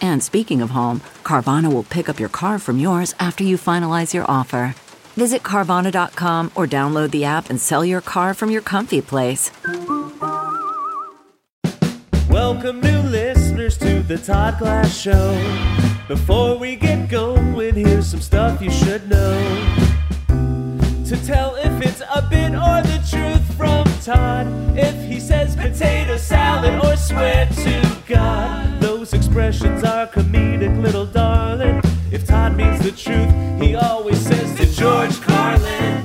And speaking of home, Carvana will pick up your car from yours after you finalize your offer. Visit Carvana.com or download the app and sell your car from your comfy place. Welcome, new listeners, to the Todd Glass Show. Before we get going, here's some stuff you should know to tell if it's a bit or the truth from Todd. If he says potato salad or swear to God, those expressions are comedic, little darling. If Todd means the truth, he always says to George Carlin.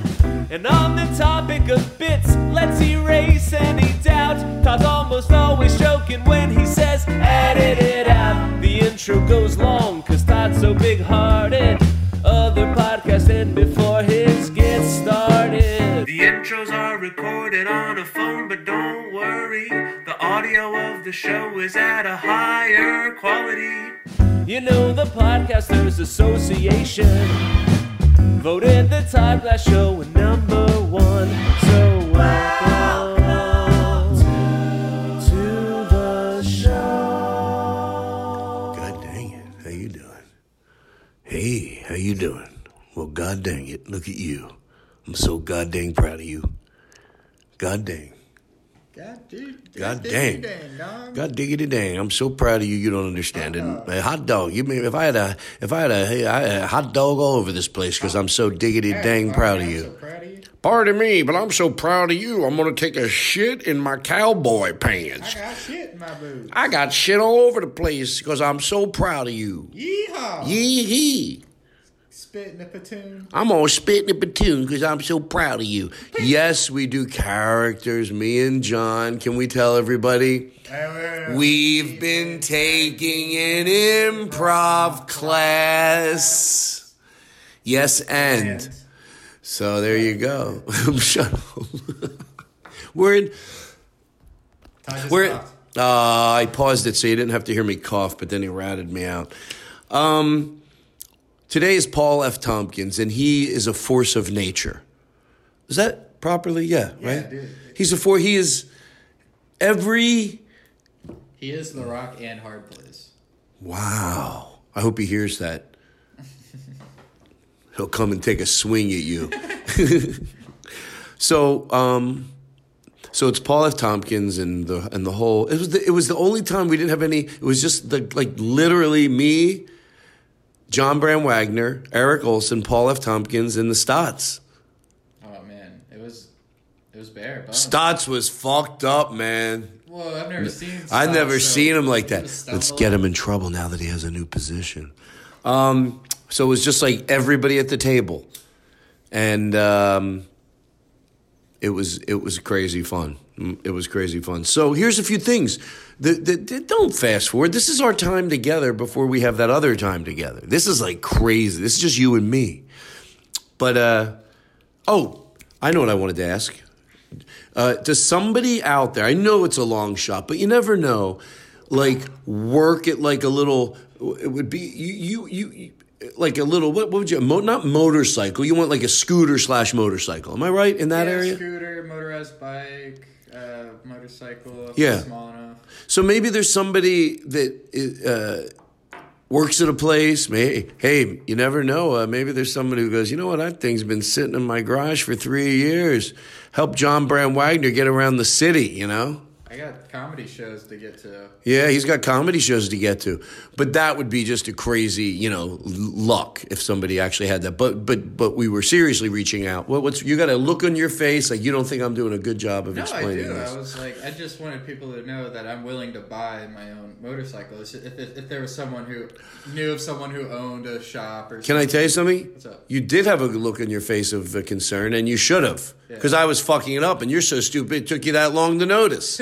And on the topic of bits, let's erase any doubt. Todd's almost always joking when he says, edit it out. The intro goes long, cause Todd's so big hearted. Other podcasts end before his gets started. The intros are recorded on a phone, but don't worry. The audio of the show is at a higher quality. You know, the Podcasters Association voted the Time Glass Show a number one. So welcome to the show. God dang it. How you doing? Hey, how you doing? Well, god dang it. Look at you. I'm so god dang proud of you. God dang. God, dude, God dang. dang, dog. God diggity dang! I'm so proud of you. You don't understand. And a hot dog. You mean if I had a if I had a, hey, I had a hot dog all over this place because I'm so diggity dang proud of you. Proud of you. Pardon me, but I'm so proud of you. I'm gonna take a shit in my cowboy pants. I got shit in my boots. I got shit all over the place because I'm so proud of you. Yeehaw! Yee hee! Spit in the platoon. I'm gonna spit in the platoon because I'm so proud of you. Yes, we do characters. Me and John. Can we tell everybody? We've been taking an improv class. Yes, and. So there you go. Shut up. We're in. We're. in- Uh, I paused it so you didn't have to hear me cough, but then he ratted me out. Um, today is Paul F. Tompkins, and he is a force of nature. Is that properly? Yeah, right. He's a for. He is every. He is the rock and hard place. Wow. I hope he hears that. He'll come and take a swing at you. so, um, so it's Paul F. Tompkins and the and the whole. It was the, it was the only time we didn't have any. It was just the, like literally me, John Bram Wagner, Eric Olson, Paul F. Tompkins, and the Stotts. Oh man, it was it was bare bones. Stotts was fucked up, man. Whoa, I've never seen. I've Scott, never so seen him like he that. was Let's stumbling. get him in trouble now that he has a new position. Um, so it was just like everybody at the table, and um, it was it was crazy fun. Mm, It was crazy fun. So here's a few things. The, the, the- don't fast forward. This is our time together before we have that other time together. This is like crazy. This is just you and me. But uh, oh, I know what I wanted to ask. Uh, to somebody out there, I know it's a long shot, but you never know. Like work at like a little. It would be you. You. you like a little what, what would you mo- not motorcycle? You want like a scooter slash motorcycle? Am I right in that Yeah, area? Scooter, motorized bike, uh, motorcycle. if Yeah. it's Small enough. So maybe there's somebody that uh, works at a place. May, hey, you never know. Uh, maybe there's somebody who goes, you know what? That thing's been sitting in my garage for three years. Help John Brand Wagner get around the city. You know? I got comedy shows to get to. Yeah, he's got comedy shows to get to. But that would be just a crazy, you know, l- luck if somebody actually had that. But but but we were seriously reaching out. What, what's you got a look on your face like you don't think I'm doing a good job of No, I explaining do. this? I was like, I just wanted people to know that I'm willing to buy my own motorcycle. If, if, if there was someone who knew of someone who owned a shop or Can I tell you something? What's up? You did have a good look in your face of uh, concern, and you should have, because I was fucking it up, and you're so stupid it took you that long to notice.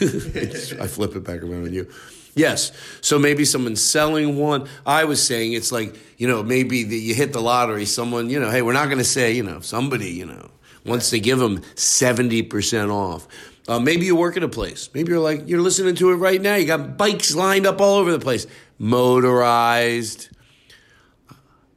I flip it back around on you. Yes, so maybe someone's selling one. I was saying it's like you know maybe the, you hit the lottery. Someone you know, hey, we're not going to say you know somebody you know wants to give them seventy percent off. Uh, maybe you work at a place. Maybe you're like you're listening to it right now. You got bikes lined up all over the place, motorized.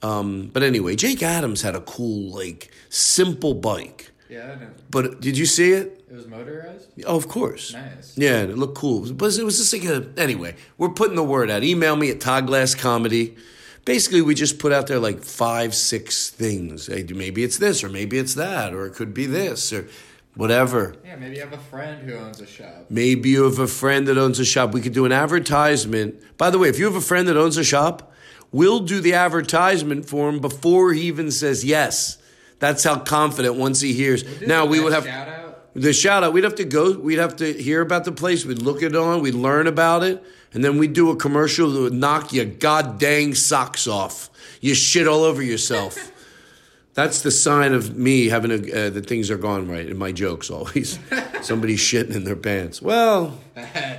Um, but anyway, Jake Adams had a cool, like, simple bike. Yeah, I know. But did you see it? It was motorized. Oh, of course. Nice. Yeah, it looked cool. But it was just like a. Anyway, we're putting the word out. Email me at Todd Glass Comedy. Basically, we just put out there like five, six things. Hey, Maybe it's this, or maybe it's that, or it could be this, or whatever. Yeah, maybe you have a friend who owns a shop. Maybe you have a friend that owns a shop. We could do an advertisement. By the way, if you have a friend that owns a shop, we'll do the advertisement for him before he even says yes. That's how confident once he hears. now we would have shout out. the shout out. We'd have to go. We'd have to hear about the place. We'd look it on. We'd learn about it, and then we'd do a commercial that would knock your god dang socks off. You shit all over yourself. That's the sign of me having a, uh, that things are gone right in my jokes always. Somebody shitting in their pants. Well,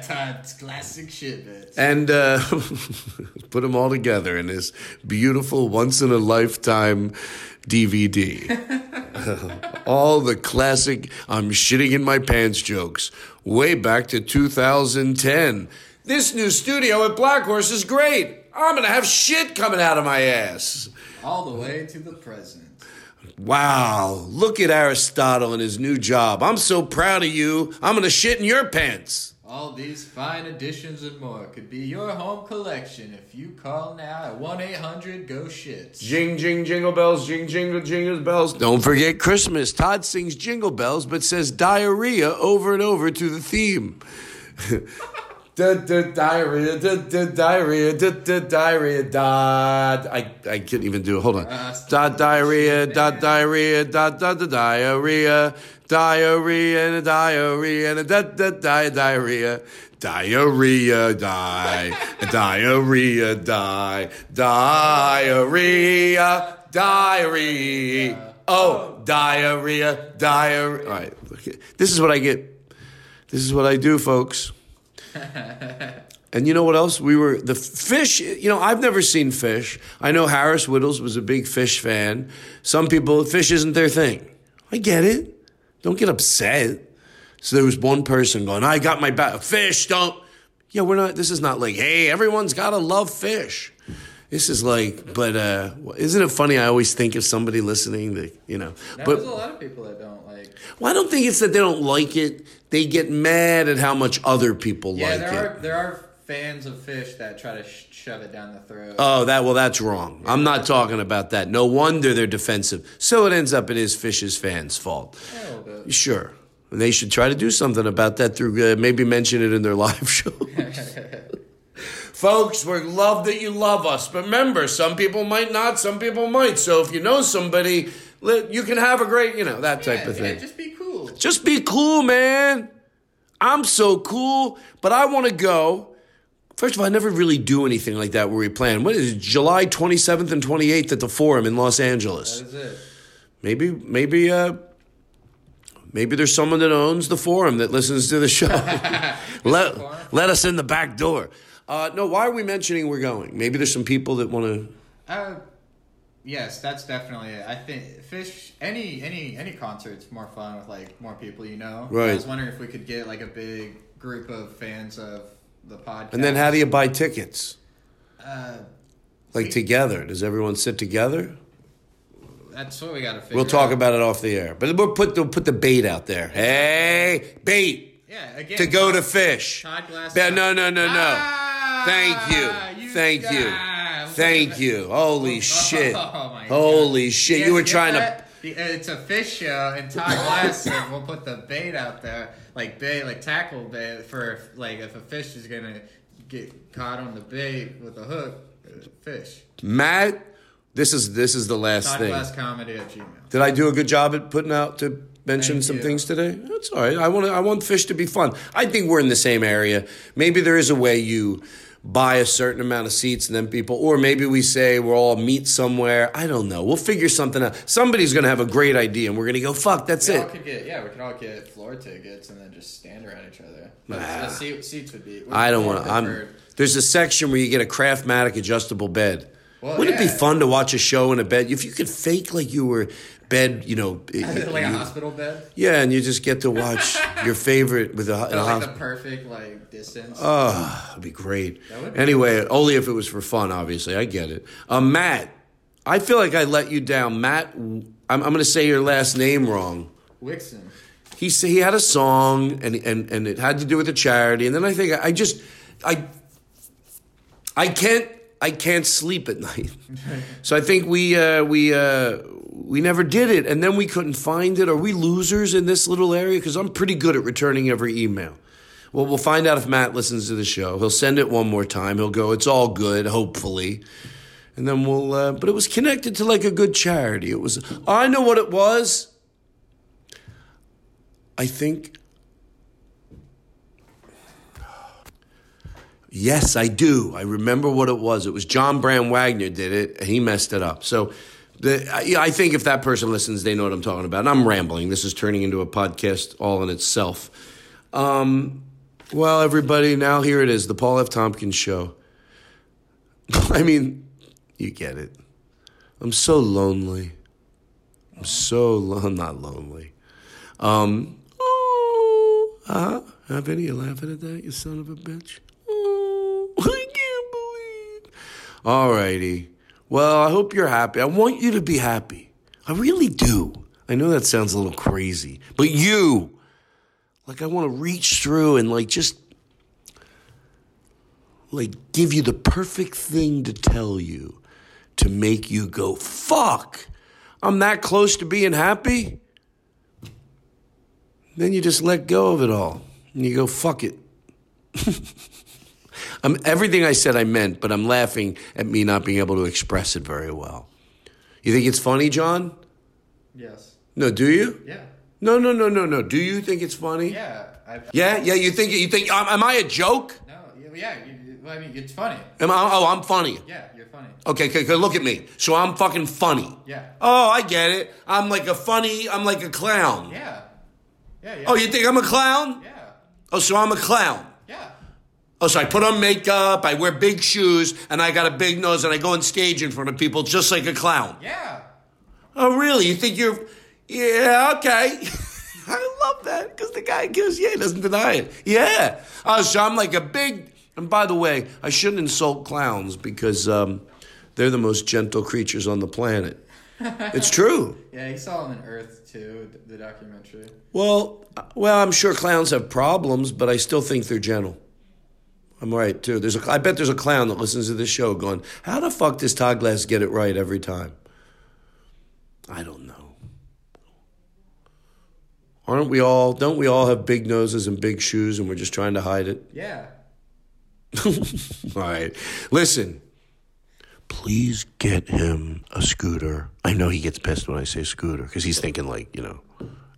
Todd's classic shit, man. and uh, put them all together in this beautiful once in a lifetime DVD. all the classic I'm shitting in my pants jokes way back to 2010. This new studio at Black Horse is great. I'm going to have shit coming out of my ass. All the way to the present. Wow, look at Aristotle and his new job. I'm so proud of you. I'm going to shit in your pants. All these fine additions and more could be your home collection if you call now at 1 800 GO SHITS. Jing, jing, jingle bells, jing, jingle, jingle bells. Don't forget Christmas. Todd sings jingle bells but says diarrhea over and over to the theme. da, da, diarrhea, da, da, diarrhea, da, da, diarrhea, da. I, I couldn't even do it. Hold on. Da, diarrhea, da, diarrhea, da, da, da, diarrhea, diarrhea, and a diarrhea, and a da, da, di, diarrhea. Diarrhea, die, diarrhea, die, diarrhea, diarrhea. Oh, diarrhea, diarrhea. All right, look at- this is what I get. This is what I do, folks. And you know what else? We were the fish. You know, I've never seen fish. I know Harris Whittles was a big fish fan. Some people, fish isn't their thing. I get it. Don't get upset. So there was one person going, "I got my back. Fish don't." Yeah, we're not. This is not like, hey, everyone's got to love fish. This is like, but uh, isn't it funny? I always think of somebody listening that you know, Now, but There's a lot of people that don't like. well, I don't think it's that they don't like it. They get mad at how much other people Yeah, like there it. are there are fans of fish that try to sh- shove it down the throat. Oh, that well, that's wrong. I'm not talking about that. No wonder they're defensive. So it ends up it is Fish's fans' fault. Oh, but- Sure, they should try to do something about that through uh, maybe mention it in their live shows. Folks, we love that you love us, but remember, some people might not, some people might. So if you know somebody, let, you can have a great, you know, that type Yeah, of thing. yeah, just be cool. Just be cool, man. I'm so cool, but I want to go. First of all, I never really do anything like that where we plan. What is it, July 27th and 28th at the Forum in Los Angeles? That's it. Maybe, maybe, uh, maybe there's someone that owns the Forum that listens to the show. let, let us in the back door. Uh, no, why are we mentioning we're going? Maybe there's some people that want to. Uh, yes, that's definitely it. I think fish any any any concert's more fun with like more people you know. Right. I was wondering if we could get like a big group of fans of the uh, podcast. And then how do you buy tickets? Like together. Does everyone sit together? That's what we got to figure. We'll talk out. about it off the air. But we'll put the, we'll put the bait out there. Hey, bait Yeah, again. to go to fish. Todd Glass. Yeah, no, no, no, no. Ah, Thank you. you Thank you. guys. Oh, Thank you. Holy shit. my Holy shit. guys You were get trying to. that? The- It's a fish show, and Todd Glass said we'll put the bait out there, like bait, like tackle bait for like if a fish is gonna get caught on the bait with a hook, uh, fish. Matt, this is this is the last Todd thing. Glass comedy at Gmail. Did I do a good job at putting out to mention Thank some you. things today? That's all right. I want I want fish to be fun. I think we're in the same area. Maybe there is a way you buy a certain amount of seats and then people or maybe we say we'll all meet somewhere. I don't know. We'll figure something out. Somebody's going to have a great idea and we're going to go fuck, that's We all it. could get yeah, we could all get floor tickets and then just stand around each other. But the seat, seats would be. I don't want would to. I'm. prefer- There's a section where you get a Craftmatic adjustable bed. Well, Wouldn't it be yeah. fun to watch a show in a bed? If you could fake like you were bed, you know, it- like a you- hospital bed. yeah, and you just get to watch your favorite with a, in a like hosp- the perfect like distance. Oh, it'd be great. would be anyway, only if it was for fun. Obviously, I get it. Uh, Matt, I feel like I let you down. Matt, I'm, I'm going to say your last name wrong. Wixon. he said he had a song and and and it had to do with a charity and then i think i, I just i i can't i can't sleep at night so i think we uh we uh we never did it and then we couldn't find it are we losers in this little area because i'm pretty good at returning every email well, we'll find out if Matt listens to the show. He'll send it one more time. He'll go, it's all good, hopefully. And then we'll, uh, but it was connected to like a good charity. It was, I know what it was. I think. Yes, I do. I remember what it was. It was John Brand Wagner did it, and he messed it up. So, the, I, I think if that person listens, they know what I'm talking about. And I'm rambling. This is turning into a podcast all in itself. Um, well, everybody, now here it is, the Paul F. Tompkins show. I mean, you get it. I'm so lonely. I'm so lo- I'm not lonely. Um, oh, uh, Vinny, you laughing at that, you son of a bitch? Oh, I can't believe. All righty. Well, I hope you're happy. I want you to be happy. I really do. I know that sounds a little crazy, but you, like, I want to reach through and, like, just, like, give you the perfect thing to tell you to make you go, fuck, I'm that close to being happy? Then you just let go of it all and you go, fuck it. I'm, everything I said I meant, but I'm laughing at me not being able to express it very well. You think it's funny, John? Yes. No, do you? Yeah. No, no, no, no, no. Do you think it's funny? Yeah. I, yeah, yeah, You think you think? Um, am I a joke? No. Yeah. yeah you, you- well, I mean, it's funny. Am I? Oh, I'm funny. Yeah, you're funny. Okay, okay, okay, look at me. So I'm fucking funny. Yeah. Oh, I get it. I'm like a funny. I'm like a clown. Yeah. Yeah. Yeah. Oh, you think I'm a clown? Yeah. Oh, so I'm a clown. Yeah. Oh, so I put on makeup, I wear big shoes, and I got a big nose, and I go on stage in front of people just like a clown. Yeah. Oh, really? You think you're. Yeah, okay. I love that because the guy gives, yeah, he doesn't deny it. Yeah. Oh, so I'm like a big. And by the way, I shouldn't insult clowns because um, they're the most gentle creatures on the planet. It's true. Yeah. You saw him in Earth too, th- the documentary. Well, uh, well, I'm sure clowns have problems, but I still think they're gentle. I'm right too. There's a, I bet there's a clown that listens to this show going, "How the fuck does Todd Glass get it right every time?" I don't know. Aren't we all? Don't we all have big noses and big shoes, and we're just trying to hide it? Yeah. All right. Listen, please get him a scooter. I know he gets pissed when I say scooter because he's thinking, like, you know,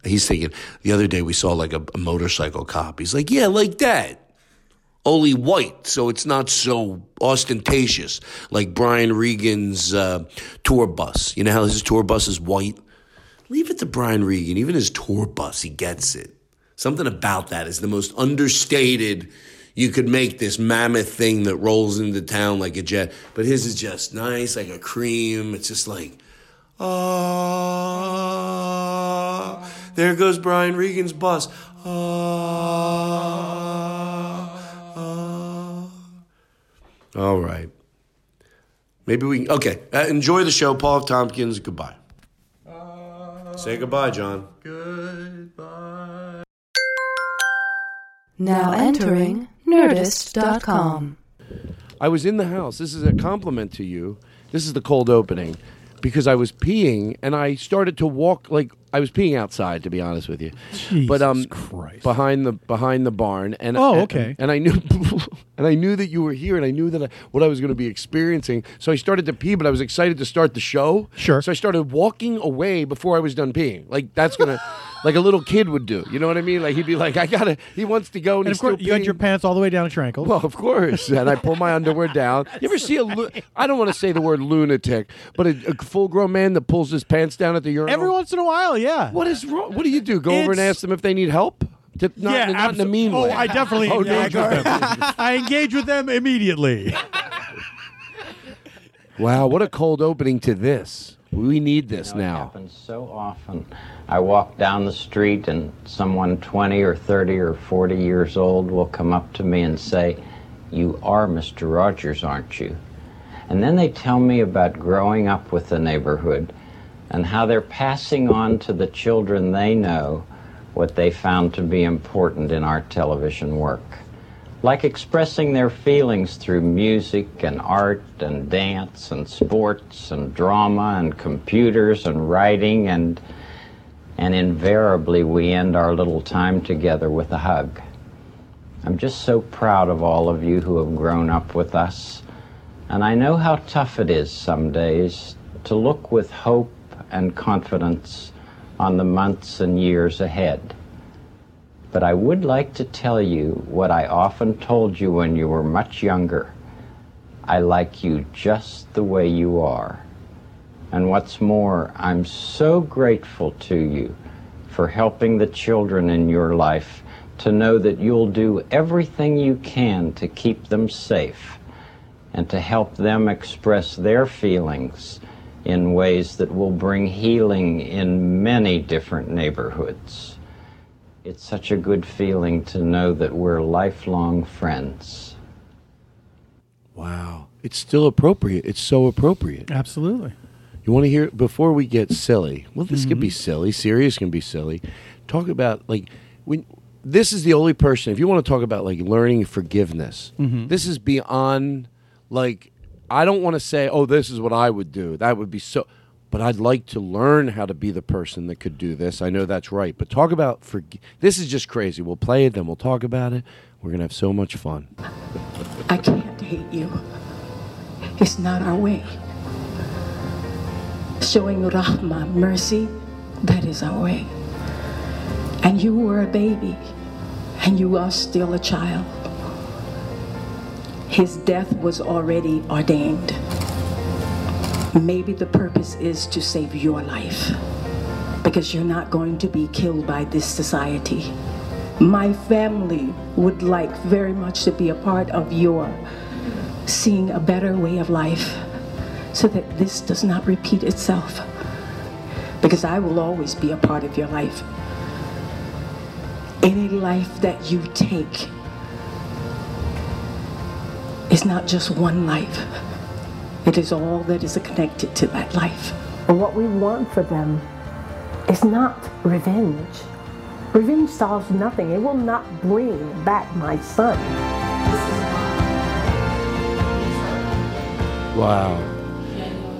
he's thinking, the other day we saw like a, a motorcycle cop. He's like, yeah, like that. Only white, so it's not so ostentatious like Brian Regan's uh, tour bus. You know how his tour bus is white? Leave it to Brian Regan. Even his tour bus, he gets it. Something about that is the most understated. You could make this mammoth thing that rolls into town like a jet, but his is just nice, like a cream. It's just like, ah, there goes Brian Regan's bus. Ah, ah. All right. Maybe we can. Okay. Uh, enjoy the show, Paul Tompkins. Goodbye. Say goodbye, John. Now entering Nerdist.com. I was in the house. This is a compliment to you. This is the cold opening because I was peeing and I started to walk like I was peeing outside to be honest with you. but um behind the behind the barn and Oh, and- okay. And I knew and I knew that you were here and I knew that I, what I was going to be experiencing. So I started to pee but I was excited to start the show. Sure. So I started walking away before I was done peeing. Like that's going to like a little kid would do. You know what I mean? Like he'd be like I got to he wants to go and, And he's of course, still you had peeing. your pants all the way down to your ankles. Well, of course. And I pull my underwear down. You ever see a? Lu- I don't want to say the word lunatic, but a, a full-grown man that pulls his pants down at the urinal. Every once in a while, yeah. What is wrong? What do you do? Go over and It's- ask them if they need help. To- not, yeah, not in a abso- mean oh, way. I definitely Oh, engage no, with no. them. I engage with them immediately. Wow, what a cold opening to this. We need this now. so often. I walk down the street and someone 20 or 30 or 40 years old will come up to me and say, You are Mr. Rogers, aren't you? And then they tell me about growing up with the neighborhood and how they're passing on to the children they know what they found to be important in our television work. Like expressing their feelings through music and art and dance and sports and drama and computers and writing and and invariably we end our little time together with a hug. I'm just so proud of all of you who have grown up with us. And I know how tough it is some days to look with hope and confidence on the months and years ahead. But I would like to tell you what I often told you when you were much younger. I like you just the way you are. And what's more, I'm so grateful to you for helping the children in your life to know that you'll do everything you can to keep them safe and to help them express their feelings in ways that will bring healing in many different neighborhoods. It's such a good feeling to know that we're lifelong friends. Wow. It's still appropriate. It's so appropriate. Absolutely. You want to hear before we get silly? Well, this Mm-hmm. could be silly. Serious can be silly. Talk about like when this is the only person. If you want to talk about like learning forgiveness, Mhm. Mm-hmm. this is beyond like I don't want to say, oh, this is what I would do. That would be so. But I'd like to learn how to be the person that could do this. I know that's right. But talk about forg This is just crazy. We'll play it, then we'll talk about it. We're gonna have so much fun. I can't hate you. It's not our way. Showing Rahma mercy, that is our way. And you were a baby, and you are still a child. His death was already ordained. Maybe the purpose is to save your life, because you're not going to be killed by this society. My family would like very much to be a part of your seeing a better way of life so that this does not repeat itself. Because I will always be a part of your life. Any life that you take is not just one life, it is all that is connected to that life. And what we want for them is not revenge. Revenge solves nothing. It will not bring back my son. Wow.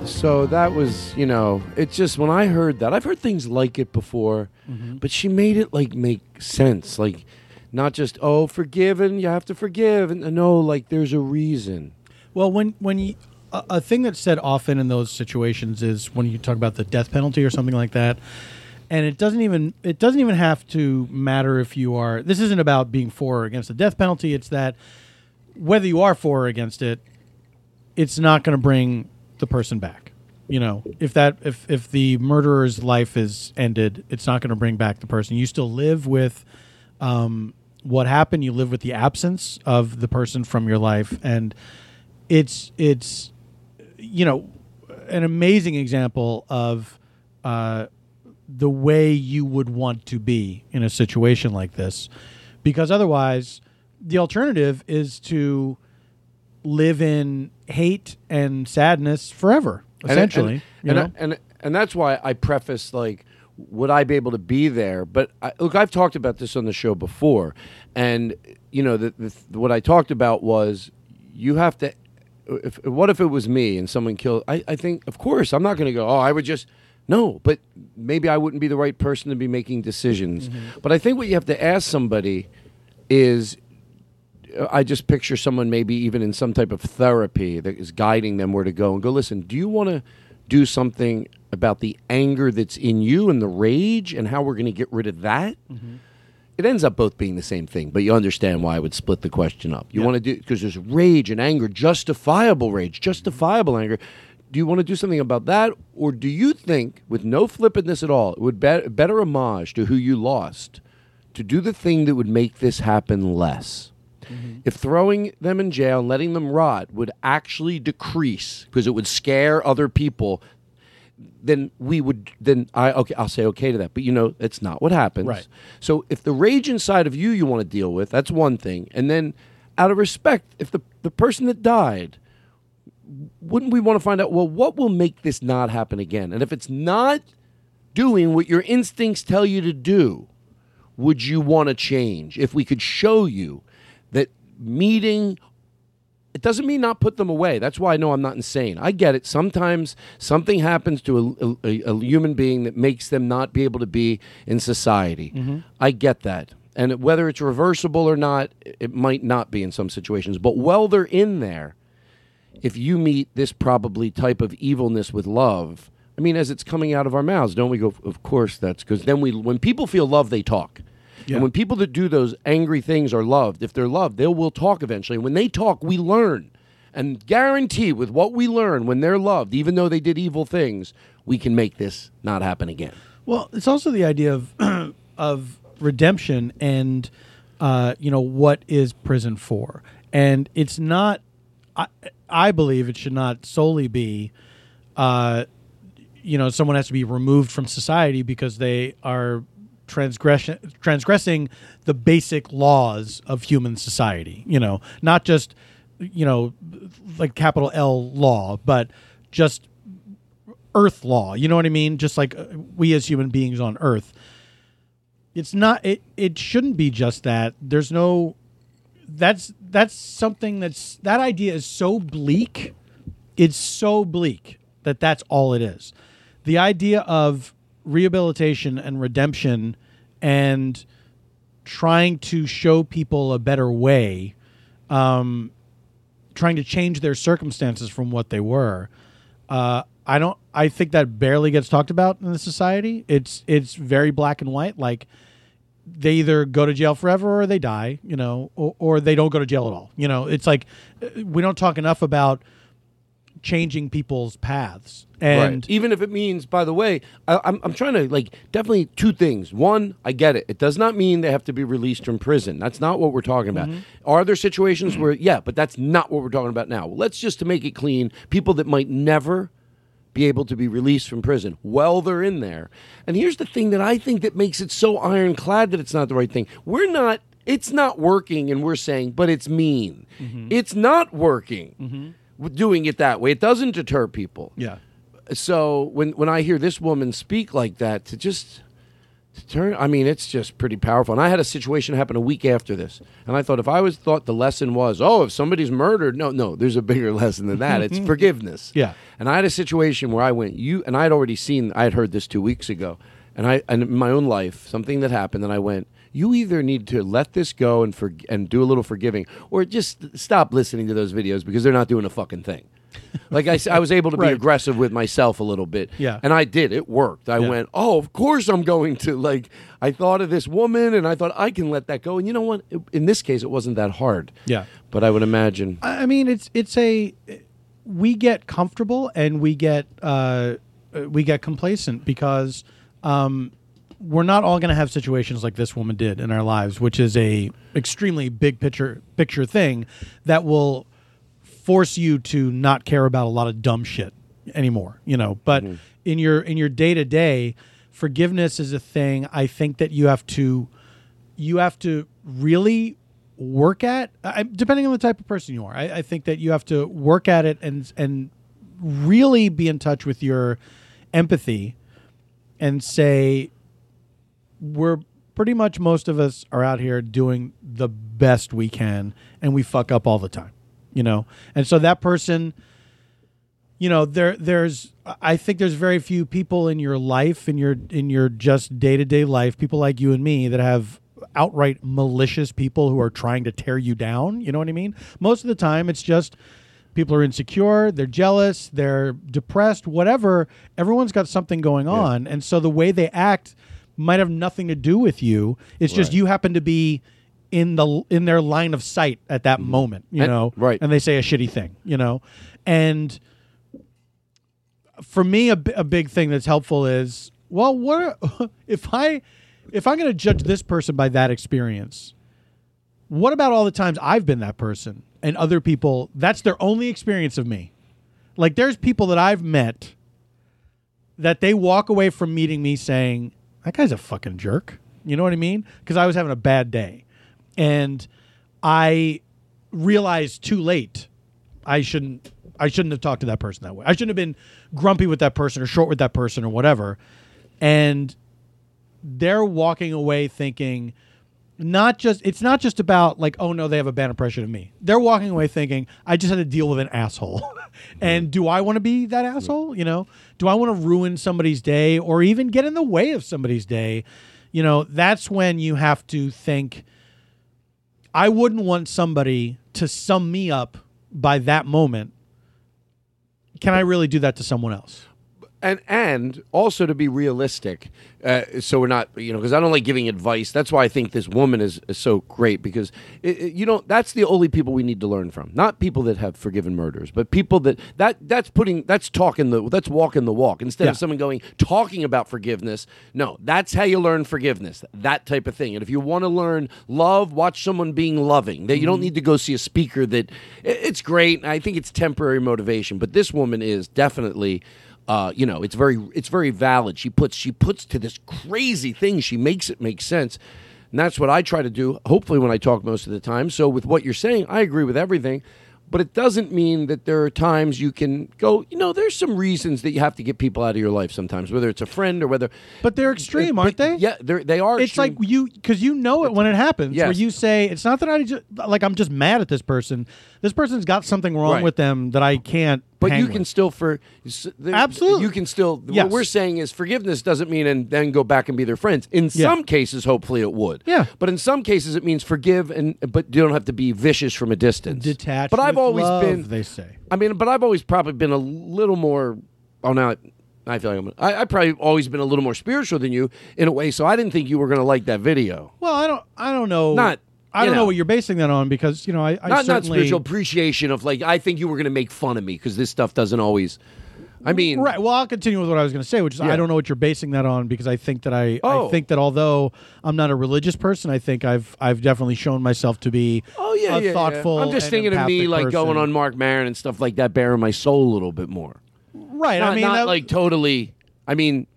So that was, you know, it's just when I heard that, I've heard things like it before, but she made it like make sense. Like, not just, oh, forgiven, you have to forgive. And no, like, there's a reason. Well, when when you, a, a thing that's said often in those situations is when you talk about the death penalty or something like that, and it doesn't even it doesn't even have to matter if you are. This isn't about being for or against the death penalty. It's that whether you are for or against it, it's not going to bring the person back. You know, if that if if the murderer's life is ended, it's not going to bring back the person. You still live with um, what happened. You live with the absence of the person from your life, and it's it's you know an amazing example of uh, the way you would want to be in a situation like this, because otherwise the alternative is to live in hate and sadness forever, essentially. you and, know? and, and and that's why I preface like, would I be able to be there? But I, look, I've talked about this on the show before, and you know, the, the, what I talked about was you have to. If, what if it was me and someone killed? I, I think, of course, I'm not going to go. Oh, I would just no, but maybe I wouldn't be the right person to be making decisions. Mm-hmm. But I think what you have to ask somebody is uh, I just picture someone maybe even in some type of therapy that is guiding them where to go and go, listen, do you want to do something about the anger that's in you and the rage and how we're going to get rid of that? It ends up both being the same thing, but you understand why I would split the question up. You want to do, because there's rage and anger, justifiable rage, justifiable anger. Do you want to do something about that? Or do you think, with no flippantness at all, it would be- better homage to who you lost to do the thing that would make this happen less? if throwing them in jail and letting them rot would actually decrease because it would scare other people then we would then i okay i'll say okay to that but you know it's not what happens Right. so if the rage inside of you you want to deal with that's one thing and then out of respect if the the person that died wouldn't we want to find out well what will make this not happen again and if it's not doing what your instincts tell you to do would you want to change if we could show you that meeting it doesn't mean not put them away that's why i know i'm not insane i get it sometimes something happens to a, a- a human being that makes them not be able to be in society Mhm. i get that and whether it's reversible or not it might not be in some situations but while they're in there if you meet this probably type of evilness with love i mean as it's coming out of our mouths don't we go of course that's because then we when people feel love they talk and when people that do those angry things are loved if they're loved they will talk eventually and when they talk we learn and guarantee with what we learn when they're loved even though they did evil things we can make this not happen again Well, it's also the idea of of redemption and uh, you know what is prison for, and it's not. I I believe it should not solely be, uh, you know, someone has to be removed from society because they are transgression transgressing the basic laws of human society. You know, not just you know like capital L law, but just earth law you know what i mean just like uh, we as human beings on earth it's not it it shouldn't be just that there's no that's that's something that's that idea is so bleak it's so bleak that that's all it is the idea of rehabilitation and redemption and trying to show people a better way um trying to change their circumstances from what they were. Uh, I don't. I think that barely gets talked about in the society. It's it's very black and white. Like they either go to jail forever or they die. You know, or, or they don't go to jail at all. You know, it's like uh, we don't talk enough about changing people's paths and. Right. even if it means by the way I, I'm, I'm trying to like definitely two things one i get it it does not mean they have to be released from prison that's not what we're talking about Mhm. are there situations where yeah but that's not what we're talking about now let's just to make it clean people that might never be able to be released from prison while they're in there and here's the thing that i think that makes it so ironclad that it's not the right thing we're not it's not working and we're saying but it's mean it's not working w- doing it that way it doesn't deter people Yeah. so when when I hear this woman speak like that, to just to turn, I mean, it's just pretty powerful. And I had a situation happen a week after this, and I thought if I was thought the lesson was, oh, if somebody's murdered, no, no, there's a bigger lesson than that. It's forgiveness. Yeah. And I had a situation where I went, you and I had already seen, I had heard this two weeks ago, and I and in my own life something that happened, and I went. You either need to let this go and for, and do a little forgiving, or just stop listening to those videos because they're not doing a fucking thing. Like I, s- I was able to be Right. aggressive with myself a little bit. Yeah. And I did. It worked. I Yeah. went, oh, of course I'm going to. Like, I thought of this woman and I thought I can let that go. And you know what? It- In this case, it wasn't that hard. Yeah. But I would imagine. I I mean, it's it's a we get comfortable and we get uh, uh, we get complacent because um, we're not all going to have situations like this woman did in our lives, which is a extremely big picture picture thing that will force you to not care about a lot of dumb shit anymore you know but in your in your day to day forgiveness is a thing i think that you have to you have to really work at, I, depending on the type of person you are, I, I think that you have to work at it and and really be in touch with your empathy and say we're pretty much most of us are out here doing the best we can and we fuck up all the time you know and so that person you know there there's i think there's very few people in your life in your in your just day-to-day life people like you and me that have outright malicious people who are trying to tear you down you know what i mean most of the time it's just people are insecure they're jealous they're depressed whatever everyone's got something going on and so the way they act might have nothing to do with you it's just Right. you happen to be in the in their line of sight at that moment you Mm-hmm. And- know right. and they say a shitty thing you know and for me a, bi- a big thing that's helpful is well what are- if i if i'm going to judge this person by that experience what about all the times i've been that person and other people that's their only experience of me like there's people that i've met that they walk away from meeting me saying that guy's a fucking jerk you know what i mean because i was having a bad day and i realized too late i shouldn't i shouldn't have talked to that person that way i shouldn't have been grumpy with that person or short with that person or whatever and they're walking away thinking not just it's not just about like oh no they have a bad impression of me they're walking away thinking i just had to deal with an asshole and do i want to be that asshole you know do i want to ruin somebody's day or even get in the way of somebody's day you know that's when you have to think i wouldn't want somebody to sum me up by that moment can i really do that to someone else and and also to be realistic uh, so we're not you know because i don't like giving advice that's why i think this woman is, is so great because it, it- you know that's the only people we need to learn from not people that have forgiven murders but people that that that's putting that's talking the that's walking the walk instead Yeah. of someone going talking about forgiveness no that's how you learn forgiveness that type of thing and if you want to learn love watch someone being loving that you Mm-hmm. don't need to go see a speaker that it- it's great i think it's temporary motivation but this woman is definitely uh, you know, it's very it's very valid. She puts she puts to this crazy thing. She makes it make sense. And that's what I try to do, hopefully when I talk most of the time. So with what you're saying, I agree with everything. But it doesn't mean that there are times you can go, you know, there's some reasons that you have to get people out of your life sometimes, whether it's a friend or whether But they're extreme, aren't they? Yeah, they're, they are It's like you because you know it when it happens. Where Yes. you say it's not that I just like I'm just mad at this person. This person's got something wrong Right. with them that I can't. But hang you with. can still for absolutely you can still Yes. what we're saying is forgiveness doesn't mean and then go back and be their friends. In Yeah. some cases, hopefully it would. Yeah. But in some cases, it means forgive and but you don't have to be vicious from a distance. detach. But I've with always love, been. They say I mean, but I've always probably been a little more. Oh, now I, I feel like I'm. I, I probably always been a little more spiritual than you in a way. So I didn't think you were going to like that video. well, I don't. I don't know. Not- I you don't know. know. what you're basing that on because you know I, I not not certainly spiritual appreciation of like I think you were going to make fun of me because this stuff doesn't always. I mean, right. Well, I'll continue with what I was going to say, which is I Yeah. don't know what you're basing that on because I think that I, I Oh. think that although I'm not a religious person, I think I've I've definitely shown myself to be Oh yeah, a yeah, thoughtful. Yeah. I'm just and thinking of me empathic like going person. on Mark Maron and stuff like that, bearing my soul a little bit more. right. not, I mean, not that- like totally. I mean,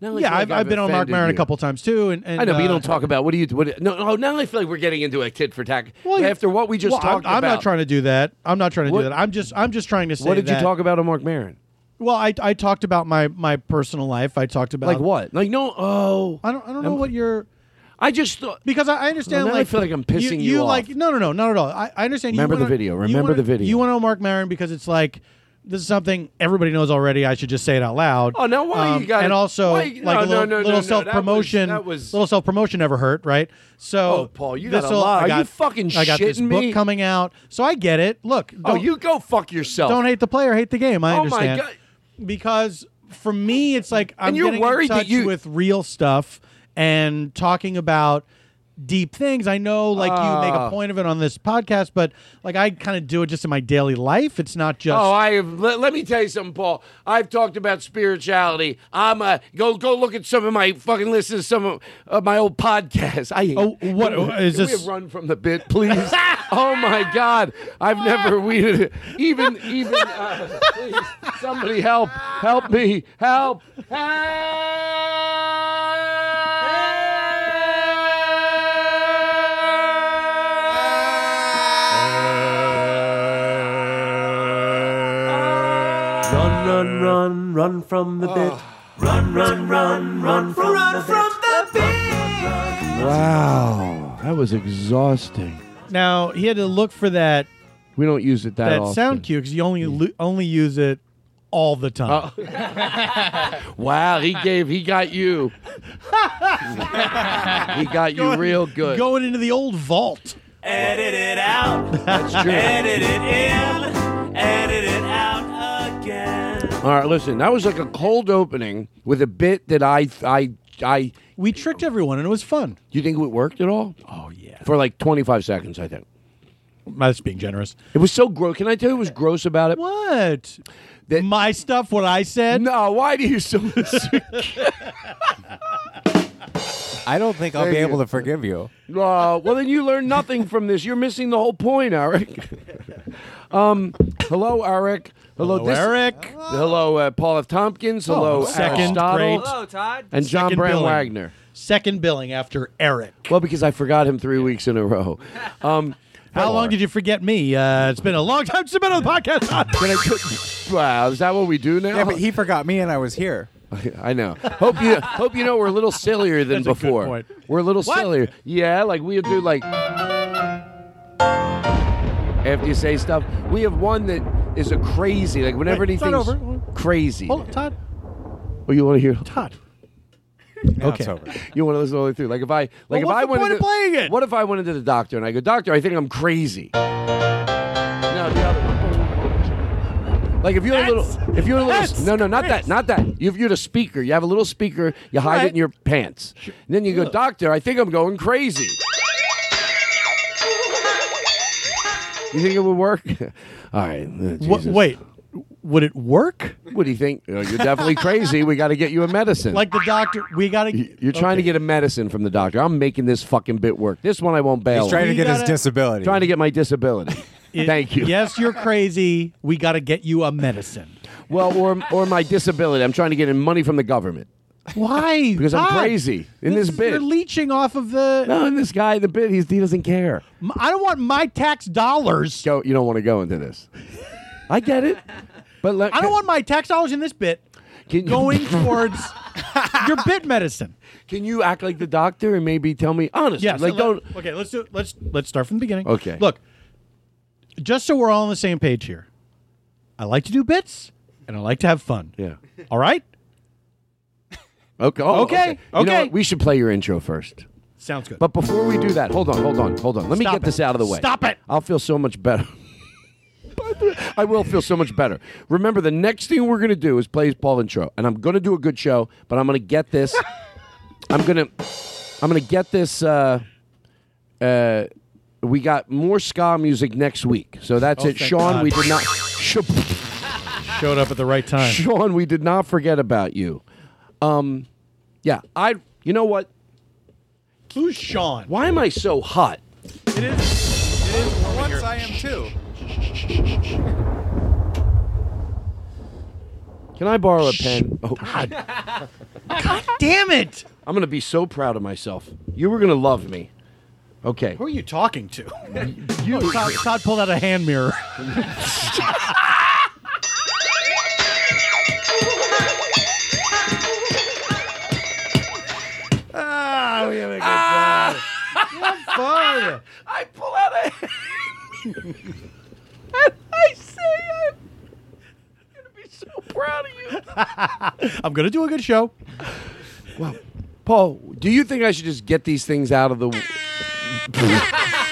now I feel yeah, like I've, I've, been on Mark offended Maron a you. couple times too, and, and I know, but you uh, don't talk about what do you what? No, no. Now I feel like we're getting into a tit for tat. Well, after what we just well, I'm- talked I'm, about, not trying to do that. I'm not trying to What- do that. I'm just I'm just trying to say What did you that- talk about on Mark Maron? Well, I, I talked about my my personal life. I talked about Like what? Like no. Oh, I don't I don't know I'm- what you're. I just thought because I, I understand. Now I like feel like I'm pissing you off. like no no no not at all. I, I understand. Remember you the wanna, video. you Remember wanna- the video. You want to know Mark Maron because it's like. This is something everybody knows already. I should just say it out loud. Um, Oh, now why you gotta- And also, why you- like no, a little, no, no, no, little no, that self promotion. was- that was- little self promotion never hurt, right? So, Oh, Paul, you got a this lot. I Are got, you fucking I got this shitting book me? coming out, so I get it. Look, Oh, don't, you go fuck yourself. don't hate the player, hate the game. I Oh, my understand. God. Because for me, it's like I'm And you're getting worried in that touch you- with real stuff and talking about deep things. I know, like you make a Ah. point of it on this podcast, but like I kind of do it just in my daily life. It's not just. Oh, I have. Let, let me tell you something, Paul. I've talked about spirituality. I'm a go go look at some of my fucking listen to some of uh, my old podcasts. I Oh, what- can we- is can this- We run from the bit, please. oh my God, I've never weeded it. Even even uh, please, somebody help help me help. run, run, run, run from Ah. the bit. Run, run, run, run from the bit. Wow, that was exhausting. Now he had to look for that. We don't use it that that often. Mm. sound cue because you only lo- only use it all the Uh. time. Oh, wow, he gave he got you. he got you Going- real Oh, good. Going into the old vault. Edit it out. That's true. Edit it in. Edit it out again. All right, listen, that was like a cold opening with a bit that I I I we tricked everyone and it was fun. You think it worked at all? Oh yeah. For like 25 seconds, I think. That's being generous. It was so gross. Can I tell you what was gross about it? What? My stuff, what I said? No, why do you so uh, I don't think I'll Thank be you. able to forgive you. Uh, well, then you learn nothing from this. You're missing the whole point, Eric. um, hello, Eric. Hello, Hello, Eric. Oh, Hello, uh, Paul F. Tompkins. Hello, Oh, second Aristotle. great. And John Second Brand billing. Wagner. Second billing after Eric. Well, because I forgot him three weeks in a row. Um, How long did you forget me? Uh, it's been a long time since I've been on the podcast. Can I wow, is that what we do now? Yeah, but he forgot me and I was here. I know. Hope you hope you know we're a little sillier than That's a good before. point. We're a little What? sillier. Yeah, like we'll do like after you say stuff. We have one that is a crazy. Like whenever Wait, it's not anything's over. crazy. Hold on, Todd. Oh, you want to hear Todd? it's over. You want to listen all the way through? Like if I, like Well, what's if I the went point into, of playing it? What if I went into the doctor and I go, doctor, I think I'm crazy. No, the other one. Like if you're a little, if you're a little, no, no, not that, not that. If you're the speaker, you have a little speaker, you hide it in your pants, and then you go, doctor, I think I'm going crazy. You think it would work? all right. Uh, Wha- wait, would it work? What do you think? Uh, you're definitely crazy. We got to get you a medicine. Like the doctor, we got to. Y- You're trying to get a medicine from the doctor. I'm making this fucking bit work. This one I won't bail. He's trying on. to get his disability. Trying to get my disability. Thank you. Yes, you're crazy. We got to get you a medicine. Well, or or my disability. I'm trying to get in money from the government Why? because I'm Todd? crazy in this, is- bit. You're leeching off of the. no, in this guy, the bit he's, he doesn't care. M- I don't want my tax dollars. Go, you don't want to go into this. I get it, but let, I don't want my tax dollars in this bit Can you- going towards your bit medicine. Can you act like the doctor and maybe tell me honestly? Yes. like let- don't. Okay, let's do. Let's let's start from the beginning. Okay. Look, just so we're all on the same page here, I like to do bits and I like to have fun. Yeah. All right. Okay. oh, Okay, You know okay. what? We should play your intro first. Sounds good. But before we do that, hold on, hold on, hold on. Let me Stop get this it. out of the way. Stop it. I'll feel so much better. I will feel so much better. Remember, the next thing we're going to do is play Paul intro, and I'm going to do a good show, but I'm going to get this. I'm going to, I'm going to get this. Uh, uh, we got more ska music next week, so that's Oh, it, thank Sean. God. We did not, Sh- Showed up at the right time. Sean. We did not forget about you. Um, yeah, I. You know what? Who's Sean? Why am I so hot? It is. It is. For once, I am too. Can I borrow a pen? Oh, God damn it! I'm gonna be so proud of myself. You were gonna love me. Okay. Oh, Who are you talking to? you. Todd, Todd pulled out a hand mirror. Ah, we have a good Fun. Ah. I pull out a. I say I'm gonna be so proud of you. I'm gonna do a good show. Paul, do you think I should just get these things out of the?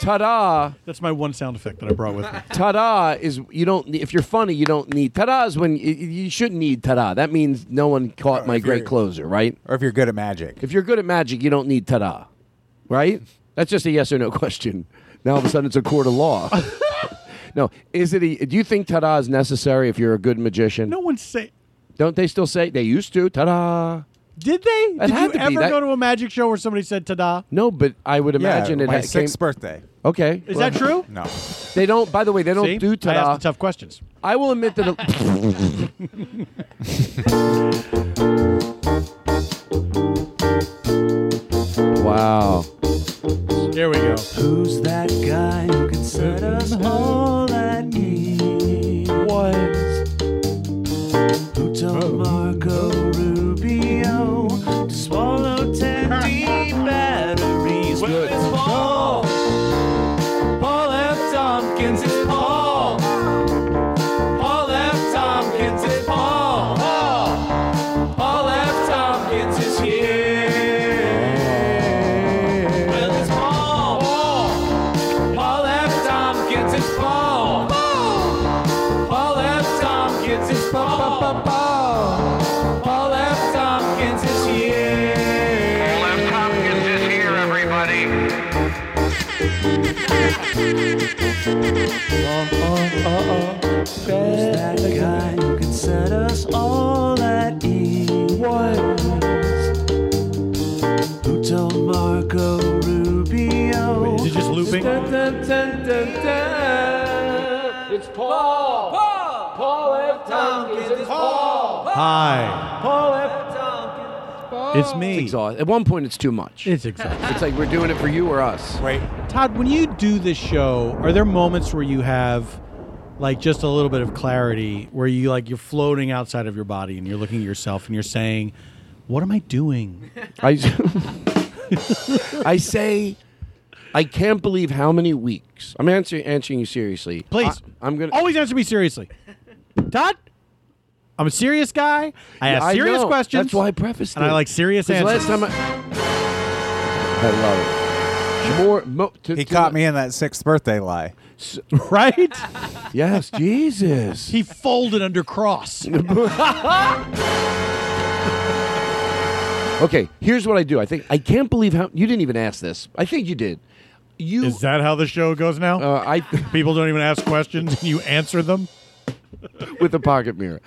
Ta-da! That's my one sound effect that I brought with me. Ta-da is you don't. need- If you're funny, you don't need ta-da. Is when you, you shouldn't need ta-da. That means no one caught my if you're- great closer, right? Or if you're good at magic. If you're good at magic, you don't need ta-da, right? That's just a yes or no question. Now all of a sudden it's a court of law. no, is it? A, do you think ta-da is necessary if you're a good magician? No one say. Don't they still say they used to ta-da? Did they? That Did had you to be, ever that- go to a magic show where somebody said "ta-da"? No, but I would imagine yeah, it my ha- came. sixth birthday. Okay, Is that true? No. They don't. By the way, they don't See? do I ta-da. asked the tough questions. I will admit that. A- wow. Here we go. Who's that guy who can set us all at ease? What? Who told Marco Rubio to swallow 10 deep batteries? Well, it's Paul. Paul F. Tompkins, it's Paul. Paul F. Tompkins, it's Paul. Paul. Paul F. Tompkins is here. Well, it's Paul. Paul. Paul F. Tompkins, it's Paul. Paul F. Tompkins is Paul. Paul F. Tompkins is here. Paul F. Tompkins is here, everybody. Who's that guy who can set us all at ease? Who told Marco Rubio? Wait, is it just looping? Dun, dun, dun, dun, dun. It's Paul. Paul. Paul F. Tompkins. It's Paul. Hi. Paul F. Tompkins. It's me. It's exhaust- At one point, it's too much. It's exhausting. It's like we're doing it for you or us. Right. Todd, when you do this show, are there moments where you have like just a little bit of clarity where you like you're floating outside of your body and you're looking at yourself and you're saying, "What am I doing?" I, I say, I can't believe how many weeks. I'm answering answering you seriously. Please. I, am gonna Always answer me seriously. Todd, I'm a serious guy. I Yeah, ask serious know. questions. That's why I prefaced and it. I like serious 'Cause answers. Last time I, I love it. More, mo, to, He caught me in that sixth birthday lie. right? yes, Jesus. He folded under cross. Okay, here's what I do. I think I can't believe how you didn't even ask this. I think you did. You Is that how the show goes now? Uh, I people don't even ask questions and you answer them with a pocket mirror.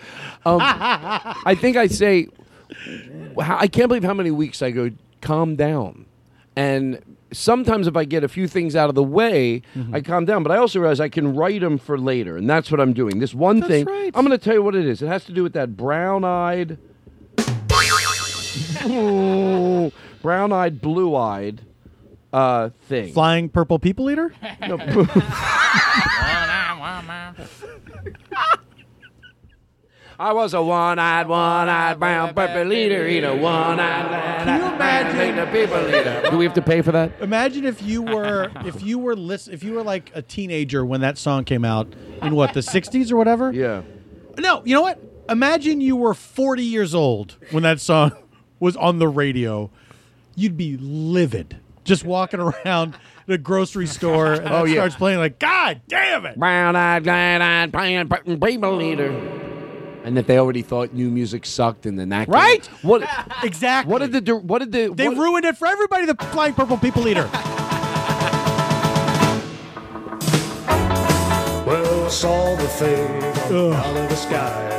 Um, I think I say, "Wow, I can't believe how many weeks I go. Calm down. And sometimes if I get a few things out of the way, I calm down. But I also realize I can write them for later, and that's what I'm doing. This one thing. I'm going to tell you what it is. It has to do with that brown-eyed, brown-eyed, blue-eyed uh, thing. flying purple people eater. No. I was a one-eyed, one-eyed brown purple leader, eater, one-eyed. Can you imagine the people eater? Do we have to pay for that? Imagine if you were if you were list, if you were like a teenager when that song came out in what the 60s or whatever. Yeah. No, you know what? Imagine you were 40 years old when that song was on the radio. You'd be livid just walking around at a grocery store and that Oh, yeah. starts playing like god damn it. Brown-eyed, glad-eyed, brown purple people eater. And that they already thought new music sucked, and then that came- Right? What exactly? What did the dir- What did the They what- ruined it for everybody the flying purple people eater. Well, I saw the thing Ugh. out of the sky.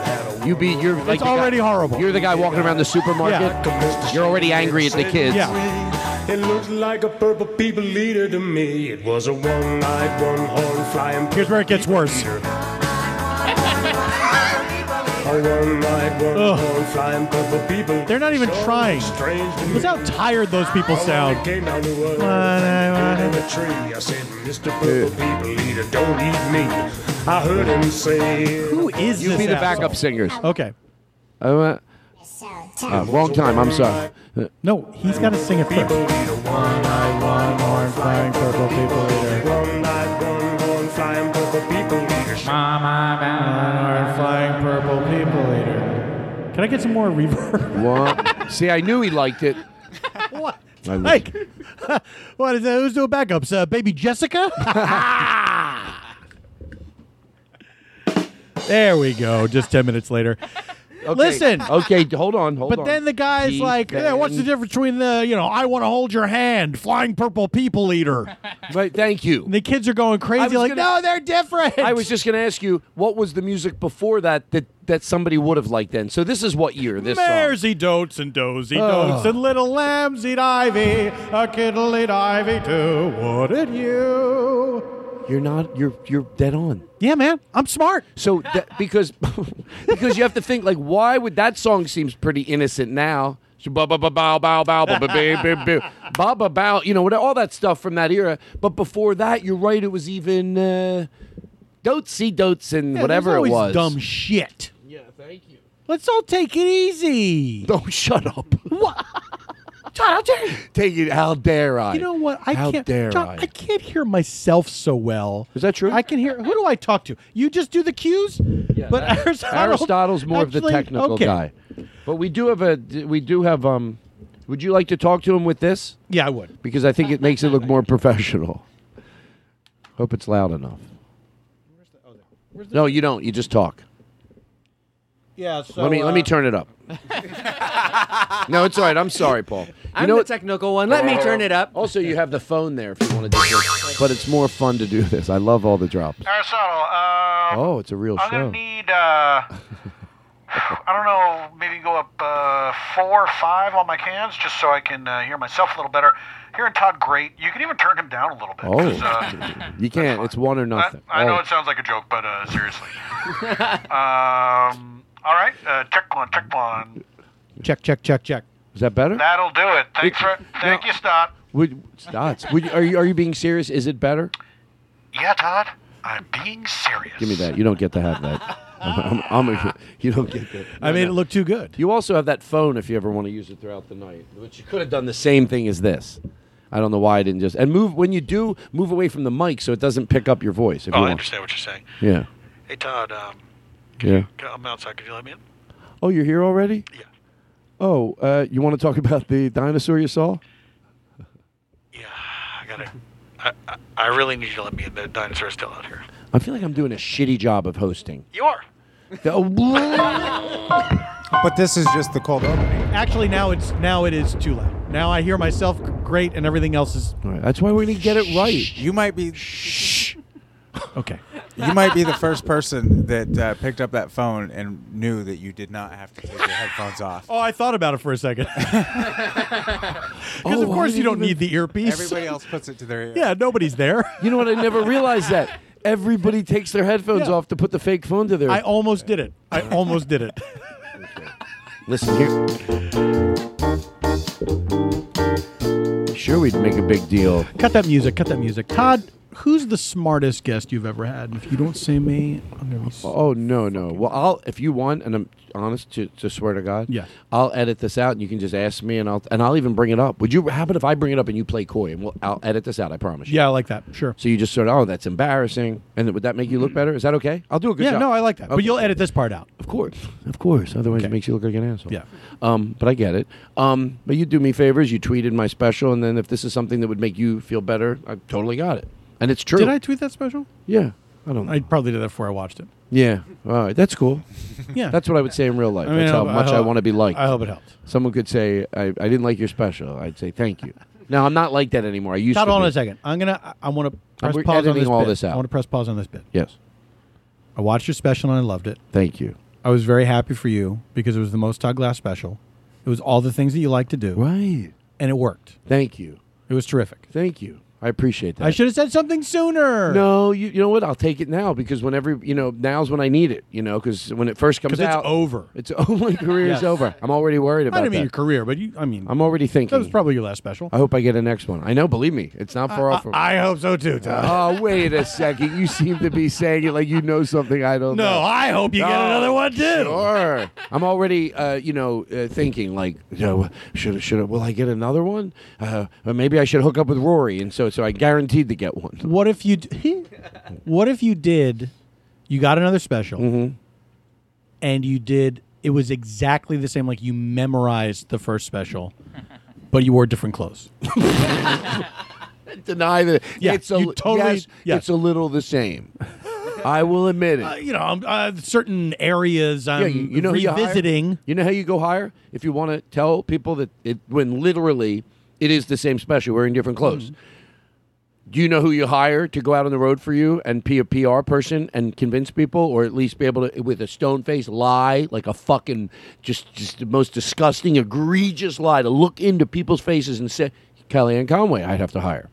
You be you're like It's the guy- already horrible. You're the guy walking around the supermarket. You're already angry at the kids. It looked like a purple people leader to me. It was a one-eyed, one-horn flying. Here's where it gets worse. A one-eyed, one-horn flying purple people. They're not even trying. Strange to me. Look how tired those people I sound. came down the road One-eyed, in a tree. I said, Mr. Purple People Eater, don't eat me. I heard him say, Who is You this? be the asshole? backup singers. Okay. Uh, uh, uh, wrong time. I'm sorry. Uh, No, he's got to sing it first. flying purple people eater. One-eyed, one-horn flying purple people eater. flying purple people eater. Can I get some more reverb? What? See, I knew he liked it. what? I would- Like, what is that? Who's doing backups? Uh, baby Jessica? there we go. Just 10 minutes later. Okay. Listen. Okay, hold on. Hold But on. then the guy's He like, "Yeah, what's the then- difference between the, you know, I want to hold your hand, flying purple people eater? Right, thank you. And the kids are going I crazy, was like, gonna- no, they're different. I was just going to ask you, what was the music before that that, that somebody would have liked then? So this is what year this song? Maresy dotes and dozy Oh. dotes and little lambs eat ivy. A kiddle eat ivy too. Wouldn't you? You're not. You're you're dead on. Yeah, man, I'm smart. So that, because because you have to think like, why would that song seems pretty innocent now? So ba ba ba bow bow bow ba ba ba ba ba ba ba bow. You know what? All that stuff from that era. But before that, you're right. It was even uh, dotesy dotes and Yeah, whatever there's it was. always dumb shit. Yeah, thank you. Let's all take it easy. Don't shut up. What? Todd, how dare you? Take it. How dare I? You know what? I how can't. dare John, I? I can't hear myself so well. Is that true? I can hear. Who do I talk to? You just do the cues. Yeah, but Ar- Aristotle, Aristotle's more of the actually- technical okay. guy. But we do have a we do have um. Would you like to talk to him with this? Yeah, I would. Because I think it makes it look more professional. Hope it's loud enough. oh, No, you don't. You just talk. Yeah. So let me let me uh, turn it up. no, it's all right. I'm sorry, Paul. You I'm know the what? Oh. technical one. Let me turn it up. Also, you have the phone there if you want to do this. But it's more fun to do this. I love all the drops. Aristotle, uh, Oh, it's a real I'm show. gonna need uh, I don't know, maybe go up uh, four or five on my cans just so I can uh, hear myself a little better. Hearing Todd great, you can even turn him down a little bit. 'cause, Oh, you can't. It's one or nothing. uh, I, I know Oh. it sounds like a joke, but uh, seriously. um, all right, uh, check one, check one. Check, check, check, check. Is that better? That'll do it. Thanks for, thank you, Stott. Would Stotts? Would, are you are you being serious? Is it better? Yeah, Todd, I'm being serious. Give me that. You don't get to have that. I'm, I'm, I'm a, you don't get that. I made it look too good. You also have that phone if you ever want to use it throughout the night, which you could have done the same thing as this. I don't know why I didn't just and move when you do move away from the mic so it doesn't pick up your voice. If Oh, you I want. understand what you're saying. Yeah, Hey, Todd, um, yeah. I'm outside. Could you let me in? Oh, you're here already? Yeah. Oh, uh, you want to talk about the dinosaur you saw? I gotta. I, I, I really need you to let me in. The dinosaur's still out here. I feel like I'm doing a shitty job of hosting. You are. But this is just the cold open. Actually, now it's now it is too loud. Now I hear myself g- great, and everything else is. that's why we need to get it right. You might be. Okay. You might be the first person that uh, picked up that phone and knew that you did not have to take your headphones off. Oh, I thought about it for a second. Because Oh, of why course did you don't even- need the earpiece. Everybody else puts it to their ear. Yeah, nobody's there. You know what? I never realized that. Everybody takes their headphones Yeah. off to put the fake phone to their. I almost did it. I almost did it. Listen here. Sure, we'd make a big deal. Cut that music. Cut that music. Todd, who's the smartest guest you've ever had? And if you don't say me, I'm gonna be. s- Oh no, no. Well, I'll if you want, and I'm honest to, to swear to God, Yeah. I'll edit this out, and you can just ask me, and I'll and I'll even bring it up. Would you? How about if I bring it up and you play coy, and we'll, I'll edit this out. I promise. you. Yeah, I like that. Sure. So you just sort of, oh, that's embarrassing, and would that make you look better? Is that okay? I'll do a Oh, good yeah, job. no, I like that. But Okay. you'll edit this part out. Of course, of course. Otherwise, it makes you look like an asshole. Yeah. Um, but I get it. Um, but you do me favors. You tweeted my special, and then if this is something that would make you feel better, I totally got it, and it's true. Did I tweet that special? Yeah. I don't. I probably did that before I watched it. Yeah. All right. That's cool. Yeah. That's what I would say in real life. I mean, That's I how hope- I much I, hope- want to be liked. I hope it helped. Someone could say, I, I didn't like your special. I'd say, thank you. No, I'm not like that anymore. I used Todd, to. hold be. on a second. I'm gonna. I- I want to press we're pause on editing this all bit. this out. I want to press pause on this bit. Yes. I watched your special and I loved it. Thank you. I was very happy for you because it was the most Todd Glass special. It was all the things that you like to do. Right. And it worked. Thank you. It was terrific. Thank you. I appreciate that. I should have said something sooner. No, you, you know what? I'll take it now because whenever, you know, now's when I need it, you know, because when it first comes 'Cause it's out. over. It's over. My career Yes. is over. I'm already worried about I didn't mean that. your career, but you, I mean, I'm already thinking. that was probably your last special. I hope I get a next one. I know, believe me, it's not far I- off from I hope so too, Todd. Oh, wait a second. You seem to be saying it like you know something I don't No, know. Oh. I hope you get another one, too. Sure. I'm already, uh, you know, uh, thinking like, you know, should should will I get another one? Uh, or maybe I should hook up with Rory, and so so I guaranteed to get one. What if you? d- what if you did? You got another special, Mm-hmm. and you did. It was exactly the same. Like you memorized the first special, but you wore different clothes. Deny that. Yeah, it's a, you totally- yes, yes. It's a little the same. I will admit it. Uh, you know, um, uh, certain areas I'm Yeah, you, you know how you hire? revisiting. you know how you go higher if you want to tell people that it when literally it is the same special wearing different clothes. Mm-hmm. Do you know who you hire to go out on the road for you and be a PR person and convince people, or at least be able to, with a stone face, lie like a fucking just just the most disgusting, egregious lie to look into people's faces and say, Kellyanne Conway, I'd have to hire.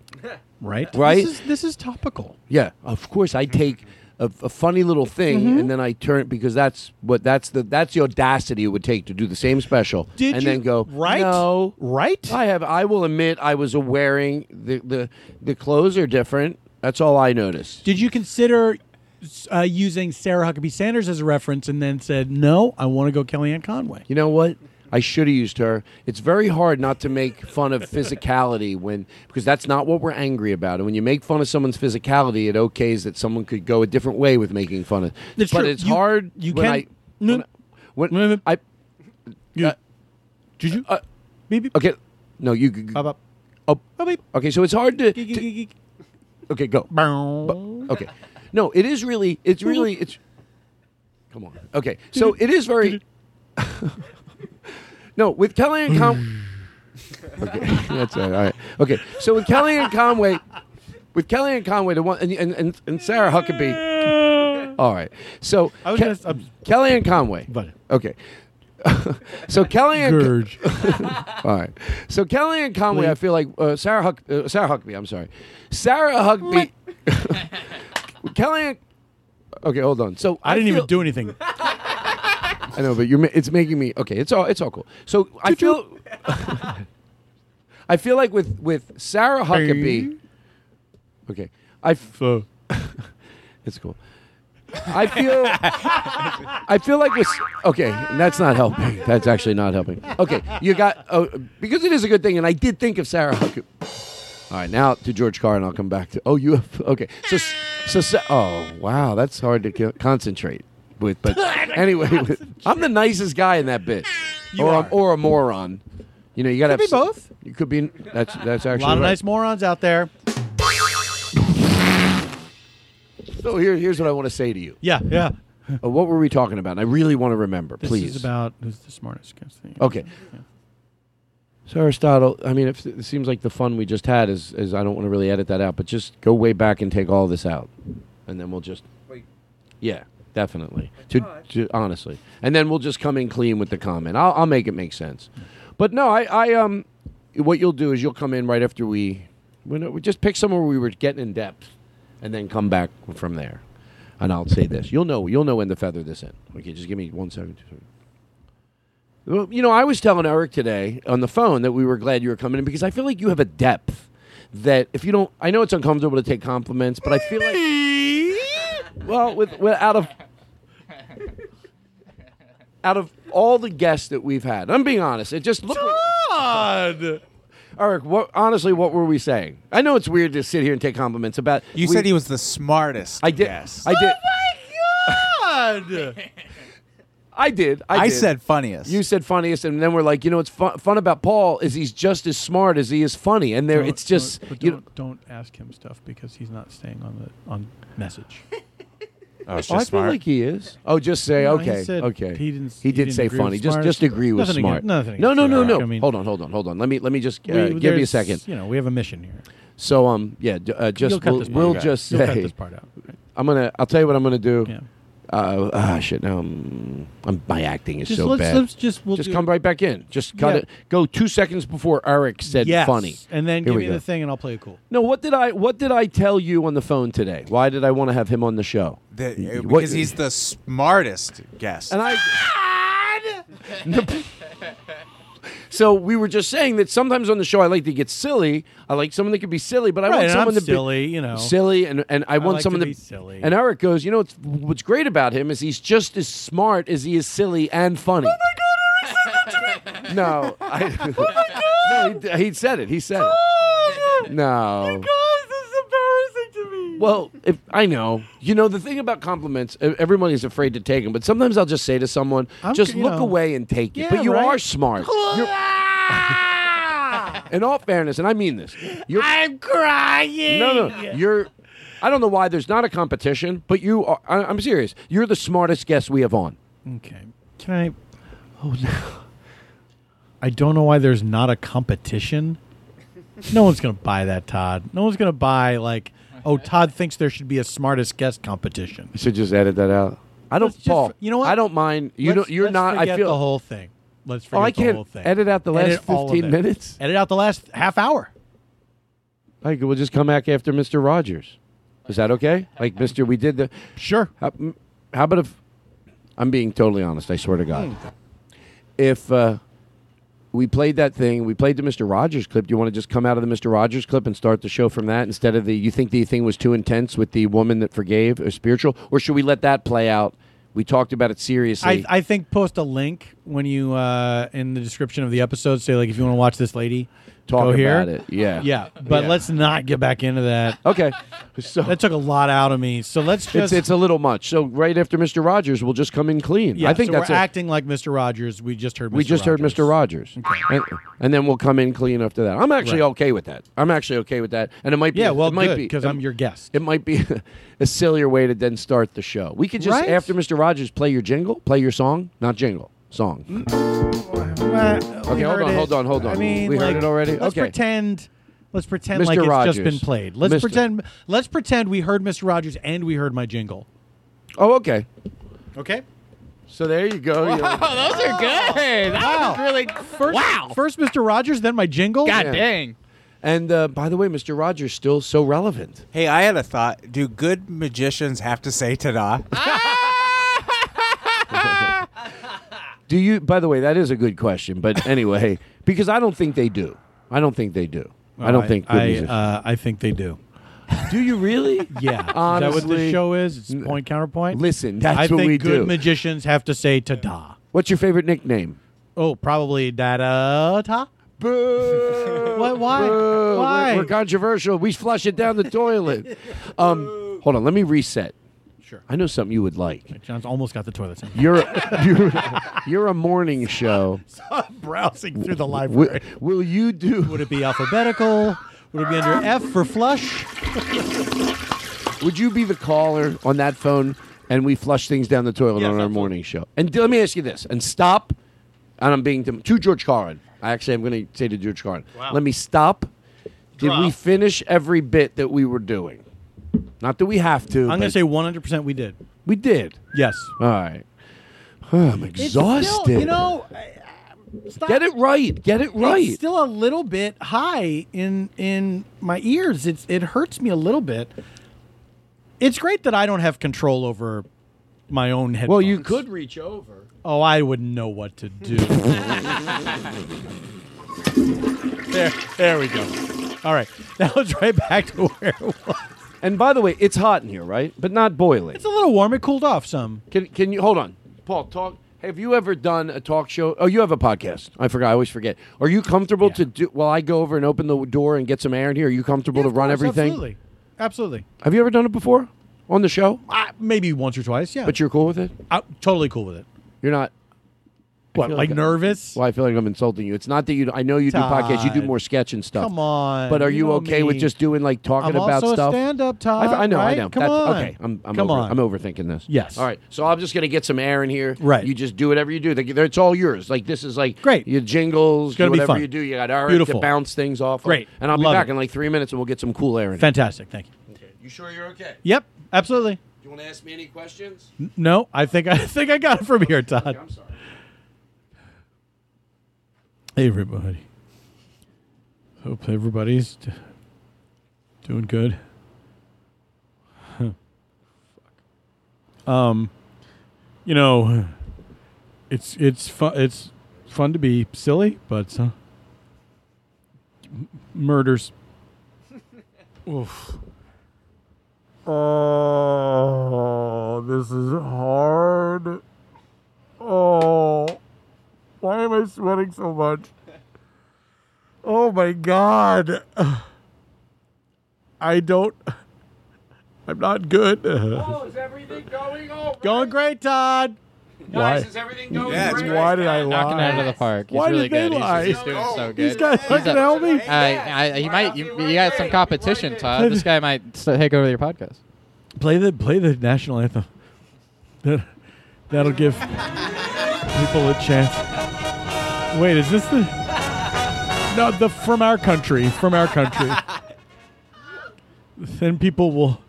Right. Right? This is, this is topical. Yeah, of course I take a, a funny little thing Mm-hmm. and then I turn because that's what that's the that's the audacity it would take to do the same special Did and you- then go right? no right I have I will admit I was wearing the the the clothes are different that's all I noticed Did you consider uh, using Sarah Huckabee Sanders as a reference and then said, no, I want to go Kellyanne Conway. You know what? I should have used her. It's very hard not to make fun of physicality when because that's not what we're angry about. And when you make fun of someone's physicality, it okays that someone could go a different way with making fun of. That's but true. it's You- hard. you when can- I, when, when I. uh, did you? okay. No, you. g- Oh, okay, so it's hard to. to- okay, go. Bu- Okay, no, it is really. It's really. It's. Come on. Okay, so it is very. no, with Kellyanne Con. okay, that's all right. Okay, so with Kellyanne Conway, with Kellyanne Conway, the one and and and, and Sarah Huckabee. All right, so I was Ke- gonna s- I'm- Kellyanne Conway. Okay. so Kellyanne Gurge. All right. So Kellyanne Conway, I feel like uh, Sarah Huck, uh, Sarah Huckabee. I'm sorry, Sarah Huckabee. Kellyanne. Okay, hold on. So I didn't even feel- do anything. I know, but you're. ma- It's making me okay. It's all. It's all cool. So I feel. I feel like with with Sarah Huckabee. Okay, I. F- it's cool. I feel. I feel like with. Okay, and that's not helping. That's actually not helping. Okay, you got. Oh, because it is a good thing, and I did think of Sarah Huckabee. All right, now to George Carr, and I'll come back to. Oh, you have okay. So, so, so oh wow, that's hard to co- concentrate with. But anyway, I'm the nicest guy in that bit, You or are. A, or a moron. You know, you gotta Could have be s- both. You could be. That's that's A actually lot of right. nice morons out there. So here, here's what I want to say to you. Yeah, yeah. Uh, what were we talking about? I really want to remember. This please. is about who's the smartest guy. Okay. So Aristotle, I mean, if, it seems like the fun we just had is, is I don't want to really edit that out, but just go way back and take all this out, and then we'll just. Yeah, definitely. To, to- honestly, and then we'll just come in clean with the comment. I'll, I'll make it make sense. But no, I, I um, what you'll do is you'll come in right after we, we, know- we just pick somewhere we were getting in depth, and then come back from there. And I'll say this: you'll know, you'll know when to feather this in. Okay, just give me one second. Two seconds. Well, You know, I was telling Eric today on the phone that we were glad you were coming in because I feel like you have a depth that if you don't, I know it's uncomfortable to take compliments, but I feel like, well, with, with out of out of all the guests that we've had, I'm being honest, it just looked. God. Eric, what, honestly, what were we saying? I know it's weird to sit here and take compliments about. You we- said he was the smartest. I did. I Oh did. God. I did. I, I did. said funniest. You said funniest, and then we're like, you know, what's fun, fun about Paul is he's just as smart as he is funny, and there, Don't- it's just don't- but you. don't, don't ask him stuff because he's not staying on the on message. Oh, it's I just feel smart. like he is. Oh, just say No, he okay, said okay. he didn't- He he did didn't say agree with funny. Just, smart. just agree with Nothing smart. against- nothing no, no, against no, Iraq. no. I mean- hold on, hold on, hold on. Let me, let me just uh, We- give you a there's- second. You know, we have a mission here. So, um, yeah, d- uh, just You'll cut we'll, this part we'll out. just You'll say. cut this part out, I'm gonna. I'll tell you what I'm gonna do. Yeah. Uh, ah, shit. Now I'm, I'm- my acting is Just so let's- bad. let's just- we'll do- come right back in. Just cut Yeah. it. Go two seconds before Eric said Yes, funny, And then Here give we me go. the thing, and I'll play it cool. No, what did I what did I tell you on the phone today? Why did I want to have him on the show? That- Y- uh, what- because he's the smartest guest. And I. So we were just saying that sometimes on the show I like to get silly. I like someone that can be silly, but I Right, want and someone I'm to be silly, you know. silly, and and I, I want like to someone be to silly. And Eric goes, you know, what's, what's great about him is he's just as smart as he is silly and funny. No, I, Oh Oh no, he, he said it. He said it. No, Well, if I know, you know, the thing about compliments, e- everyone is afraid to take them. But sometimes I'll just say to someone, I'm just c- you look know. away and take it. Yeah, But you right. are smart. In all fairness, and I mean this, you're, I'm crying. No, no, you're. I don't know why there's not a competition, but you are. I, I'm serious. You're the smartest guest we have on. Okay. Can I? Oh no. I don't know why there's not a competition. No one's gonna buy that, Todd. No one's gonna buy like, oh, Todd thinks there should be a smartest guest competition. You should just edit that out. I don't, Paul. You know what? I don't mind. You Let's- don't. You're let's not. I forget feel the whole thing. Let's Oh, forget I the can't whole thing. edit out the last Edit all of 15 it. minutes? Edit out the last half hour. Like we'll just come back after Mr. Rogers. Is that okay? Like Mr. We did the sure. How, mm, how about if I'm being totally honest? I swear to God, if uh, we played that thing. We played the Mister Rogers clip. Do you want to just come out of the Mister Rogers clip and start the show from that instead of the? You think the thing was too intense with the woman that forgave or spiritual, or should we let that play out? We talked about it seriously. I, I think post a link when you uh, in the description of the episode. Say like if you want to watch this lady Talk go about here. it, yeah. yeah. But Yeah. let's not get back into that. Okay, so that took a lot out of me. So let's just it's, it's a little much. So right after Mister Rogers, we'll just come in clean. yeah, I think so that's we're it. acting like Mr. Rogers. We just heard. we Mr. just Rogers. heard Mr. Rogers, and, and then we'll come in clean after that. I'm actually Right. okay with that. I'm actually okay with that, and it might be Yeah, well, it might good, be 'cause I'm your guest. It might be a sillier way to then start the show. We could just Right? after Mr. Rogers play your jingle, play your song, not jingle song. Mm. Well, Uh, we Okay, hold heard on, it. hold on, hold on. I mean, We heard like, it already? Let's Okay. pretend. Let's pretend Mr. like it's just Rogers. been played. Let's Mr. pretend. Let's pretend we heard Mr. Rogers and we heard my jingle. Oh, okay. Okay. So there you go. Wow, Oh, those are good. That was really First, wow. First, Mr. Rogers, then my jingle. God Yeah. dang. And uh, by the way, Mr. Rogers still so relevant. Hey, I had a thought. Do good magicians have to say ta-da? Do you? By the way, that is a good question. But anyway, because I don't think they do. I don't think they do. I don't think. Good I, musicians- uh, I think they do. Do you really? Yeah. is that what Honestly. the show is? It's point counterpoint. Listen, that's I what think we good do. magicians have to say ta da. What's your favorite nickname? Oh, probably da da ta. Boo! what? Why? Boo. Why? We're, we're controversial. We flush it down the toilet. Um, hold on. Let me reset. Sure. I know something you would like. John's almost got the toilet. seat. You're you're, you're a morning show. Browsing through the Wi- library. will you do? Would it be alphabetical? Would it be under F for flush? Would you be the caller on that phone and we flush things down the toilet on our morning show? And d- let me ask you this and stop. And I'm being to, to George Carlin. I actually am going to say to George Carlin. Wow. Let me stop. Did we Drop. finish every bit that we were doing? Not that we have to. I'm going to but say 100% we did. we did. Yes. All right. I'm exhausted. you know, get it right. Get it right. It's still a little bit high in in my ears. It's it hurts me a little bit. It's great that I don't have control over my own head. well, you could reach over. Oh, I wouldn't know what to do. there, there we go. All right, that was right back to where it was. And by the way, it's hot in here, right? But not boiling. It's a little warm. It cooled off some. Can can you hold on, Paul? Talk. Have you ever done a talk show? Oh, you have a podcast. I forgot. I always forget. Are you comfortable to do? While I go over and open the door and get some air in here, are you comfortable to run everything? Absolutely, absolutely. Have you ever done it before on the show? Uh, maybe once or twice. Yeah, But you're cool with it. I'm totally cool with it. You're not. What, feel like nervous? Well, I feel like I'm insulting you. It's not that you. I know you do podcasts. You do Todd, more sketch and stuff. come on, But are you you, know okay with me. just doing like talking I'm about also a stuff? stand-up, Todd, I, I know. right? I know. Come That's, on. Okay. I'm. I'm Come over, on. I'm overthinking this. Yes. All right. So I'm just gonna get some air in here. Right. You just do whatever you do. They- they're- It's all yours. Like this is like great. Your jingles. It's gonna do be whatever fun. you do. You got all right to Beautiful. bounce things off. of. Great. And I'll Love be back it. in like three minutes, and we'll get some cool air in. here. Fantastic. Thank you. You sure you're okay? Yep. Absolutely. You want to ask me any questions? N- No, I think I think I got it from here, Todd. I'm sorry. Hey everybody. Hope everybody's d- doing good. Huh. um, you know, it's it's fun. It's fun to be silly, but uh, m- murders. Oof. Oh, this is hard. Oh, why am I sweating so much? Oh my god. I don't. I'm not good. is everything going all Going great, Todd. Guys, is everything going Yes, great? Why did I lie? Knocking it out of the park. He's Why really did they good. lie? He's, just, he's doing so good. These guys He's fucking a- help me. Uh, I, he might. You, you got some competition, Todd. Uh, This guy might s- take over your podcast. Play the play the national anthem. That that'll give people a chance. Wait, is this the No, the from our country, from our country. then people will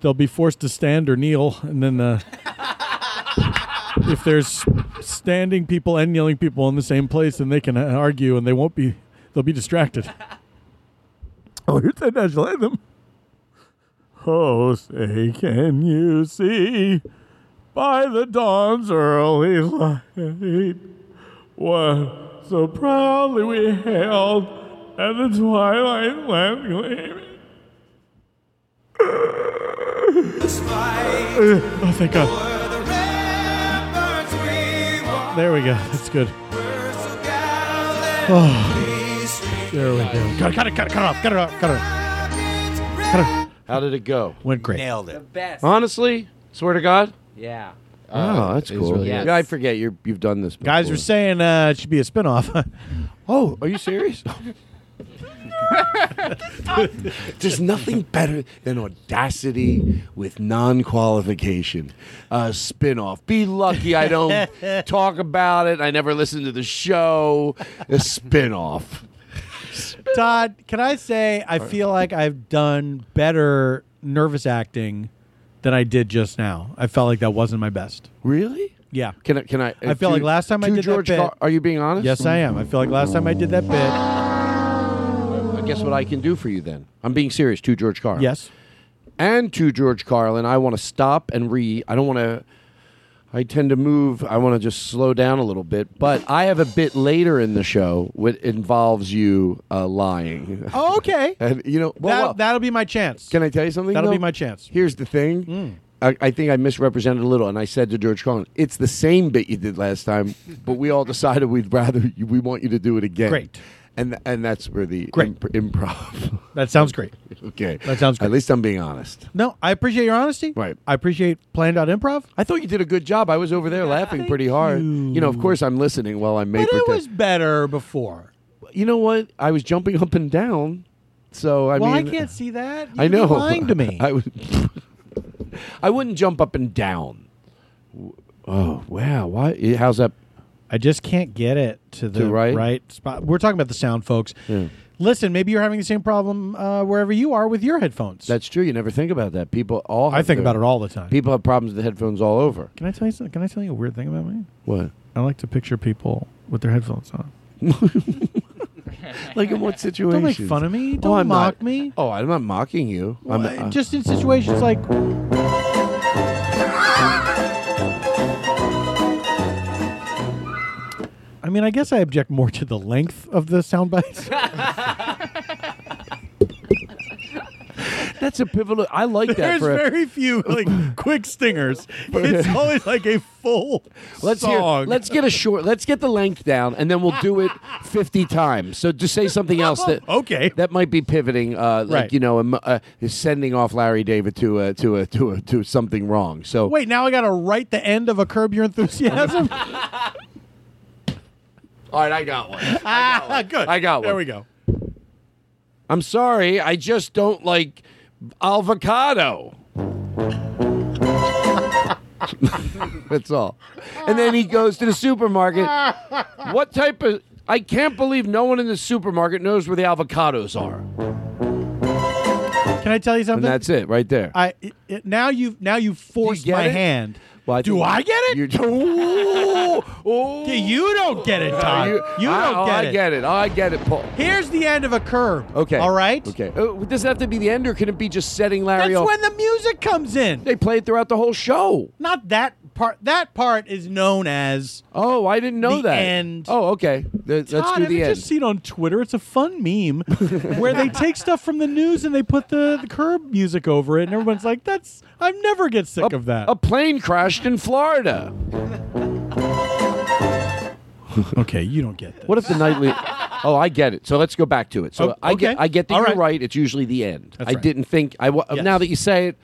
they'll be forced to stand or kneel and then uh if there's standing people and kneeling people in the same place then they can uh, argue and they won't be they'll be distracted. Oh, here's the national anthem. Oh, say, can you see by the dawn's early light what so proudly we hailed at the twilight land gleaming. oh, thank God. There we go. That's good. Oh. There we go. Cut, cut it, cut it, cut it off, cut it off, cut it off. Cut it off. How did it go? Went great. Nailed it. best. Honestly, swear to God. Yeah. oh, that's cool. Yes. yeah, I forget you you've done this. Before. Guys are saying uh, it should be a spinoff. oh, are you serious? There's nothing better than audacity with non-qualification. Uh, spin-off. Be lucky I don't talk about it. I never listen to the show. A spin-off. Todd, can I say I feel like I've done better nervous acting than I did just now. I felt like that wasn't my best. Really? Yeah. Can I? Can I? I feel like last time I to did that George bit- Car- are you being honest? Yes, I am. I feel like last time I did that bit. I guess what I can do for you then. I'm being serious. To George Carlin. Yes. And to George Carlin, I want to stop and re. I don't want to. I tend to move. I want to just slow down a little bit. But I have a bit later in the show what involves you uh, lying. Oh, okay. And you know, well, that, well, that'll be my chance. Can I tell you something? That'll be though? my chance. Hmm. Here's the thing. I, I think I misrepresented a little, and I said to George Carlin, "It's the same bit you did last time, but we all decided we'd rather you, we want you to do it again." Great. And and that's where the Great. imp- improv. That sounds great. okay, That sounds At least I'm being honest. No, I appreciate your honesty. Right. I appreciate planned out improv. I thought you did a good job. I was over there laughing pretty hard. You. know, of course, I'm listening while I may But it pretend. was better before. you know what? I was jumping up and down, so I well, mean, I can't see that. You I could be know. lying to me. I would. I wouldn't jump up and down. W- Oh wow! Why? i- How's that? I just can't get it to the right? spot. We're talking about the sound, folks. Yeah. Listen, maybe you're having the same problem uh, wherever you are with your headphones. That's true. You never think about that. People all. I have think their- about it all the time. People have problems with the headphones all over. Can I tell you something? Can I tell you a weird thing about me? What? I like to picture people with their headphones on. Like in what situation? Don't make fun of me. Don't I'm not- mock me. Oh, I'm not mocking you. I'm uh, Just in situations like I mean, I guess I object more to the length of the sound bites. That's a pivotal. I like that. There's for a- very few like quick stingers. It's always like a full Let's hear- song. let's get a short. Let's get the length down, and then we'll do it fifty times. So just say something else that okay that might be pivoting. Uh, like Right. you know, um, uh, sending off Larry David to a to a to a to something wrong. So Wait, now I got to write the end of a Curb Your Enthusiasm. all right, I got one. ah, good. I got one. There we go. I'm sorry, I just don't like avocado. That's all. And then he goes to the supermarket. What type of. I can't believe no one in the supermarket knows where the avocados are. Can I tell you And something? that's it, right there. I it, it- now you now you forced get my it? hand. Well, I Do think I get it? you're- Ooh, ooh. Yeah, you don't get it, Todd. You, Uh, You- I, don't oh, get I it. get it. I get it, Paul. Here's the end of a curb. Okay. All right. Okay. Oh, does it have to be the end, or can it be just setting Larry That's off? when the music comes in. they play it throughout the whole show. Not that part. That part is known as. Oh, I didn't know The that. end. Oh, okay. Th- let's Todd, do have the you end. just seen on Twitter? It's a fun meme where they take stuff from the news and they put the, the curb music over it, and everyone's like, "That's I never get sick of that." A plane crashed in Florida. okay, you don't get that. What if the nightly? Oh, I get it. So let's go back to it. So Oh, I get, okay. I get that All you're right. right. It's usually the end. That's I right. didn't think. I wa- Yes. now that you say it,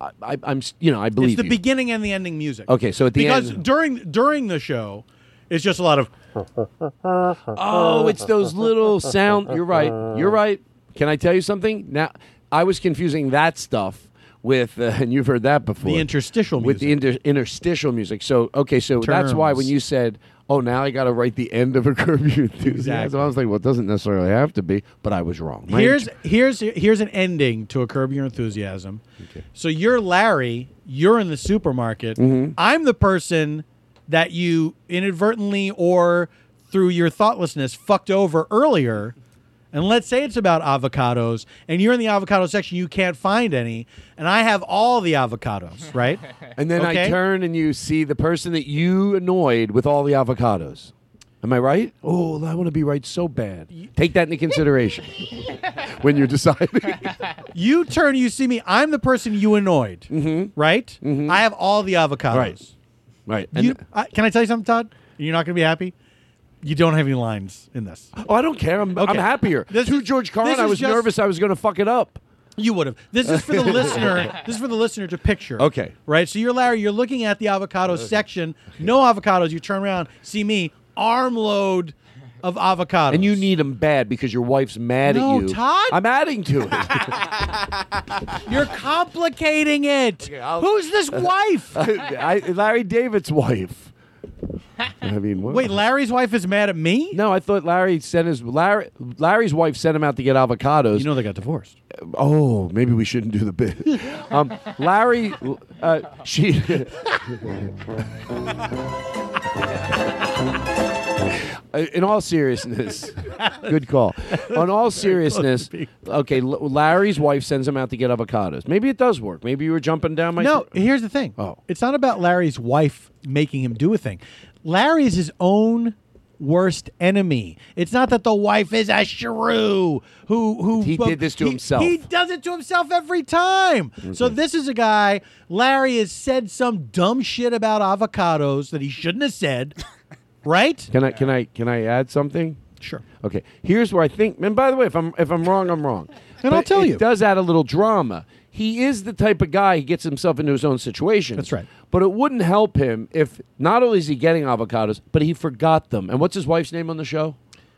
I, I, I'm s- you know I It's believe the you. beginning and the ending music. Okay, so at the because end- during during the show, it's just a lot of. oh, it's those little sound. You're right. You're right. Can I tell you something? Now I was confusing that stuff with, uh, and you've heard that before. The interstitial with the inter- interstitial music. So okay, so that's why when Terms. you said. Oh, now I got to write the end of a Curb Your Enthusiasm. Exactly. I was like, well, it doesn't necessarily have to be, but I was wrong. My Here's here's here's an ending to a curb your enthusiasm. So you're Larry. You're in the supermarket. Mm-hmm. I'm the person that you inadvertently or through your thoughtlessness fucked over earlier. And let's say it's about avocados, and you're in the avocado section. You can't find any, and I have all the avocados, right? And then I Okay? turn and you see the person that you annoyed with all the avocados. Am I right? Oh, I want to be right so bad. Take that into consideration when you're deciding. you turn, you see me. I'm the person you annoyed, right? I have all the avocados. Mm-hmm. Right. Right. You, I, can I tell you something, Todd? You're not going to be happy. You don't have any lines in this. Oh, I don't care. I'm, I'm Okay. happier. to George Carlin, this I is was just- nervous I was going to fuck it up. You would have. This is for the listener. This is for the listener to picture. Okay. Right. So you're Larry. You're looking at the avocado Okay. section. No avocados. You turn around, see me, armload of avocados. And you need them bad because your wife's mad No, at you. Todd. I'm adding to it. You're complicating it. Who's this wife? I, Larry David's wife. I mean, what? Wait, Larry's wife is mad at me? No, I thought Larry sent his Larry Larry's wife sent him out to get avocados. You know they got divorced. Oh, maybe we shouldn't do the bit. um, Larry, uh, she. Uh, In all seriousness, good call. On all seriousness, okay, L- Larry's wife sends him out to get avocados. Maybe it does work. Maybe you were jumping down my. No, here's the thing. Oh. It's not about Larry's wife making him do a thing. Larry's his own worst enemy. It's not that the wife is a shrew who who He did this to he- himself. Mm-hmm. He does it to himself every time. So this is a guy Larry has said some dumb shit about avocados that he shouldn't have said. right? Can I can I can I add something? Sure. Okay. Here's where I think. And by the way, if I'm if I'm wrong, I'm wrong. And I'll tell you, it does add a little drama. He is the type of guy he gets himself into his own situation. That's right. But it wouldn't help him if not only is he getting avocados, but he forgot them. And what's his wife's name on the show?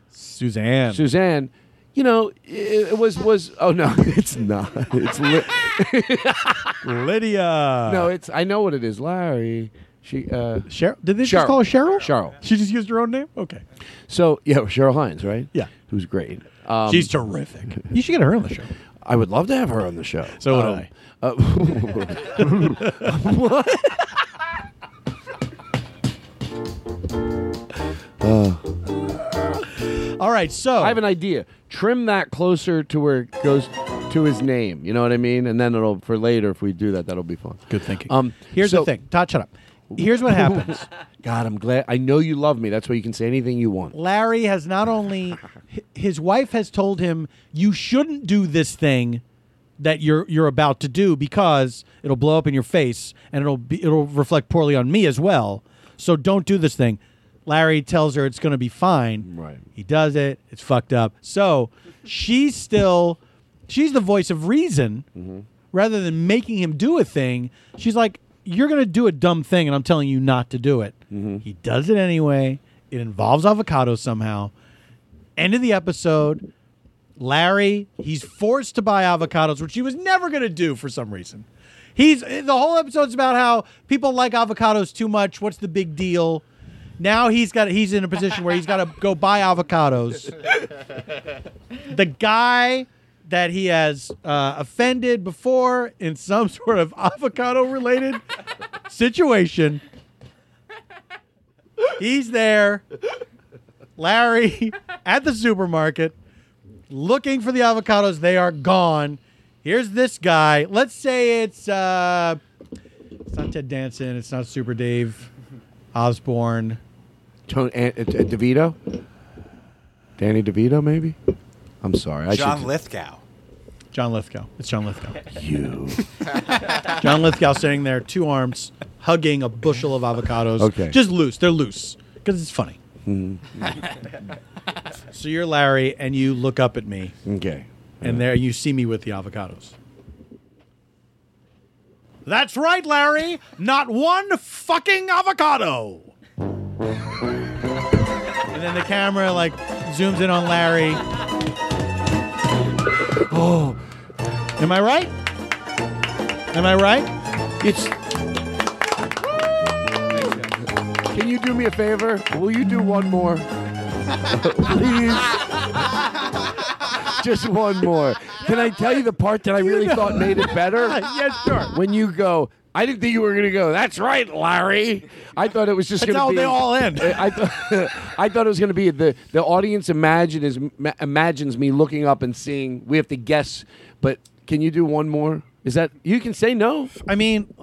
Suzanne. Suzanne. You know, it, it was was. Oh no, it's not. It's li- Lydia. No, it's. I know what it is. Larry. She. Uh, Cheryl. Did they just call her Cheryl? Cheryl. She just used her own name? Okay. So yeah, Cheryl Hines, right? Yeah. who's great. Um, She's terrific. You should get her on the show. I would love to have her on the show. So would I. Uh, what? All right, so I have an idea. Trim that closer to where it goes to his name. You know what I mean? And then it'll for later if we do that, that'll be fun. Good thinking. Um, Here's the thing. Todd, shut up. Here's what happens. God, I'm glad. I know you love me. That's why you can say anything you want. Larry has not only hi- his wife has told him you shouldn't do this thing that you're you're about to do because it'll blow up in your face and it'll be, it'll reflect poorly on me as well. So don't do this thing. Larry tells her it's going to be fine. Right. He does it. It's fucked up. So she's still she's the voice of reason Mm-hmm. rather than making him do a thing. She's like you're going to do a dumb thing and I'm telling you not to do it. He does it anyway. It involves avocado somehow. End of the episode. Larry, he's forced to buy avocados, which he was never going to do for some reason. He's the whole episode's about how people like avocados too much. What's the big deal? Now he's got he's in a position where he's got to go buy avocados. The guy that he has uh, offended before in some sort of avocado related situation. He's there. Larry at the supermarket looking for the avocados. They are gone. Here's this guy. Let's say it's uh it's not Ted Danson, it's not Super Dave Osborne. Tony, uh, uh, DeVito? Danny DeVito, maybe? I'm sorry. I John should, Lithgow. John Lithgow. It's John Lithgow. You. John Lithgow sitting there, two arms, hugging a bushel of avocados. Okay. Just loose. They're loose because it's funny. Mhm. So you're Larry, and you look up at me. Okay. And there you see me with the avocados. That's right, Larry. Not one fucking avocado. and then the camera like zooms in on Larry. Oh, am I right? Am I right? It's. Can you do me a favor? Will you do one more? Please. Just one more. Can I tell you the part that I really thought made it better? yes, sure. When you go, I didn't think you were going to go. That's right, Larry. I thought it was just That's going to how be. they all end. I, th- I thought it was going to be the the audience imagine is ma- imagines me looking up and seeing. We have to guess, but can you do one more? Is that you can say no? I mean,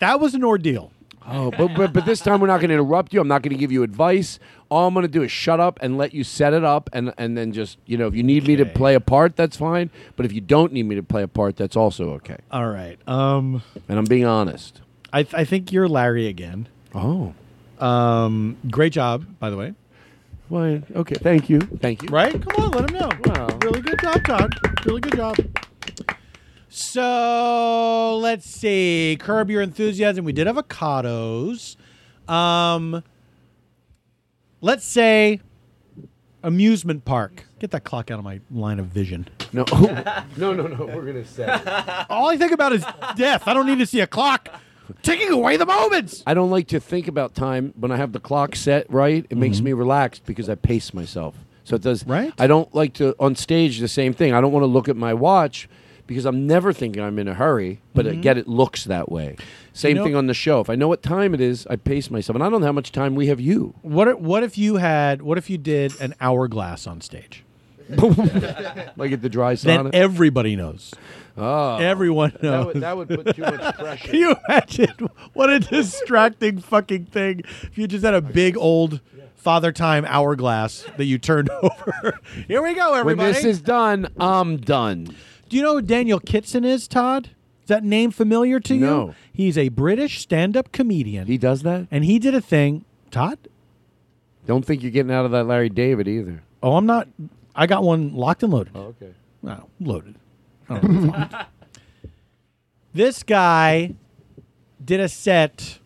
that was an ordeal. Oh, but, but but this time we're not going to interrupt you. I'm not going to give you advice. All I'm going to do is shut up and let you set it up, and and then just you know if you need me to play a part, that's fine. But if you don't need me to play a part, that's also okay. All right. Um, and I'm being honest. I, th- I think you're Larry again. Oh. Um, great job, by the way. Well, okay. Thank you. Thank you. Right? Come on, let him know. Really good job, Todd. Really good job. So let's see. Curb your enthusiasm. We did avocados. Um, let's say amusement park. Get that clock out of my line of vision. No, no, no, no. We're gonna say. All I think about is death. I don't need to see a clock taking away the moments. I don't like to think about time when I have the clock set right. It makes me relaxed because I pace myself. So it does. Right. I don't like to on stage the same thing. I don't want to look at my watch because I'm never thinking I'm in a hurry. But Mhm. again, it looks that way. Same know- thing on the show. If I know what time it is, I pace myself, and I don't know how much time we have. You. What if- what if you had what if you did an hourglass on stage? like at the dry Then sauna? everybody knows. Oh. Everyone knows. That would, that would put too much pressure. Can you imagine what a distracting fucking thing if you just had a big old father time hourglass that you turned over. Here we go, When everybody. this is done, I'm done. Do you know who Daniel Kitson is, Todd? Is that name familiar to you? No. He's a British stand up comedian. He does that? And he did a thing, Todd? Don't think you're getting out of that Larry David either. Oh, I'm not. I got one locked and loaded. Oh, okay. No, loaded. I don't know. this guy did a set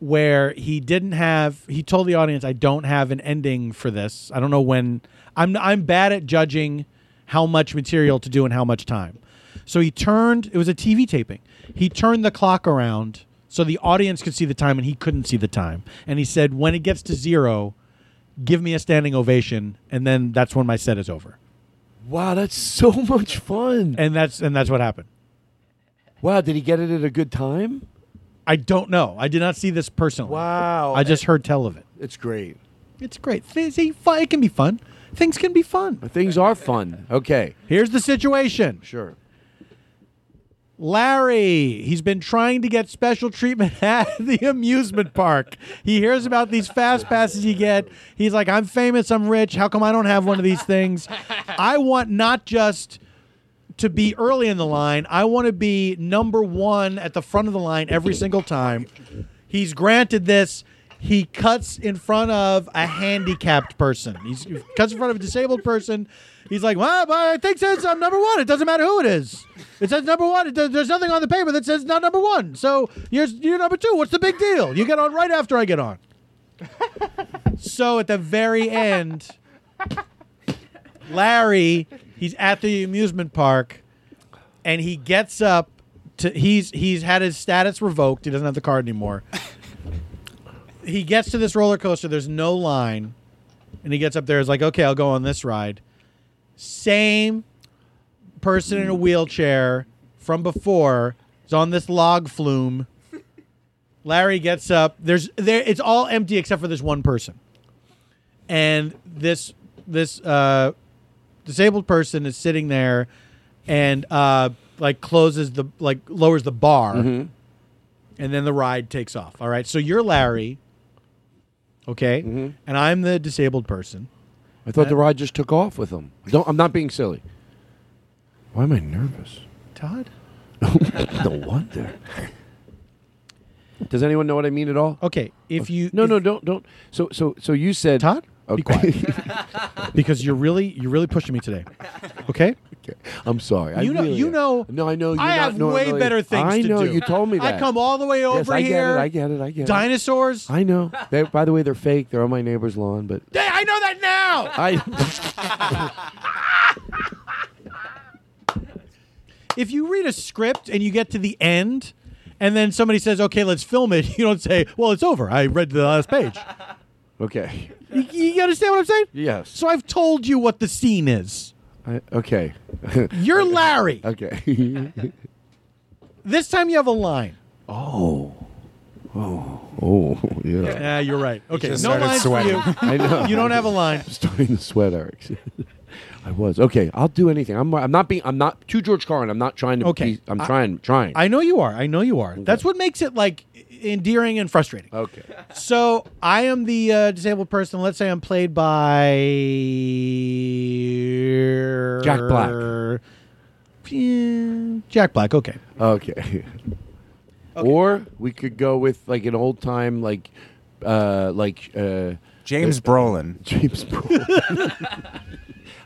where he didn't have. He told the audience, "I don't have an ending for this. I don't know when. I'm I'm bad at judging how much material to do in how much time." So he turned. It was a TV taping. He turned the clock around so the audience could see the time, and he couldn't see the time. And he said, "When it gets to zero, give me a standing ovation, and then that's when my set is over." Wow, that's so much fun. And that's and that's what happened. Wow, did he get it at a good time? I don't know. I did not see this personally. Wow. I just heard tell of it. It's great. It's great. Thi- see, fu- It can be fun. Things can be fun. things are fun. Okay. Here's the situation. Sure. Larry, he's been trying to get special treatment at the amusement park. He hears about these fast passes you get. He's like, I'm famous, I'm rich. How come I don't have one of these things? I want not just to be early in the line, I want to be number one at the front of the line every single time. He's granted this. He cuts in front of a handicapped person. He's, he cuts in front of a disabled person. He's like, well, but I think says I'm number one. It doesn't matter who it is. It says number one. It does, there's nothing on the paper that says not number one. So you're, you're number two. What's the big deal? You get on right after I get on. so at the very end, Larry, he's at the amusement park, and he gets up. To he's he's had his status revoked. He doesn't have the card anymore. he gets to this roller coaster. There's no line, and he gets up there. Is like, okay, I'll go on this ride. Same person in a wheelchair from before is on this log flume. Larry gets up. There's there. It's all empty except for this one person, and this this uh, disabled person is sitting there, and uh, like closes the like lowers the bar, and then the ride takes off. All right, so you're Larry, okay, and I'm the disabled person. I thought the ride just took off with him. Don't, I'm not being silly. Why am I nervous? Todd. no wonder. Does anyone know what I mean at all? Okay, if you no no don't don't so so so you said Todd okay. because you're really you're really pushing me today. Okay. I'm sorry. I You know- really you am. know- No, I know. You're I not have way normally- better things I to know. do. You told me I that. come all the way Yes, over I get here. it, I get it. I get it. Dinosaurs. I know. They, by the way, they're fake. They're on my neighbor's lawn, but Hey, I know that now. I. if you read a script and you get to the end and then somebody says, okay, let's film it, you don't say, well, it's over. I read the last page. okay. You, you understand what I'm saying? Yes. So I've told you what the scene is. I, okay. You're Larry. okay. This time you have a line. oh. Oh. Oh. Yeah. Yeah, you're right. Okay, just no started lines for sweating. you. I know. You don't have a line. I'm starting to sweat, Eric. I was okay. I'll do anything. I'm. I'm not being. I'm not to George Carlin. I'm not trying to. Okay. Be, I'm I- trying. Trying. I know you are. I know you are. That's what makes it like endearing and frustrating. Okay. So I am the uh, disabled person. Let's say I'm played by Jack Black. Jack Black. Okay. Okay. Or we could go with like an old time like, uh, like uh, James uh, Brolin. James Brolin.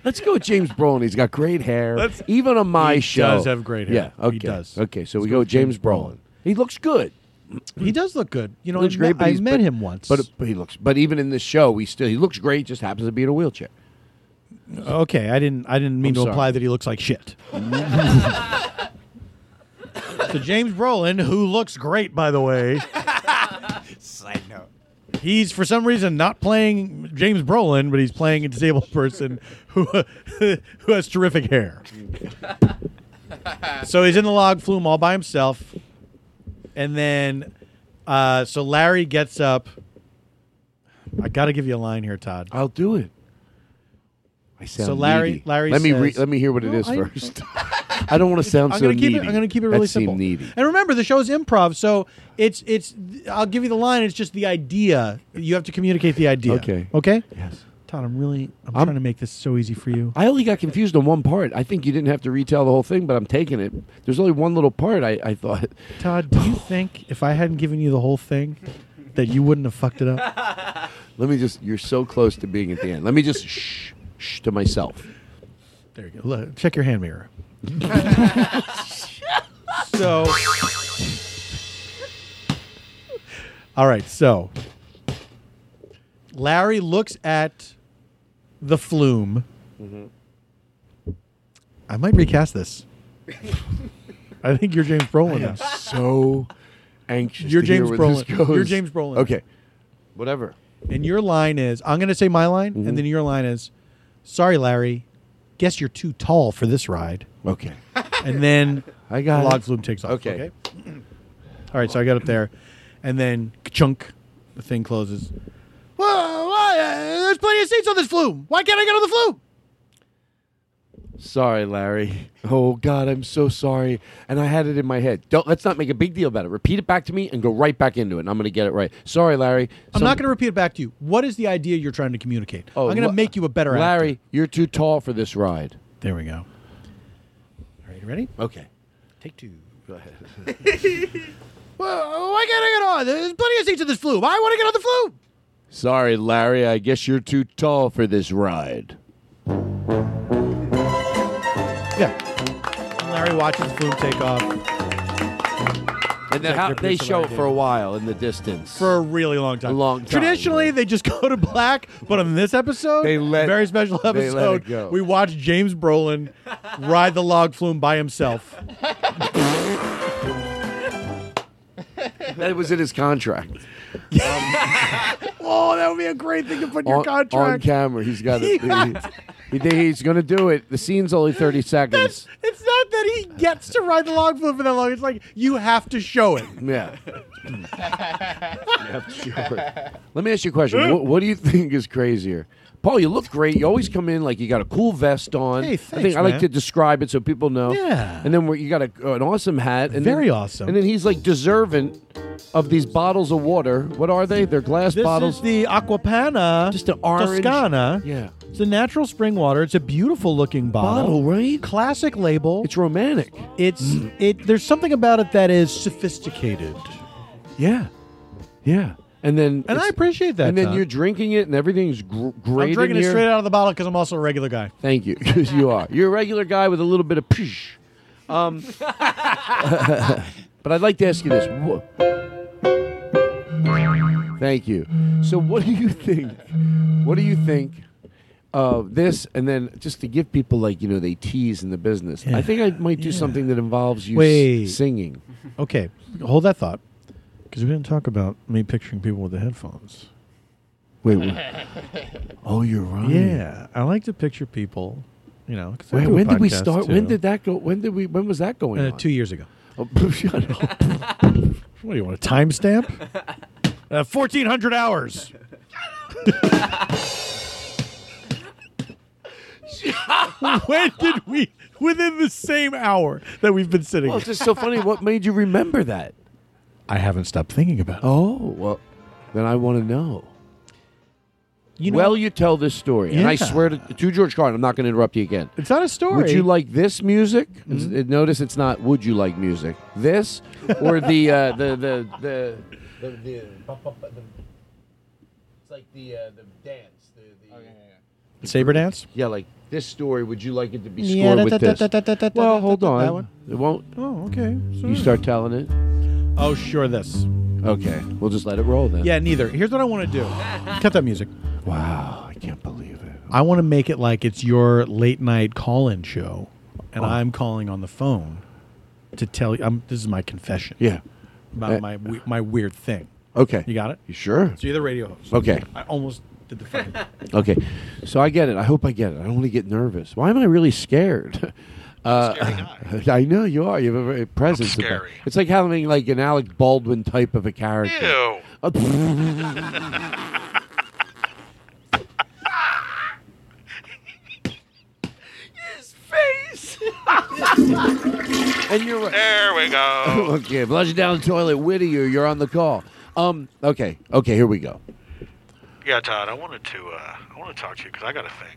Let's go with James Brolin. He's got great hair. Even on my He show, does have great hair. Yeah. Okay. He does. Okay. So we go with James Brolin. He looks good. He does look good. You know, He looks I, great, met, but I he's- met but- him once. But but he looks. But even in this show, we still he looks great. Just happens to be in a wheelchair. okay, I didn't. I didn't mean I'm to imply sorry. that he looks like shit. so James Brolin, who looks great, by the way. Side note. He's for some reason not playing James Brolin, but he's playing a disabled person who who has terrific hair. Mm-hmm. so he's in the log flume all by himself, and then uh, so Larry gets up. I got to give you a line here, Todd. I'll do it. I sound so Larry, needy. Larry, let me re- says- let me hear what it No, is I- first. I don't want to sound I'm so gonna keep needy. It, I'm going to keep it That really seemed simple. needy. And remember, the show's improv, so it's it's. I'll give you the line. It's just the idea. You have to communicate the idea. Okay. Okay. Yes. Todd, I'm really. I'm, I'm- trying to make this so easy for you. I only got confused on one part. I think you didn't have to retell the whole thing, but I'm taking it. There's only one little part I, I thought. Todd, do you think if I hadn't given you the whole thing, that you wouldn't have fucked it up? Let me just. You're so close to being at the end. Let me just shh, shh to myself. There you go. Look, check your hand mirror. so. All right, so Larry looks at the flume. Mm-hmm. I might recast this. I think you're James Brolin. now. so anxious. You're to hear James where this Brolin. goes. You're James Brolin. Okay. Whatever. And your line is, I'm going to say my line, Mhm. and then your line is, sorry, Larry, guess you're too tall for this ride. Okay. And then I got log it. flume takes off. Okay. All right, so I got up there, and then chunk, the thing closes. Whoa, why, uh, there's plenty of seats on this flume. Why can't I get on the flume? Sorry, Larry. Oh God, I'm so sorry. And I had it in my head. Don't let's not make a big deal about it. Repeat it back to me and go right back into it. And I'm gonna get it right. Sorry, Larry. I'm not going to repeat it back to you. What is the idea you're trying to communicate? I'm going to La- make you a better actor. Oh, Larry, you're too tall for this ride. There we go. All right, you ready? Okay. Take two. Go ahead. Well, why can't I get on? There's plenty of seats on this flume. I want to get on the flume. Sorry, Larry. I guess you're too tall for this ride. Yeah. Larry watches the flume take off And then Executive how, they producer show Larry it for a while in the distance. for a really long time. A long time. Traditionally, they just go to black, but on this episode, They let- very special they let it episode, go. we watch James Brolin ride the log flume by himself. that was in his contract. oh, that would be a great thing to put in on, your contract. on camera, he's got it. he, he- he's going to do it. The scene's only 30 seconds. It's not that he gets to ride the log flume for that long. It's like you have to show it. Yeah. Yeah, sure. Let me ask you a question. what, what do you think is crazier? Paul, you look great. You always come in like you got a cool vest on. Hey, I thanks, think I like man. to describe it so people know. Yeah. And then we you got a, an awesome hat. And Very then, awesome. And then he's like deserving of these bottles of water. What are they? They're glass This bottles. is the Aquapana Just an orange- Toscana. Yeah. It's a natural spring water. It's a beautiful looking bottle. Bottle, right? Classic label. It's romantic. It's it there's something about it that is sophisticated. Yeah. Yeah. And then And it's- I appreciate that. and then Todd. you're drinking it, and everything's gr- great. I'm drinking in it here. straight out of the bottle because I'm also a regular guy. Thank you, because you are. You're a regular guy with a little bit of psh. Um, but I'd like to ask you this. Wha- Thank you. So, what do you think? What do you think of Uh, this? And then, just to give people, like you know, they tease in the business. I think I might do something that involves you s- Wait. singing. Okay, hold that thought because we didn't talk about me picturing people with the headphones. Wait. wha- Oh, you're right. Yeah, I like to picture people. You know, 'cause I Wait, do a when did we podcast, start? When too. did that go? When did we? When was that going Uh, on? two years ago. Oh, shut up. What do you want? A timestamp? uh, Fourteen hundred hours. when did we? Within the same hour that we've been sitting. Well, it's just so funny. What made you remember that? I haven't stopped thinking about it. Oh, well, then I want to know. well, you tell this story, and I Yeah. swear to, to George Carlin, I'm not going to interrupt you again. It's not a story. Mm-hmm. Would you like this music? It's- it- notice it's not. Would you like music? This or the uh, the the the. the, the, it's like the uh, the dance. The, the Saber dance. Yeah, like this story. Would you like it to be Yeah, scored da- with da- da- this? da- da- da- da- well, da- hold da- on. that one. It won't. Oh, okay. You start telling it. Oh, sure. This. Okay, we'll just let it roll then. Yeah, neither. Here's what I want to do. Cut that music. Wow, I can't believe it. I want to make it like it's your late night call in show, and Oh. I'm calling on the phone to tell you. I'm, this is my confession. Yeah. About Uh, my we- my weird thing. Okay. You got it? You sure? So you're the radio host. Okay. I almost did the fucking. Okay, so I get it. I hope I get it. I don't want to get nervous. Why am I really scared? Uh, I know you are. You have a very presence. about- scary. It's like having like an Alec Baldwin type of a character. Ew. Uh, His face. and you're right. There we go. okay, flush it down the toilet, Whittier. You're on the call. Um. Okay. Okay. Here we go. Yeah, Todd, I wanted to uh, I want to talk to you because I got a thing.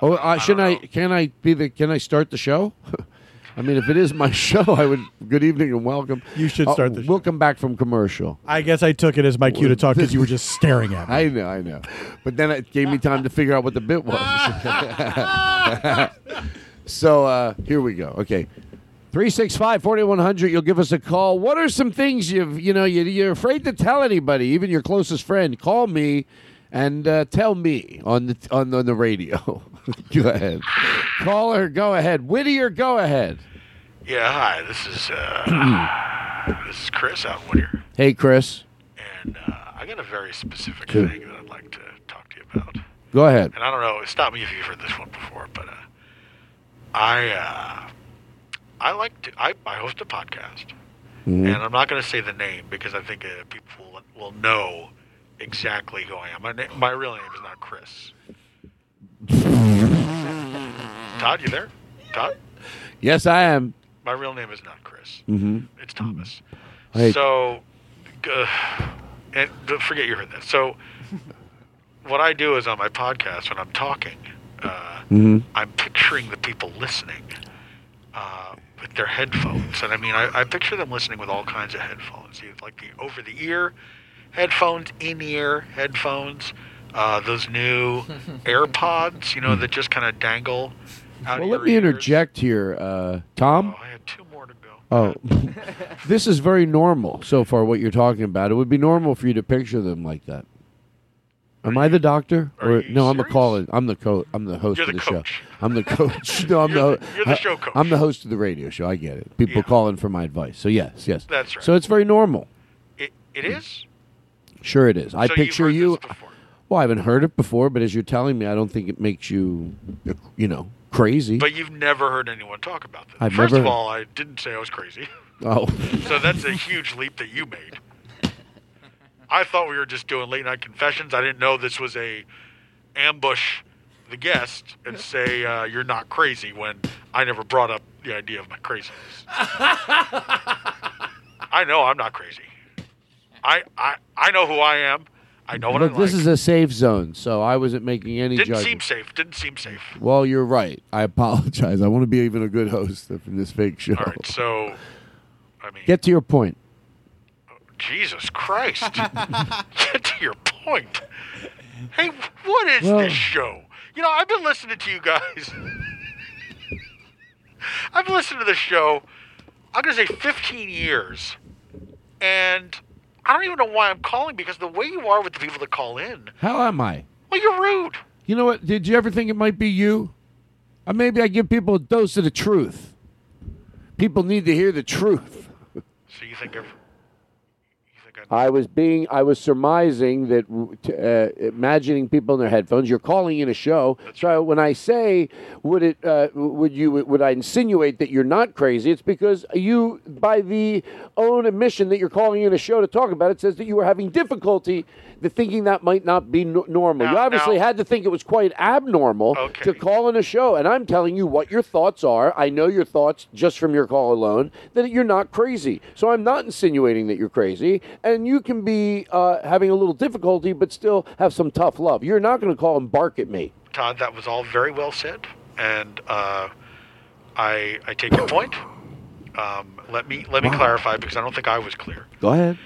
Oh, uh, shouldn't I? Can I be the? Can I start the show? I mean, if it is my show, I would. Good evening and welcome. You should start the show. Welcome back from commercial. I guess I took it as my cue to talk because you were just staring at me. I know, I know. But then it gave me time to figure out what the bit was. so uh, here we go. Okay. 365-4100 you'll give us a call what are some things you've you know you, you're afraid to tell anybody even your closest friend call me and uh, tell me on the on, on the radio go ahead caller go ahead whittier go ahead Yeah, hi. This is uh, this is Chris out in Whittier, hey chris and uh, I got a very specific Sure. thing that I'd like to talk to you about. Go ahead. And I don't know. Stop me if you've heard this one before, but uh, I uh, I like to I, I host a podcast, Mm-hmm. Mm-hmm. and I'm not going to say the name because I think uh, people will, will know exactly who I am. My na- my real name is not Chris. Todd, you there? Todd, yes i am my real name is not Chris. mm-hmm. It's Thomas. Hey. So, uh, and don't forget you heard that. So, what I do is on my podcast when I'm talking, uh, Mhm. I'm picturing the people listening uh, with their headphones, and I mean, I, I picture them listening with all kinds of headphones, You have, like the over-the-ear headphones, in-ear headphones, uh, those new AirPods, Mm. you know, that just kind of dangle. Out Well, of let your me ear. interject here, uh, Tom. I had two more to Oh, go. this is very normal so far. What you're talking about, it would be normal for you to picture them like that. Am I the doctor? Or no, I'm a call. I'm the co. I'm the host You're of the the show. I'm the coach. No, I'm the, you're the show coach. I'm the host of the radio show. I get it. People Yeah. calling for my advice. So yes, yes. That's right. So it's very normal. It, it Mm. is. Sure, it is. I So you've picture heard you. Well, I haven't heard it before, but as you're telling me, I don't think it makes you, you know, crazy. But you've never heard anyone talk about this. I've First never- of all, I didn't say I was crazy. Oh. so that's a huge leap that you made. I thought we were just doing late night confessions. I didn't know this was a ambush the guest and say uh, you're not crazy when I never brought up the idea of my craziness. I know I'm not crazy. I I, I know who I am. I know what Look, I'm this like. is a safe zone, so I wasn't making any didn't judgment. seem safe. Didn't seem safe. Well, you're right. I apologize. I want to be even a good host from this fake show. All right, so Get to your point. Jesus Christ. Get to your point. Hey, what is Well- this show? You know, I've been listening to you guys. I've been listening to this show, I'm going to say 15 years. And I don't even know why I'm calling because the way you are with the people that call in, How am I? well, you're rude. You know what? Did you ever think it might be you? Or maybe I give people a dose of the truth. People need to hear the truth. So you think I've, you think I was being, I was surmising that, uh, imagining people in their headphones. You're calling in a show, so when I say, would it, uh, would you, would I insinuate that you're not crazy? It's because you, by the own admission that you're calling in a show to talk about it, says that you were having difficulty, the thinking that might not be n- normal. you obviously had to think it was quite abnormal to call in a show, and I'm telling you what your thoughts are. I know your thoughts just from your call alone. That you're not crazy, so I'm not insinuating that you're crazy, and you can be uh, having a little difficulty, but still have some tough love. You're not going to call and bark at me. Todd, that was all very well said, and uh, I I take your point. Um, let me let me clarify because I don't think I was clear. Go ahead.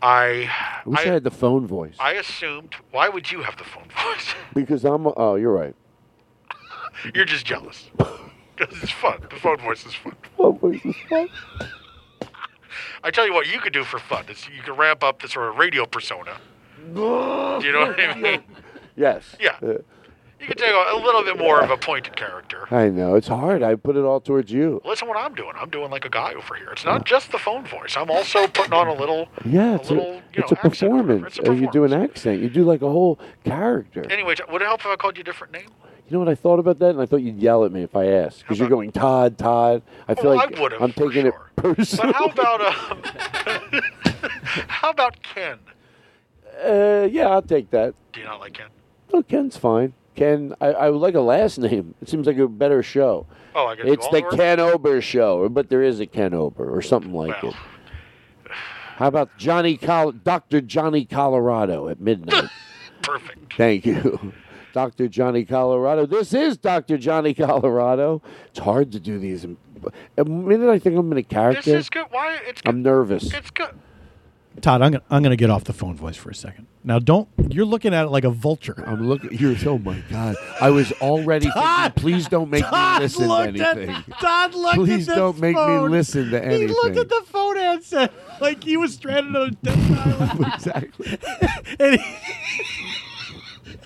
I I wish I, had the phone voice I assumed. Why would you have the phone voice? because I'm. Oh, you're right. You're just jealous. 'Cause it's fun. The phone voice is fun. I tell you what, you could do for fun. Is you could ramp up the sort of radio persona. Do you know what I mean? Yes. Yeah. Uh, You could take a, a little bit more of a pointed character. I know it's hard. I put it all towards you. Listen, what I'm doing. I'm doing like a guy over here. It's not just the phone voice. I'm also putting on a little. Yeah, it's a, it's a performance. Uh, You do an accent. You do like a whole character. Anyway, would it help if I called you a different name? You know what I thought about that, and I thought you'd yell at me if I asked because you're going Todd, Todd. I feel Oh, like I would've, am for taking it personally. But how about um, how about Ken? Uh, yeah, I'll take that. Do you not like Ken? No, Ken's fine. Ken, I, I would like a last name. It seems like a better show. Oh, I gotta do It's all the the work? Ken Ober show, but there is a Ken Ober or something like it. How about Johnny Col- Doctor Johnny Colorado at midnight? Perfect. Thank you. Dr. Johnny Colorado. This is Dr. Johnny Colorado. It's hard to do these. Um, A minute I think I'm in a character. This is good. Why? It's I'm nervous. It's good. Todd, I'm gonna, I'm gonna get off the phone voice for a second. Now, don't. You're looking at it like a vulture. I'm looking. You're. Oh my God. I was already. Todd, please don't make Todd me listen looked to at- anything. Todd looked please at the don't make phone. me listen to anything. He looked at the phone and said, like he was stranded on a desert island. exactly. and, he,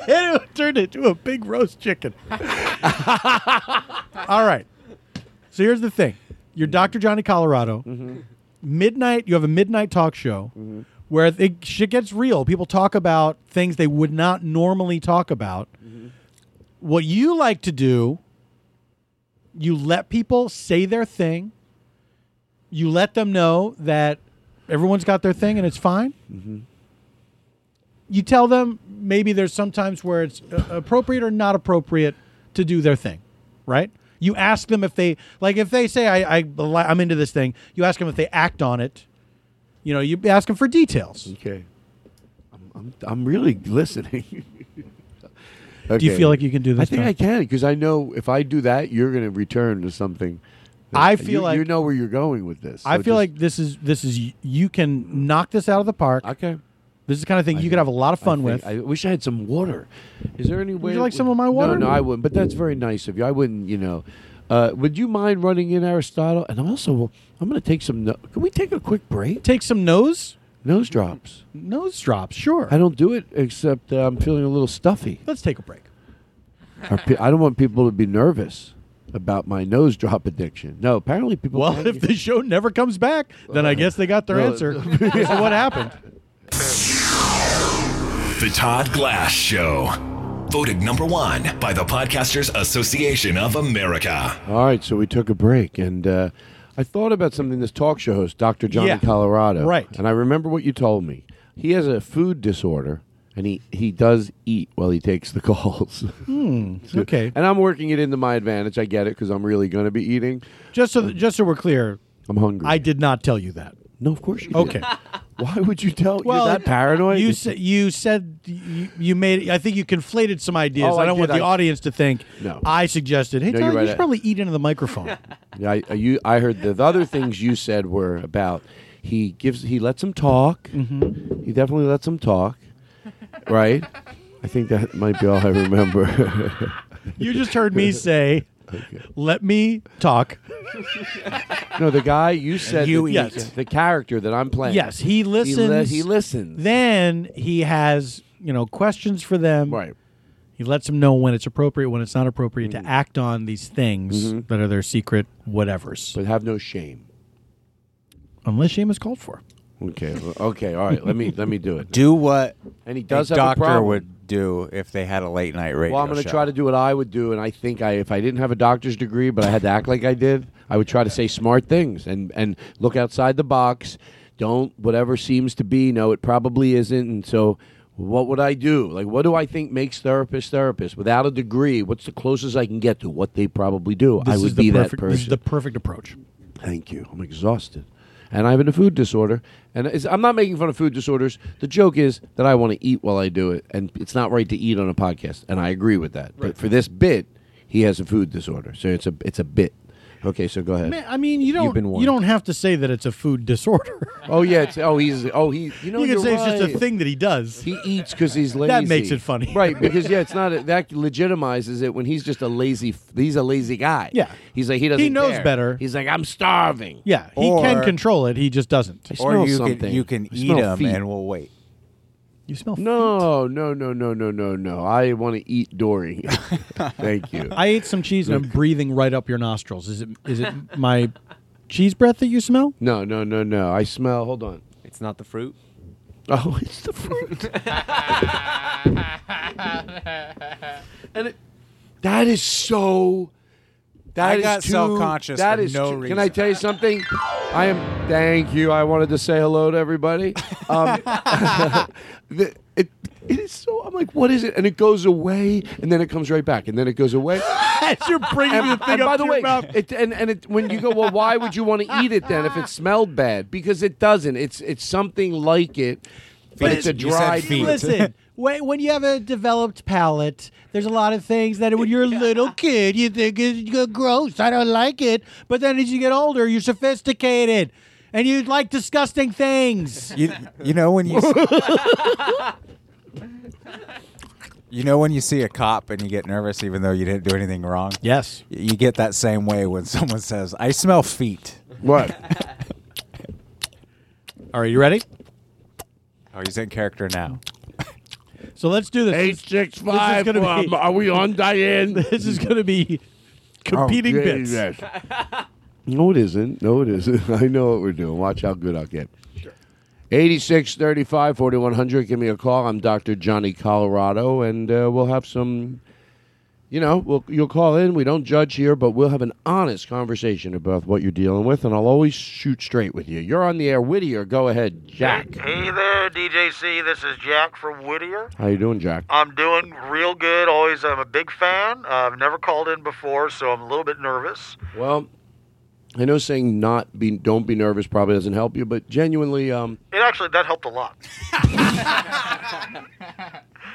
and it turned into a big roast chicken. All right. So here's the thing. You're Dr. Johnny Colorado. Midnight, you have a midnight talk show where it, shit gets real. People talk about things they would not normally talk about. What you like to do, you let people say their thing. You let them know that everyone's got their thing and it's fine. Mm-hmm. You tell them maybe there's sometimes where it's uh, appropriate or not appropriate to do their thing, right? You ask them if they like if they say I, I I'm into this thing. You ask them if they act on it. You know, you ask them for details. Okay. I'm, I'm really listening. Do you feel like you can do this? I think Tom? I can because I know if I do that, you're going to return to something. that- I feel you- like- you know where you're going with this. I so feel just- like this is this is you can knock this out of the park. Okay. This is the kind of thing you could have a lot of I fun think- with. I wish I had some water. Is there any way? you like some of my water? No, no, I wouldn't. But that's very nice of you. I wouldn't. You know, uh, would you mind running in Aristotle? And also, I'm going to take some. No- Can we take a quick break? Take some nose. Nose drops. Nose drops. Sure. I don't do it except uh, I'm feeling a little stuffy. Let's take a break. Or pe- I don't want people to be nervous about my nose drop addiction. No, apparently people. Well, if the show never comes back, then I guess they got their well, answer. so what happened? The Todd Glass Show. Voted number one by the Podcasters Association of America. All right, so we took a break, and uh, I thought about something this talk show host, Dr. Johnny Yeah, Colorado. right. And I remember what you told me. He has a food disorder, and he, he does eat while he takes the calls. Hmm. Okay. And I'm working it into my advantage. I get it because I'm really going to be eating. Just so, just so we're clear, I'm hungry. I did not tell you that. No, of course you. Okay. Why would you tell? Well, you're that paranoid. You said you said you, you made. I think you conflated some ideas. Oh, I I don't want did. the I- audience to think No. I suggested. Hey, No, Todd, you're right. you should probably eat into the microphone. Yeah, I, I, you, I heard the, the other things you said were about he gives he lets him talk. He definitely lets him talk, right? I think that might be all I remember. you just heard me say, "Let me talk." no, the guy you said you that- eat. yes, the character that I'm playing. Yes, he listens. He, li- he listens. Then he has you know questions for them. Right. Mm. He lets them know when it's appropriate, when it's not appropriate to act on these things Mm-hmm. that are their secret whatevers. But have no shame, unless shame is called for. Okay. well, Okay. All right. Let me let me do it. Do what And he does a have a doctor problem. would do if they had a late night radio. well, I'm going to show. try to do what I would do, and I think I, if I didn't have a doctor's degree, but I had to act like I did, I would try to say smart things and and look outside the box. Don't whatever seems to be. No, it probably isn't. And so, what would I do? Like, what do I think makes therapists therapists? Without a degree, what's the closest I can get to what they probably do? I This would is the be perfect, that This is person. the perfect approach. Thank you. I'm exhausted. And I have a food disorder. And it's, I'm not making fun of food disorders. The joke is that I want to eat while I do it. And it's not right to eat on a podcast. And I agree with that. But for this bit, he has a food disorder. So it's a, it's a bit. Okay, so go ahead. Man, I mean, you You've don't been you warned. don't have to say that it's a food disorder. Oh, yeah. It's, oh, he's. Oh, he. You know, You you're can say it's just a right. thing that he does. He eats because he's lazy. That makes it funny, right? Because yeah, it's not that legitimizes it when he's just a lazy. f- He's a lazy guy. Yeah. he's like he doesn't. He knows care. better. He's like I'm starving. Yeah, he can Or- control it. He just doesn't. or you can you can I eat smell them feet. and we'll wait. You smell. No, no, no, no, no, no, no. I want to eat during. Thank you. I ate some cheese and I'm breathing right up your nostrils. Is it is it my cheese breath that you smell? No, no, no, no. I smell. Hold on. It's not the fruit. Oh, it's the fruit. and it, that is so. That I is got too- self-conscious that for is no too- reason. Can I tell you something? I am. Thank you. I wanted to say hello to everybody. Um, the- it, it is so. I'm like, what is it? And it goes away, and then it comes right back, and then it goes away. As you're bringing and, the thing and up by to the your way, mouth. it, and and it, when you go, well, why would you want to eat it then if it smelled bad? Because it doesn't. It's it's something like it, but it's a dry feet. Listen, when, when you have a developed palate, there's a lot of things that when you're a little kid, you think is gross. I don't like it. But then as you get older, you're sophisticated and you like disgusting things. You, you know when you s- you know when you see a cop and you get nervous even though you didn't do anything wrong. Yes, you get that same way when someone says, "I smell feet." What? All right, you ready? Oh, he's in character now. So let's do this. Eight six five, um, are we on, Diane? This is going to be competing Oh, bits. Jesus. No, it isn't. No, it isn't. I know what we're doing. Watch how good I'll get. Sure. 86 35 4100. Give me a call. I'm Dr. Johnny Colorado, and uh, we'll have some, you know, we'll, you'll call in. We don't judge here, but we'll have an honest conversation about what you're dealing with, and I'll always shoot straight with you. You're on the air. Whittier, go ahead, Jack. Hey there, DJC. This is Jack from Whittier. How you doing, Jack? I'm doing real good. Always, I'm a big fan. Uh, I've never called in before, so I'm a little bit nervous. Well, I know saying not be, don't be nervous probably doesn't help you, but genuinely, um, It actually that helped a lot.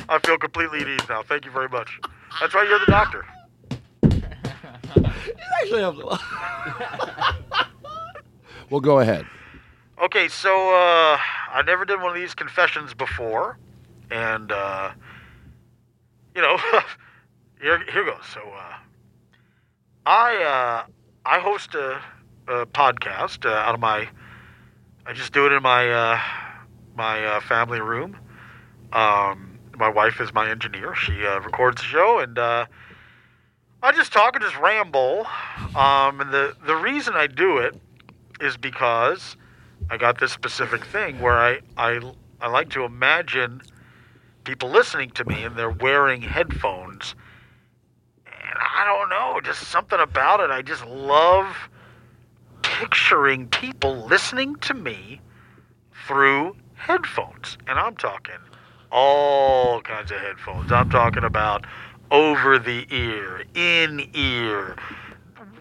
I feel completely at ease now. Thank you very much. That's right. You're the doctor. it actually helped a lot. well, go ahead. Okay, so uh, I never did one of these confessions before, and uh, you know, here here goes. So uh, I uh, I host a, a podcast uh, out of my I just do it in my uh, my uh, family room. Um, my wife is my engineer. She uh, records the show, and uh, I just talk and just ramble. Um, and the the reason I do it is because I got this specific thing where I, I, I like to imagine people listening to me and they're wearing headphones. And I don't know, just something about it. I just love picturing people listening to me through headphones. And I'm talking all kinds of headphones. I'm talking about over the ear, in ear,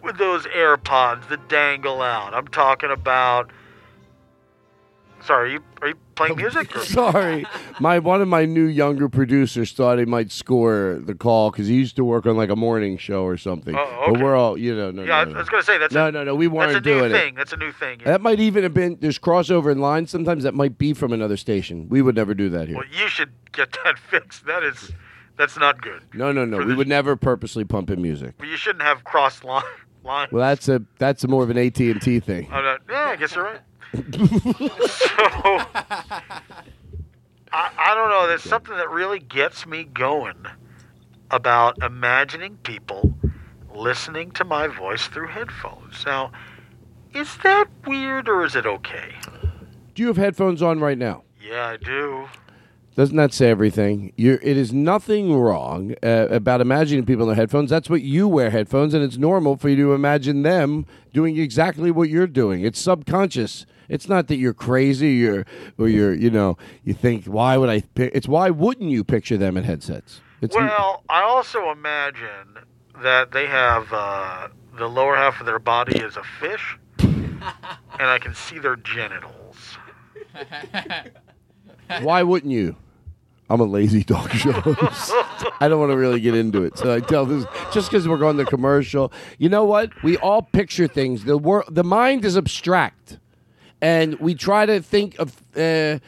with those AirPods that dangle out. I'm talking about. Sorry, are you, are you playing music? or- Sorry, my one of my new younger producers thought he might score the call because he used to work on like a morning show or something. Oh, But okay. we're all, you know, no, yeah, no, I no. was gonna say that's no, a, no, no. We weren't that's a new doing thing. it. That's a new thing. That might even have been there's crossover in lines. Sometimes that might be from another station. We would never do that here. Well, you should get that fixed. That is, that's not good. no, no, no. for We would never purposely pump in music. Well, you shouldn't have cross line line. Well, that's a that's a more of an AT and T thing. Oh, no. Yeah, I guess you're right. so, I, I don't know. There's something that really gets me going about imagining people listening to my voice through headphones. Now, is that weird or is it okay? Do you have headphones on right now? Yeah, I do. Doesn't that say everything? You're, it is nothing wrong uh, about imagining people in their headphones. That's what you wear headphones, and it's normal for you to imagine them doing exactly what you're doing. It's subconscious. It's not that you're crazy. You're or you're you know you think why would I? Pic-? It's why wouldn't you picture them in headsets? It's well, I also imagine that they have uh, the lower half of their body is a fish, and I can see their genitals. why wouldn't you? I'm a lazy dog show. host. I don't want to really get into it. So I tell this just because we're going to commercial. You know what? We all picture things. The world, the mind is abstract, and we try to think of. Uh,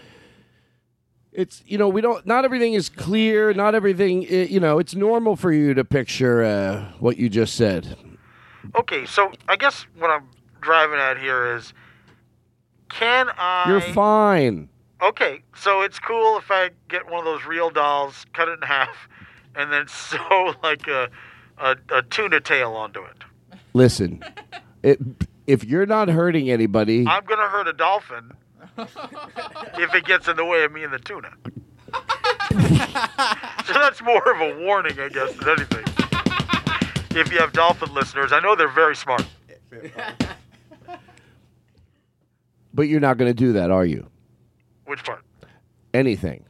it's you know we don't not everything is clear. Not everything uh, you know. It's normal for you to picture uh, what you just said. Okay, so I guess what I'm driving at here is, can I? You're fine. Okay, so it's cool if I get one of those real dolls, cut it in half, and then sew like a a, a tuna tail onto it. Listen, it, if you're not hurting anybody, I'm gonna hurt a dolphin if it gets in the way of me and the tuna. so that's more of a warning, I guess, than anything. If you have dolphin listeners, I know they're very smart. but you're not going to do that, are you? Which part? Anything.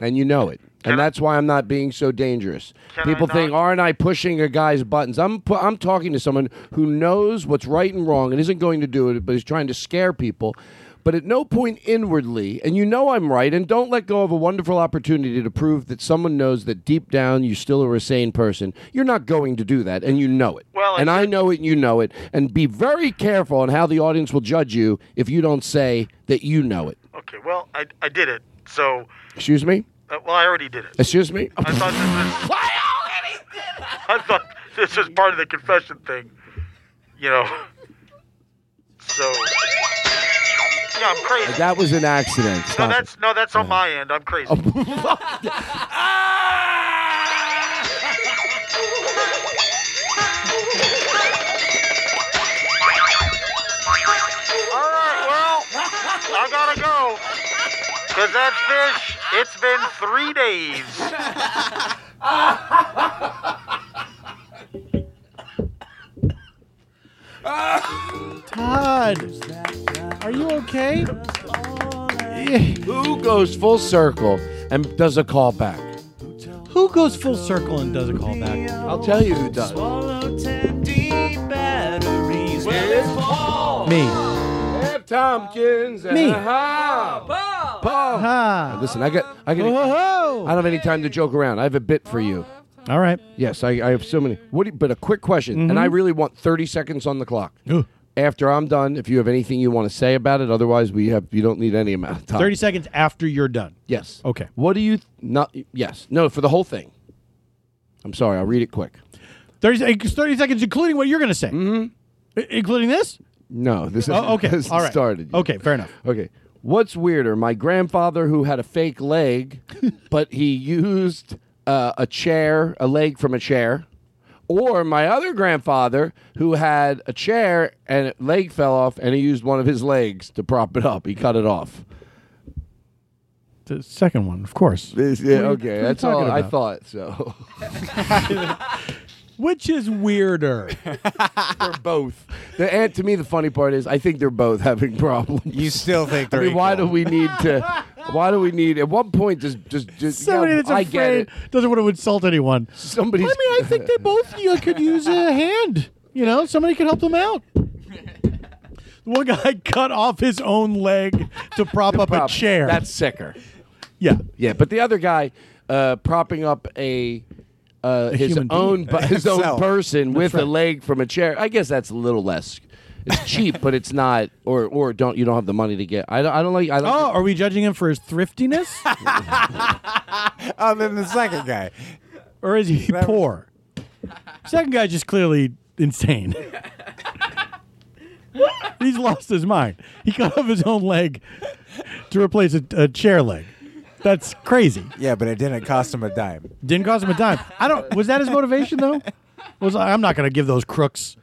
And you know it. And that's why I'm not being so dangerous. Can I People think, aren't I pushing a guy's buttons? I'm, pu- I'm talking to someone who knows what's right and wrong and isn't going to do it, but is trying to scare people. But at no point inwardly, and you know I'm right, and don't let go of a wonderful opportunity to prove that someone knows that deep down you still are a sane person. You're not going to do that, and you know it. Well, and I know it, and you know it. And be very careful on how the audience will judge you if you don't say that you know it. Okay, well, I, I did it. So, Excuse me? uh, well, I already did it. Excuse me? I thought this was. I thought this was part of the confession thing, you know. So, yeah, I'm crazy. That was an accident. No, Stop it. that's no, that's Oh. on my end. I'm crazy. All right, well, I gotta go. Cause that fish, it's been three days. Todd, are you okay? Who goes full circle and does a callback? Who goes full circle and does a callback? I'll tell you who does. Me. Ed Tompkins and Me. Ha. Paul. Listen, I got. I got. I don't have any time to joke around. I have a bit for you. All right. Yes, I, I have so many. What? do you- but a quick question, and I Mhm. really want thirty seconds on the clock. After I'm done, if you have anything you want to say about it, otherwise we have you don't need any amount of time. 30 seconds after you're done. Yes. Okay. What do you th- not? Yes. No. For the whole thing. I'm sorry. I'll read it quick. 30, sec- 30 seconds, including what you're going to say. Mm-hmm. including this? No, this is Oh, okay. This All right. started. Okay, fair enough. Okay. What's weirder, my grandfather who had a fake leg, but he used uh, a chair, a leg from a chair, or my other grandfather who had a chair and a leg fell off, and he used one of his legs to prop it up. He cut it off. The second one, of course. Yeah, okay, that's all I thought. thought. So Which is weirder? they're both. The, and to me, the funny part is, I think they're both having problems. You still think I they're mean, why do we need to? Why do we need? At what point does just just Somebody yeah, that's I get afraid it. doesn't want to insult anyone. Somebody. I mean, I think they both you know, could use a hand. You know, somebody could help them out. One guy cut off his own leg to prop up a chair. That's sicker. Yeah. Yeah, but the other guy uh, propping up a uh, A his human own being. bu- his own Himself. person That's with a right. leg from a chair. I guess that's a little less. It's cheap, but it's not. Or or don't you don't have the money to get? I don't. I don't like. I Oh, like are we judging him for his thriftiness? Other than the second guy. or is he That was- poor? Second guy just clearly insane. He's lost his mind. He cut off his own leg to replace a, a chair leg. That's crazy. Yeah, but it didn't cost him a dime. Didn't cost him a dime. I don't. Was that his motivation though? Was I, I'm not going to give those crooks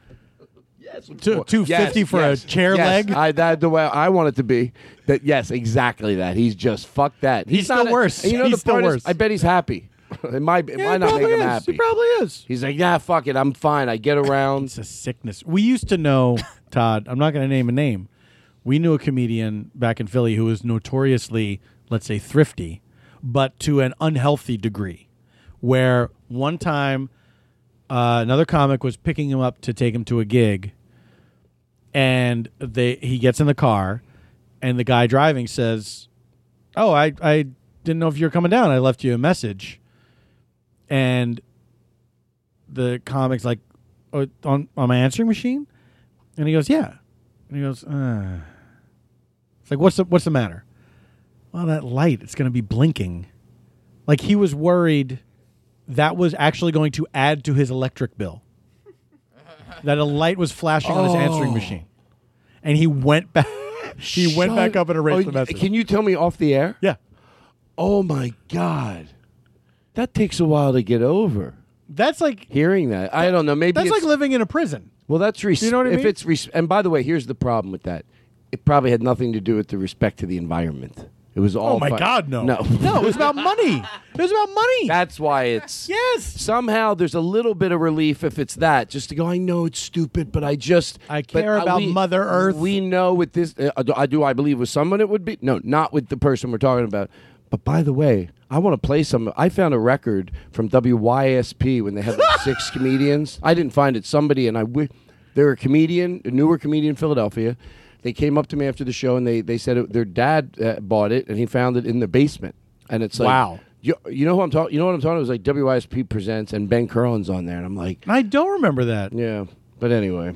That's Two- 250 for a chair yes. leg? I, that the way I want it to be. That yes, exactly that. He's just fuck that. He's not still a- worse. and You know He's the still part is, worse. I bet he's happy. It might, it Yeah, might not make he probably him is. happy. He probably is. He's like, nah, fuck it. I'm fine. I get around. It's a sickness. We used to know, Todd, I'm not going to name a name. We knew a comedian back in Philly who was notoriously, let's say, thrifty, but to an unhealthy degree. Where one time uh, another comic was picking him up to take him to a gig, and they he gets in the car, and the guy driving says, "Oh, I I didn't know if you were coming down. I left you a message." And the comics like "Oh, on on my answering machine, and he goes, "Yeah," and he goes, uh. "It's like what's the what's the matter?" Well, that light it's going to be blinking. Like he was worried that was actually going to add to his electric bill. that a light was flashing on his answering Oh. machine, and he went back. he went Shut- back up and erased Oh, the message. Can you tell me off the air? Yeah. Oh my god, that takes a while to get over. That's like hearing that. I don't know. Maybe That's it's- like living in a prison. Well, that's res- You know what I if mean? it's res- and by the way, here's the problem with that. It probably had nothing to do with the respect to the environment. It was all. Oh my fi- God, no. no, No, it was about money. It was about money. That's why it's yes. Somehow there's a little bit of relief if it's that. Just to go, I know it's stupid, but I just I care about Mother Earth. We know with this, uh, do- I do. I believe with someone it would be no, not with the person we're talking about. But by the way, I want to play some. I found a record from WYSP when they had like six comedians. I didn't find it. Somebody and I. wi- They were a comedian, a newer comedian in Philadelphia. They came up to me after the show and they they said it, their dad uh, bought it and he found it in the basement. And it's like Wow. You, you know who I'm talking. You know what I'm talking. It was like WYSP presents and Ben Carlin's on there, and I'm like, I don't remember that. Yeah, but anyway,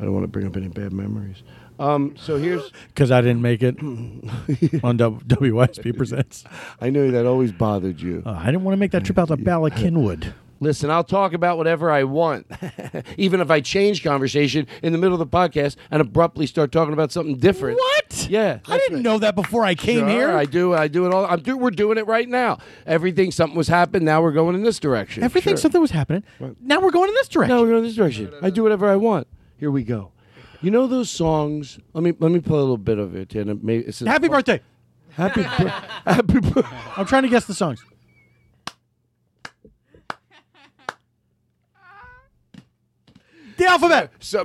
I don't want to bring up any bad memories. Um, so here's because I didn't make it on W- WYSP presents. Uh, I knew that always bothered you. I didn't want to make that trip out to Bala Kinwood. Listen, I'll talk about whatever I want, even if I change conversation in the middle of the podcast and abruptly start talking about something different. What? Yeah, I didn't know that before I came Sure, here. I do. I do it all. I'm do. We're doing it right now. Everything. Something was happened. Now we're going in this direction. Everything, Sure. something was happening. Now we're going in this direction. No, we're going this direction. I do whatever I want. Here we go. You know those songs? Let me let me play a little bit of it. And it may, it's Happy birthday. Happy, bir- happy. bir- I'm trying to guess the songs. The alphabet. So,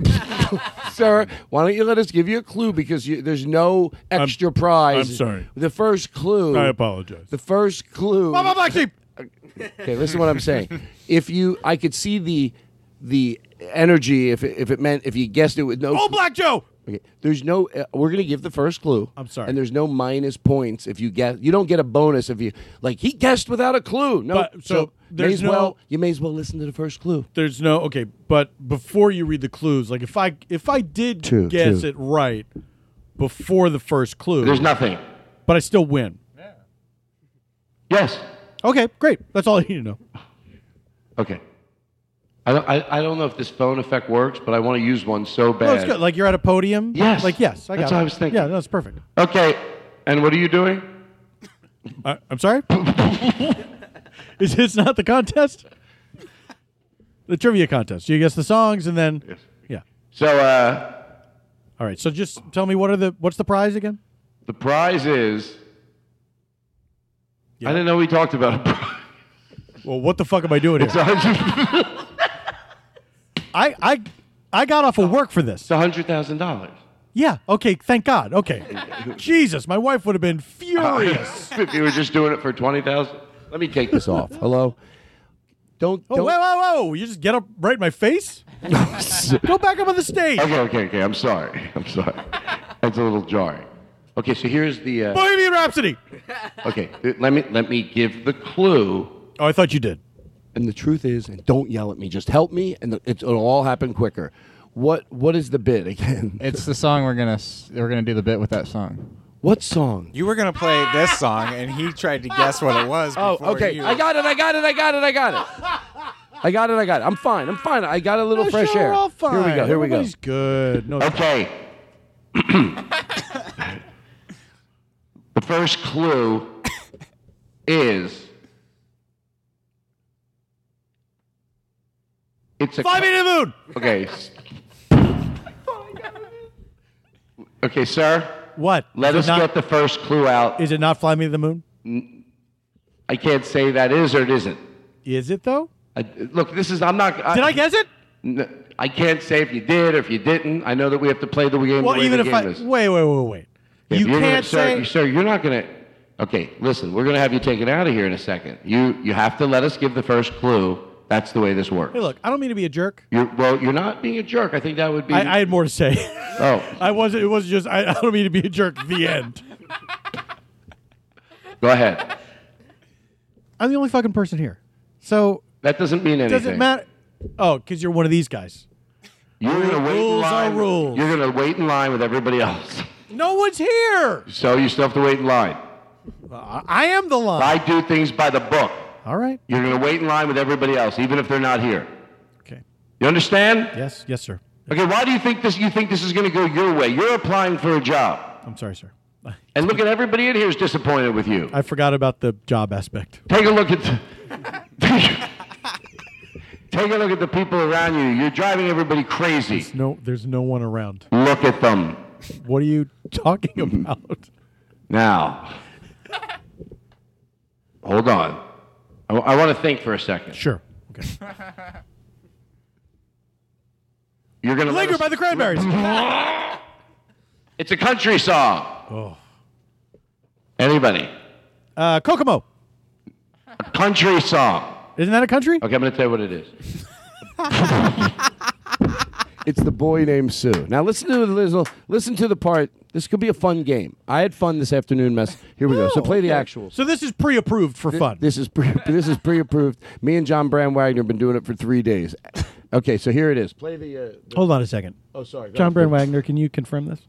sir, why don't you let us give you a clue because you, there's no extra prize. I'm sorry. The first clue. I apologize. The first clue. Mama Black Sheep. Okay, listen to what I'm saying. If you, I could see the the energy. If it, if it meant if you guessed it with no. Oh, Black Joe. Okay, there's no. Uh, we're gonna give the first clue. I'm sorry. And there's no minus points if you guess. You don't get a bonus if you like. He guessed without a clue. No. But- so may there's as well. no- You may as well listen to the first clue. There's no okay, but before you read the clues, like if I if I did Two, guess two. it right before the first clue, There's nothing. But I still win. Yes. Okay, great. That's all I need to know. Okay. I don't, I, I don't know if this phone effect works, but I want to use one so bad. No, it's good. Like you're at a podium. Yes. Like yes, I got That's it. what I was thinking. Yeah, no, it's perfect. Okay. And what are you doing? I, Uh, I'm sorry. Is this not the contest? The trivia contest. You guess the songs and then yeah. So uh All right. So just tell me what are the what's the prize again? the prize is. I didn't know we talked about a prize. Well, what the fuck am I doing here? I I I got off of work for this. It's $100,000. Yeah. Okay. Thank God. Okay. Jesus, my wife would have been furious. if you were just doing it for 20000 Let me take this off. Hello? Don't. Oh, whoa, whoa, whoa! You just get up right in my face. Go back up on the stage. Okay, okay, okay. I'm sorry. I'm sorry. That's a little jarring. Okay, so here's the. Uh, Bohemian Rhapsody. Okay, let me let me give the clue. Oh, I thought you did. And the truth is, and don't yell at me. Just help me, and the, it's, it'll all happen quicker. What what is the bid again? It's the song we're gonna s- we're gonna do the bit with that song. What song? You were gonna play this song, and he tried to guess what it was. Oh, before okay. you. I got it. I got it. I got it. I got it. I got it. I got it. I'm fine. I'm fine. I got a little No, fresh sure, air. we're all Here we fine. go. Here we go. Everybody's good. No, okay. the first clue is it's a Five Minute Moon. Okay. Okay, sir. What? Let us Is it not- get the first clue out. Is it not Fly Me to the Moon? I can't say that is or it isn't. Is it though? I, look, this is. I'm not. Did I guess it? N- I can't say if you did or if you didn't. I know that we have to play the game. well, the way even the if game I is. wait, wait, wait, wait. If you you're gonna- can't sir, say- you- sir. You're not going to. Okay, listen. We're going to have you taken out of here in a second. You you have to let us give the first clue. That's the way this works. Hey, look, I don't mean to be a jerk. You're, well, you're not being a jerk. I think that would be. I, I had more to say. oh, I wasn't. It wasn't just. I, I don't mean to be a jerk. The end. go ahead. I'm the only fucking person here, so That doesn't mean anything. doesn't matter. Oh, because you're one of these guys. You're going to wait in Rules are line. rules. You're going to wait in line with everybody else. No one's here. So you still have to wait in line. I I am the line. I do things by the book. All right. You're going to wait in line with everybody else, even if they're not here. Okay. You understand? Yes. Yes, sir. Okay. Why do you think this? You think this is going to go your way? You're applying for a job, I'm sorry, sir. and look at everybody in here is disappointed with you. I forgot about the job aspect. Take a look at. Take a look at the people around you. You're driving everybody crazy. No, there's no one around. Look at them What are you talking Mm-hmm. about? now. Hold on. I, want to think for a second. Sure. You're going to Linger by the Cranberries. It's a country song. Oh. Anybody? Uh, Kokomo. A country song. Isn't that a country? Okay, I'm going to tell you what it is. It's the boy named Sue. Now listen to the little, listen to the part. This could be a fun game. I had fun this afternoon. Mess. Here we go. So play the actual. Oh, So this is pre-approved for Thi- fun. This is pre- this is pre-approved. Me and John Bram Wagner have been doing it for three days. Okay, so here it is. Play the. Uh, the- Hold on a second. Oh, sorry. Go John ahead. Brand Wagner, can you confirm this?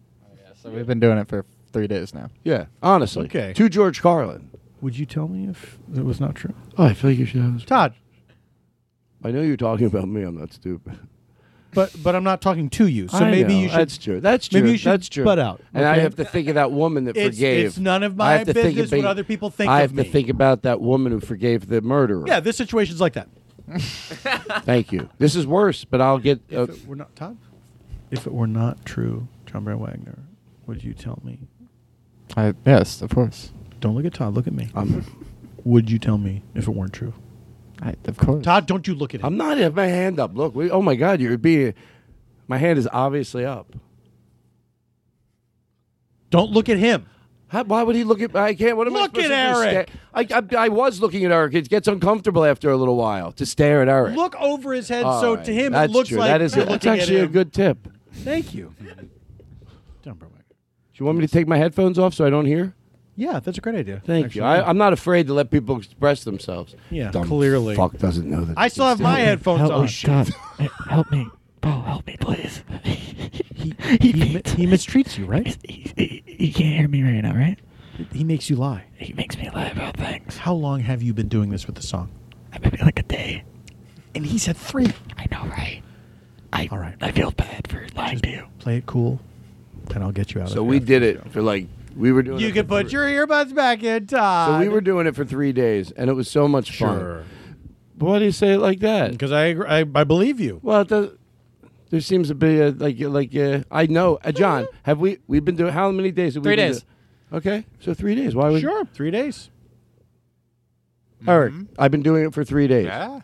So we've been doing it for three days now. Yeah, honestly. Okay. To George Carlin. Would you tell me if it was not true? Oh, I feel like you should have. Todd, I know you're talking about me. I'm not stupid. but but I'm not talking to you, so I maybe know. you should. That's true. That's true. Maybe you should That's true. butt out. And I okay? have to think of that woman that It's- forgave. it's none of I my have to think business about- what other people think I of have me. to think about that woman who forgave the murderer. Yeah, this situation's like that. Thank you. This is worse, but I'll get. Uh, We're not Todd. If it were not true, John Brand Wagner, would you tell me? I, yes, of course. Don't look at Todd. Look at me. Um, would you tell me if it weren't true? I, of course. Todd, don't you look at him. I'm not. I have my hand up. Look. We, oh my God, you're being. My hand is obviously up. Don't look at him. How, why would he look at? I can't. What am Look I supposed at to do, Eric. sta- I, I, I was looking at Eric. It gets uncomfortable after a little while to stare at Eric. Look over his head, All so right, to him that's it looks true. like that is you're that's looking at actually a him. good tip. Do Thank you. you want me to take my headphones off so I don't hear? Yeah, that's a great idea. Thank actually. you. I, I'm not afraid to let people express themselves. Yeah, Dumb clearly. Fuck doesn't know that. I still have my headphones Help me, on. Todd. help me, Paul. Help me, please. he he, mi- he mistreats you, right? You can't hear me right now, right? He makes you lie. He makes me lie about things. How long have you been doing this with the song? I maybe like a day. And he said three. I know, right? I All right. I feel bad for lying to you. Play it cool, and I'll get you out So of we did it for like we were doing. You it can for put three- your earbuds back in, Todd. So we were doing it for three days, and it was so much fun. Sure. But why do you say it like that? Because I, agr- I I believe you. Well, it does, there seems to be a like like uh, I know uh, John. Have we we've been doing how many days? Have we Three been days. do- okay, so three days. Why would Sure, three days. Eric? I've been doing it for three days. Mm-hmm. Yeah.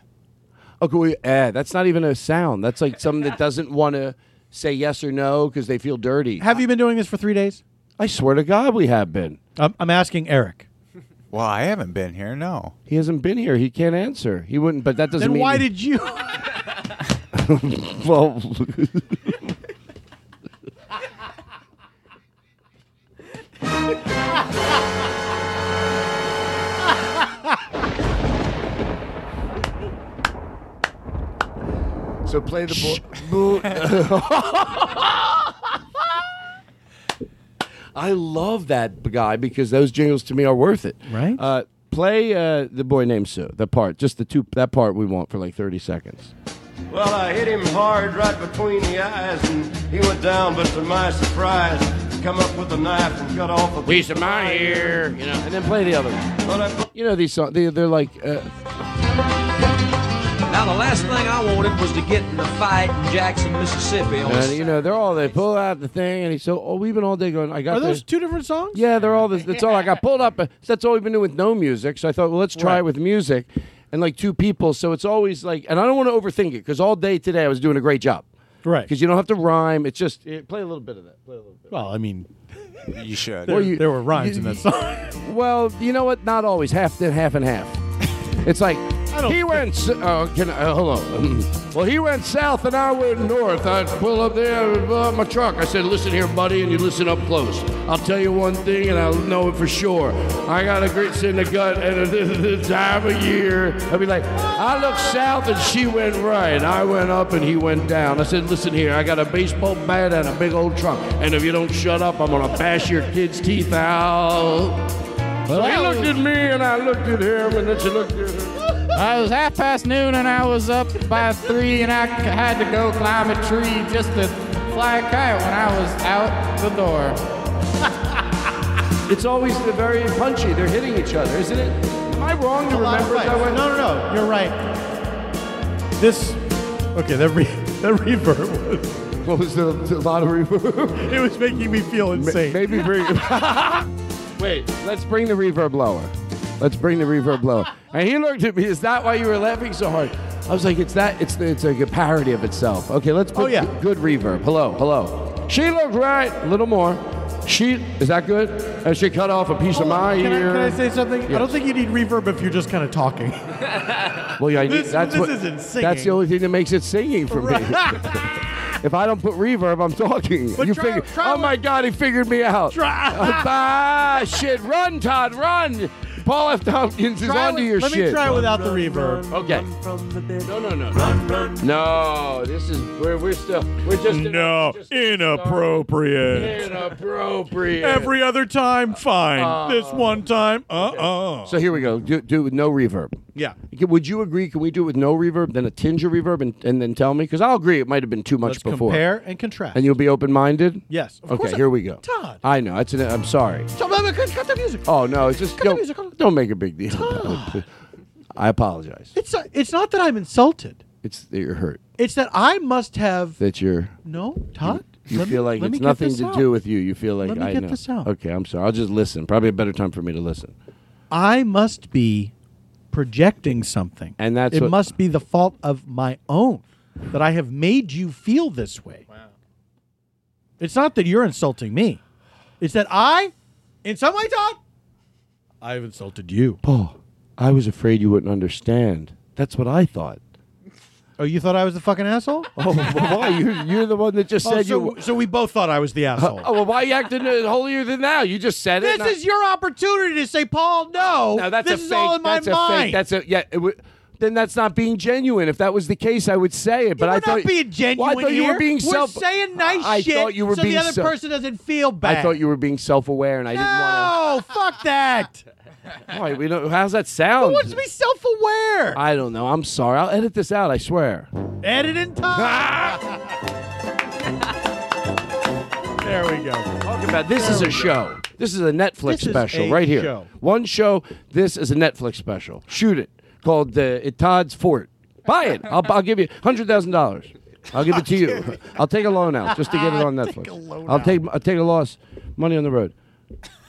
Okay, well, eh, that's not even a sound. That's like someone that doesn't want to say yes or no because they feel dirty. Have you been doing this for three days? I swear to God, we have been. I'm, I'm asking Eric. Well, I haven't been here. No, he hasn't been here. He can't answer. He wouldn't. But that doesn't Then mean. why did you? well, so play the boy. I love that b- guy because those jingles to me are worth it. Right. Uh, play uh, the boy named Sue. That part, just the two. That part we want for like thirty seconds. Well, I hit him hard right between the eyes, and he went down, but to my surprise, come up with a knife and cut off a piece of my ear, you know. And then play the other one. You know these songs. They, they're like. Uh, Now, the last thing I wanted was to get in a fight in Jackson, Mississippi on And you know they're all they pull out the thing and he's so oh we've been all day going I got Are the- those two different songs? yeah they're all this that's all I got pulled up uh, that's all we've been doing with no music so I thought well let's try it with music and like two people so it's always like and I don't want to overthink it because all day today I was doing a great job right because you don't have to rhyme it's just it- play a little bit of that play a little bit Well, I mean, you should. There, there were rhymes you- in that you- song. well, you know what? Not always. Half and half and half. It's like he went. s- Oh, can I, uh, hold on. well, he went south and I went north. I pull up there with uh, my truck. I said, "Listen here, buddy," and you listen up close. I'll tell you one thing, and I'll know it for sure. I got a grits in the gut, and at this, this time of year, I'll be like, I looked south and she went right. I went up and he went down. I said, "Listen here, I got a baseball bat and a big old trunk, and if you don't shut up, I'm gonna bash your kids' teeth out." Well, he I looked was- at me and I looked at him and then she looked at him. I was half past noon and I was up by three and I c- had to go climb a tree just to fly a kite when I was out the door. It's always the very punchy. They're hitting each other, isn't it? Am I wrong to remember it that way? No, no, no. You're right. This. Okay, that, re- that reverb was. What was the, the lot of reverb? it was making me feel insane. Maybe bring. Wait, let's bring the reverb lower. Let's bring the reverb lower. And he looked at me. Is that why you were laughing so hard? I was like, it's that. It's it's like a parody of itself. Okay, let's put Oh, yeah. good reverb. Hello, hello. She looked right. A little more. She is that good? And she cut off a piece of my Can I, ear. can I say something? I don't think you need reverb if you're just kind of talking. Well, yeah, I This- that's this what, isn't That's the singing. only thing that makes it singing for me. if I don't put reverb, I'm talking. But you try- figure, try oh my God, he figured me out. Try- ah, shit, run, Todd, run. Paul F. Tompkins is Try onto with- your let me shit. try without the reverb. okay. No, no, no. No, this is we're, we're still we're just no inappropriate. inappropriate. Every other time, fine. this one time, uh uh So here we go. Do, do it with no reverb. Yeah. Okay, Would you agree? Can we do it with no reverb, then a tinge of reverb, and, and then tell me? Because I'll agree it might have been too much before. Compare and contrast. And you'll be open minded? Yes, of okay, course I- here we go. Todd. I know. It's an, I'm sorry. Oh, no. It's just don't, don't make a big deal. about it. I apologize. It's not, it's not that I'm insulted. It's that you're hurt. It's that I must have That you're. no Todd. You let me- feel like let me it's get nothing this to out. do with you. You feel like Let me I get know. this out. Okay, I'm sorry. I'll just listen. Probably a better time for me to listen. I must be projecting something, and that's it what- must be the fault of my own that I have made you feel this way. Wow. It's not that you're insulting me; it's that I, in some way, Todd, I've insulted you. Paul, I was afraid you wouldn't understand. That's what I thought. Oh, you thought I was the fucking asshole? Oh, well, why? You're, you're the one that just Oh, said so, you. So we both thought I was the asshole. Oh, well, why are you acting uh, holier than thou? You just said it. this and I- is your opportunity to say, Paul, no. No, that's this a is fake. all in my that's mind. a fake. That's a yeah. It w- then that's not being genuine. If that was the case, I would say it. But We're I not thought being genuine Well, I thought you here. were being We're self. saying nice I shit thought you were so being the other self- person doesn't feel bad. I thought you were being self-aware, and I didn't want No, fuck that. to. Why? We don't. How's that sound? Who wants to be self-aware? I don't know. I'm sorry. I'll edit this out. I swear. Edit in time. there we go. Talk about this is a show. This is a Netflix This is special a right here. show. One show. This is a Netflix special. Shoot it. Called uh, it Todd's Fort. Buy it. I'll, I'll give you hundred thousand dollars. I'll give it to you. I'll take a loan out just to get it on Netflix. I'll take I'll take a loss, money on the road.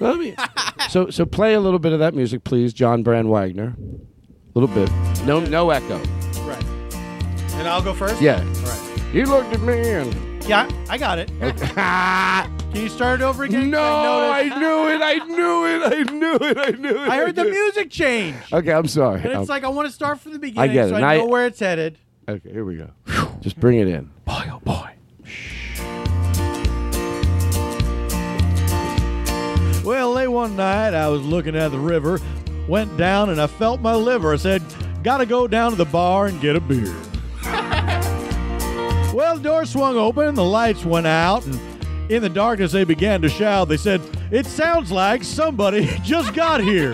Let me- so so play a little bit of that music, please, John Brand Wagner. A little bit. No no echo. Right. And I'll go first? Yeah. All right. You looked at me and Yeah, I got it. Can you start it over again? No, I I, noticed- knew it. I knew it. I knew it. I knew it. I heard the knew it. music change. Okay, I'm sorry. And it's I'm- like I want to start from the beginning get it. so And I I- know where it's headed. Okay, here we go. Just bring it in. Boy, oh boy. Well, late one night, I was looking at the river, went down, and I felt my liver. I said, Gotta go down to the bar and get a beer. well, the door swung open, the lights went out, and in the darkness, they began to shout. They said, It sounds like somebody just got here.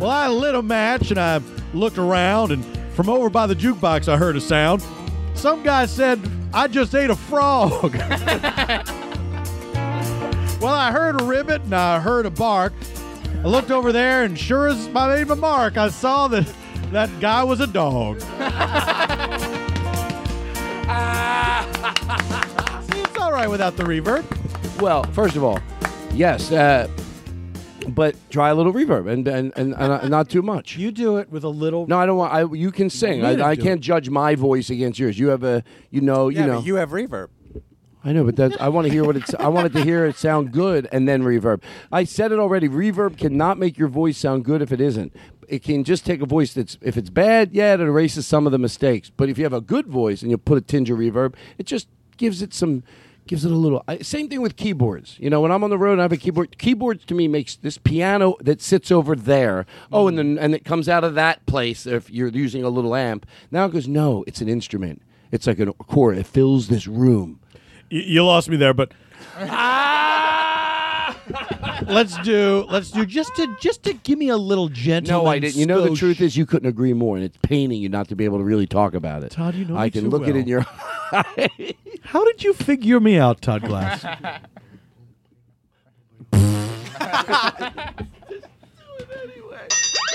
well, I lit a match and I looked around, and from over by the jukebox, I heard a sound. Some guy said, I just ate a frog. Well, I heard a ribbit and I heard a bark. I looked over there, and sure as I made my mark, I saw that That guy was a dog. it's all right without the reverb. Well, first of all, yes, uh, but try a little reverb and and, and, and uh, not too much. You do it with a little. No, I don't want. I you can sing. need to I, I do can't judge my voice against yours. You have a you know yeah, you know but you have reverb. I know, but that's, I want to hear what it's. I wanted to hear it sound good and then reverb. I said it already. Reverb cannot make your voice sound good if it isn't. It can just take a voice that's if it's bad, yeah, it erases some of the mistakes. But if you have a good voice and you put a tinge of reverb, it just gives it some, gives it a little. I, same thing with keyboards. You know, when I'm on the road and I have a keyboard, keyboards to me makes this piano that sits over there. Oh, and then and it comes out of that place if you're using a little amp. Now it goes no, it's an instrument. It's like an chord. It fills this room. You, you lost me there, but Let's do. Let's do just to just to give me a little gentle. No, I didn't. You know the truth is you couldn't agree more, and it's paining you not to be able to really talk about it. Todd, you know I me can too look it in well. your. How did you figure me out, Todd Glass?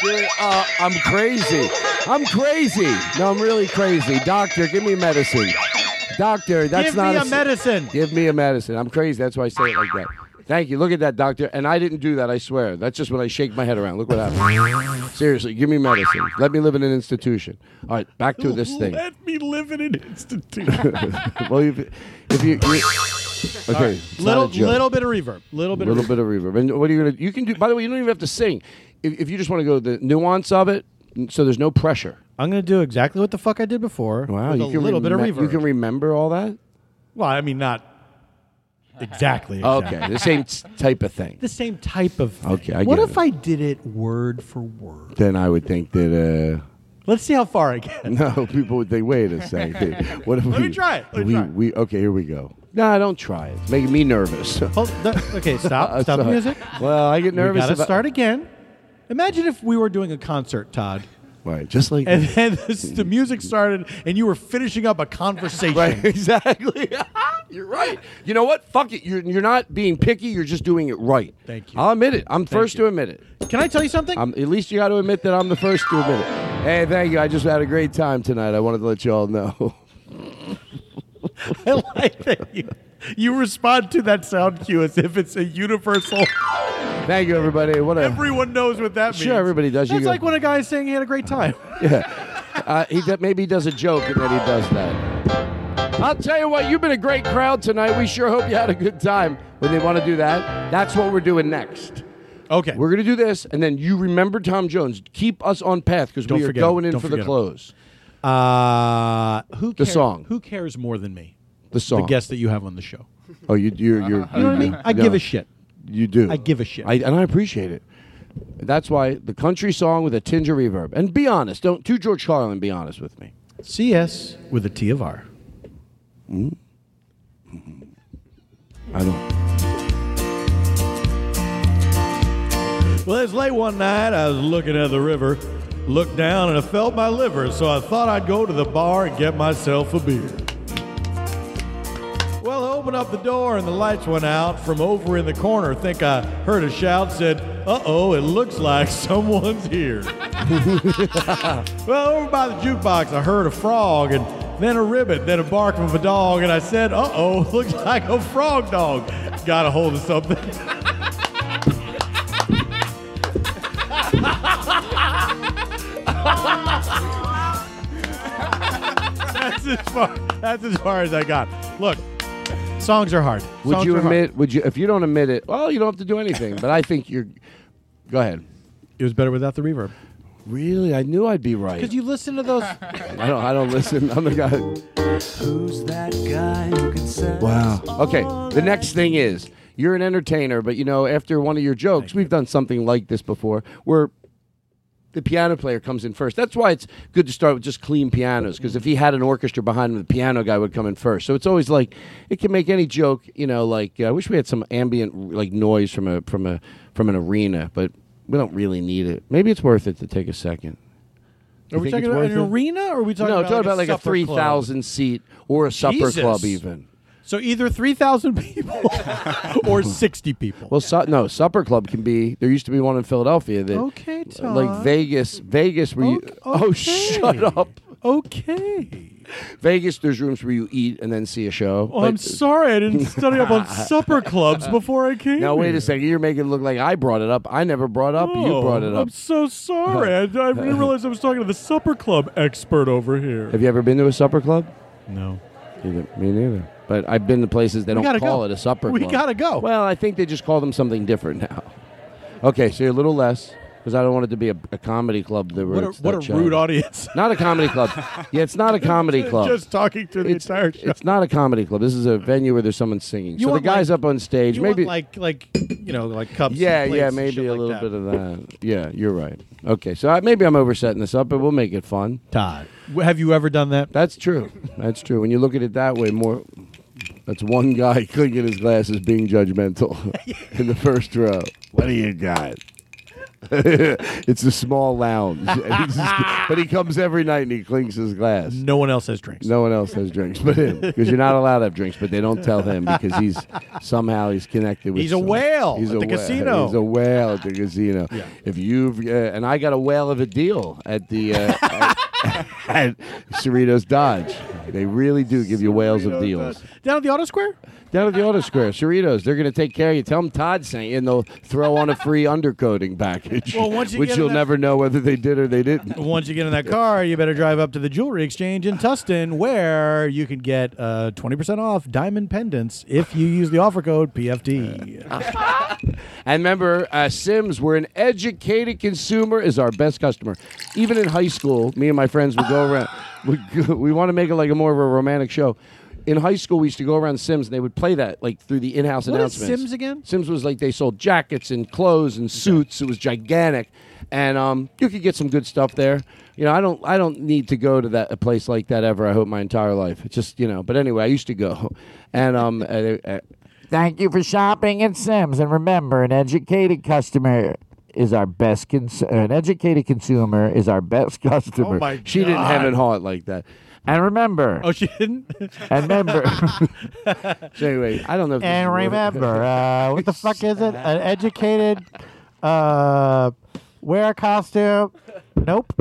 Dude, uh, I'm crazy. I'm crazy. No, I'm really crazy. Doctor, give me medicine. Doctor, that's Give not me a s- medicine. Give me a medicine. I'm crazy. That's why I say it like that. Thank you. Look at that, doctor. And I didn't do that. I swear. That's just when I shake my head around. Look what happened. Seriously, give me medicine. Let me live in an institution. All right, back to this thing. Let me live in an institution. well, if, if you, you All okay, right. it's not Little a joke. little bit of reverb. Little bit. little of reverb. bit of reverb. And what are you gonna? You can do. By the way, you don't even have to sing. If, if you just want to go the nuance of it, so there's no pressure. I'm gonna do exactly what the fuck I did before. Wow, with you a can little bit of remem- reverb. You can remember all that. well, I mean, not exactly. Okay, exactly. the same s- type of thing. The same type of. Thing. Okay, I what get if I did it word for word? Then I would think that. uh Let's see how far I get. No, people would think. Wait a second. What if Let me we- try it. Let me we, try it. we okay. Here we go. No, don't try it. It's Making me nervous. Oh, okay, stop. Stop the Sorry. music. Well, I get nervous. We gotta about- start again. Imagine if we were doing a concert, Todd. Right, just like and that. then this, the music started, and you were finishing up a conversation. Right, exactly. you're right. You know what? Fuck it. You're, you're not being picky. You're just doing it right. Thank you. I'll admit it. I'm first to admit it. Can I tell you something? I'm, at least you got to admit that I'm the first to admit it. Hey, thank you. I just had a great time tonight. I wanted to let you all know. I like that you, you respond to that sound cue as if it's a universal. Thank you, everybody. What a everyone knows what that means. Sure, everybody does. You That's go- like when a guy's saying he had a great time. yeah. Uh, he d- maybe he does a joke and then he does that. I'll tell you what, you've been a great crowd tonight. We sure hope you had a good time. When they want to do that, that's what we're doing next. Okay. We're going to do this, and then you remember Tom Jones. Keep us on path because Don't we are forget him. going in Don't for the forget him. close. Uh, who The cares- song. Who cares more than me? The song. The guest that you have on the show. Oh, you, you're, you're, You know what I mean? I give a shit. You do. I give a shit. I, and I appreciate it. That's why the country song with a tinge of reverb. And be honest. Don't to George Carlin. Be honest with me. CS with a T of R. Mm. Mm-hmm. I don't. Well, it's late one night. I was looking at the river, looked down, and I felt my liver, so I thought I'd go to the bar and get myself a beer. Well, I opened up the door and the lights went out from over in the corner. think I heard a shout said, Uh oh, it looks like someone's here. well, over by the jukebox, I heard a frog and then a ribbit, then a bark from a dog, and I said, Uh oh, looks like a frog dog. Got a hold of something. that's as far. That's as far as I got. Look, Songs are hard. Would Songs you are hard. admit? Would you? If you don't admit it, well, you don't have to do anything. but I think you're. Go ahead. It was better without the reverb. Really, I knew I'd be right. Because you listen to those. I don't. I don't listen. I'm the guy. Who's that guy who can sell? Wow. Okay. The next thing is you're an entertainer, but you know, after one of your jokes, we've done something like this before, where the piano player comes in first. That's why it's good to start with just clean pianos, because if he had an orchestra behind him, the piano guy would come in first. So it's always like it can make any joke, you know, like uh, I wish we had some ambient like noise from a from a from an arena, but we don't really need it. Maybe it's worth it to take a second. Are we talking about an arena, or are we talking no, about talking like a about like a supper club? three thousand seat or a supper Jesus. club even. So either 3,000 people or 60 people. Well, su- no, supper club can be. There used to be one in Philadelphia that, uh, Okay, like Todd. Vegas, Vegas where you. Oh, shut up. Okay. Vegas, there's rooms where you eat and then see a show. uh, Oh, I'm sorry, I didn't study up on supper clubs before I came Now wait here. a second, you're making it look like I brought it up. I never brought up. you brought it Oh, up. I'm so sorry. I, I didn't realize I was talking to the supper club expert over here. Have you ever been to a supper club? No. Neither, me neither. But I've been to places they We don't gotta call go. it a supper We club. gotta go. Well, I think they just call them something different now. Okay, so you're a little less because I don't want it to be a, a comedy club. That What a- what a rude audience. Not a comedy club. Yeah, it's not a comedy club. Just talking through the entire show. It's not a comedy club. This is a venue where there's someone singing. You so the want, guy's up on stage. You maybe want, like like you know like cups. and yeah, plates yeah, and maybe shit a like little that. bit of that. Yeah, you're right. Okay, so I, maybe I'm oversetting this up, but we'll make it fun. Todd, have you ever done that? That's true. That's true. When you look at it that way, more. That's one guy clinking his glasses, being judgmental in the first row. What do you got? it's a small lounge, And he's just- but he comes every night and he clinks his glass. No one else has drinks. No one else has drinks but him, because you're not allowed to have drinks. But they don't tell him because he's somehow he's connected with. He's a some- whale at the whale. casino. He's a whale at the casino. If you've uh, and I got a whale of a deal at the uh, at, at Cerritos Dodge. They really do give you whales of deals. Down at the auto square? Down at the auto square, Cerritos, they're going to take care of you. Tell them Todd sent you, and they'll throw on a free undercoating package, Well, once you which get in you'll that- never know whether they did or they didn't. Once you get in that car, you better drive up to the jewelry exchange in Tustin, where you can get uh, 20% off diamond pendants if you use the offer code PFT. And remember, uh, Sims, we're an educated consumer is our best customer. Even in high school, me and my friends would go around. We, go- we want to make it like a more of a romantic show. In high school, we used to go around Sims, and they would play that like through the in-house What is announcements. Sims again? Sims was like they sold jackets and clothes and suits. It was gigantic, and um, you could get some good stuff there. You know, I don't, I don't need to go to that a place like that ever. I hope my entire life. It's just you know, but anyway, I used to go, and um, uh, uh, Thank you for shopping at Sims. And remember, an educated customer is our best cons- an educated consumer is our best customer. Oh my She didn't God. have it hard like that. And remember. Oh, she didn't? And remember. so anyway, I don't know. If this and is worth it. remember, uh, what the fuck is it? An educated uh, wear a costume. Nope.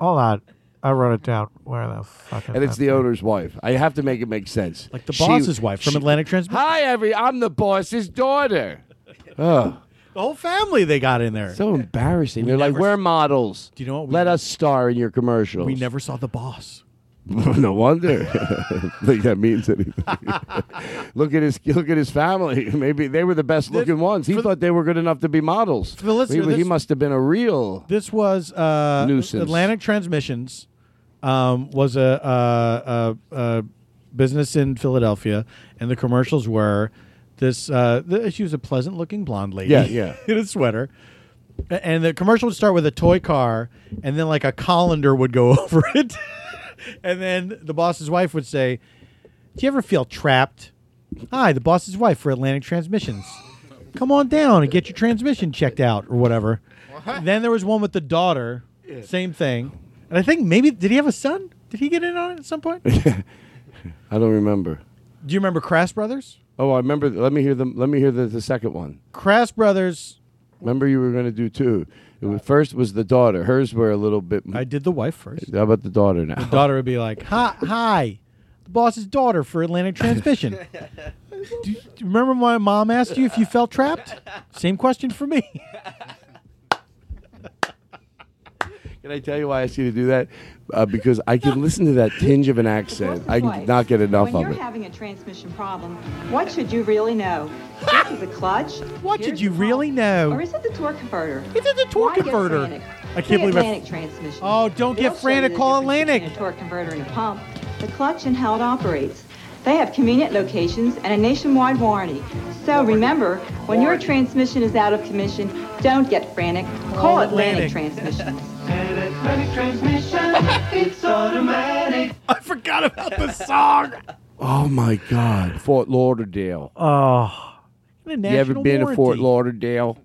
Hold on. I wrote it down. Where the fuck is and it's that? the owner's wife. I have to make it make sense. Like the boss's wife from Atlantic Transmission. Hi, every. I'm the boss's daughter. Oh, the whole family they got in there. So embarrassing. They're like, we're models. Do you know what? Let us star in your commercials. we never saw the boss. no wonder. like that means anything. look at his look at his family. Maybe they were the best looking ones. He thought they were good enough to be models. the listener, he, he this- must have been a real. This was uh, Nuisance. Atlantic Transmissions um, was a, a, a, a business in Philadelphia, and the commercials were this. Uh, th she was a pleasant-looking blonde lady. Yeah, yeah. in a sweater. A- And the commercial would start with a toy car, and then like a colander would go over it, and then the boss's wife would say, "Do you ever feel trapped?" Hi, the boss's wife for Atlantic Transmissions. Come on down and get your transmission checked out or whatever. Then there was one with the daughter. Same thing. And I think maybe did he have a son? Did he get in on it at some point? Do I don't remember. you remember Crass Brothers? Oh, I remember. Let me hear them. Let me hear the, the second one. Crass Brothers. Remember, you were going to do two. It was, first was the daughter. Hers were a little bit. I did the wife first. How about the daughter now? Daughter would be like, "Hi, hi, the boss's daughter for Atlantic Transmission." Do you do you remember my mom asked you if you felt trapped? Same question for me. Can I tell you why I asked you to do that? Uh, because I can listen to that tinge of an accent. I Voice. can not get enough when of you're it. having a transmission problem, what should you really know? This is a clutch. What Here's should you the really pump, know? Or is it the torque converter? Is it the torque Why get converter? frantic? I can't See believe I- Atlantic transmission. Oh, don't They'll get show you frantic. the Call difference between Atlantic. A torque converter and a pump, the clutch and how it operates. They have convenient locations and a nationwide warranty. So remember, when your transmission is out of commission, don't get frantic. Call Atlantic, Transmissions. Atlantic Transmission. It's automatic. I forgot about the song. Oh my God, Fort Lauderdale. Oh, you ever been to Fort Lauderdale?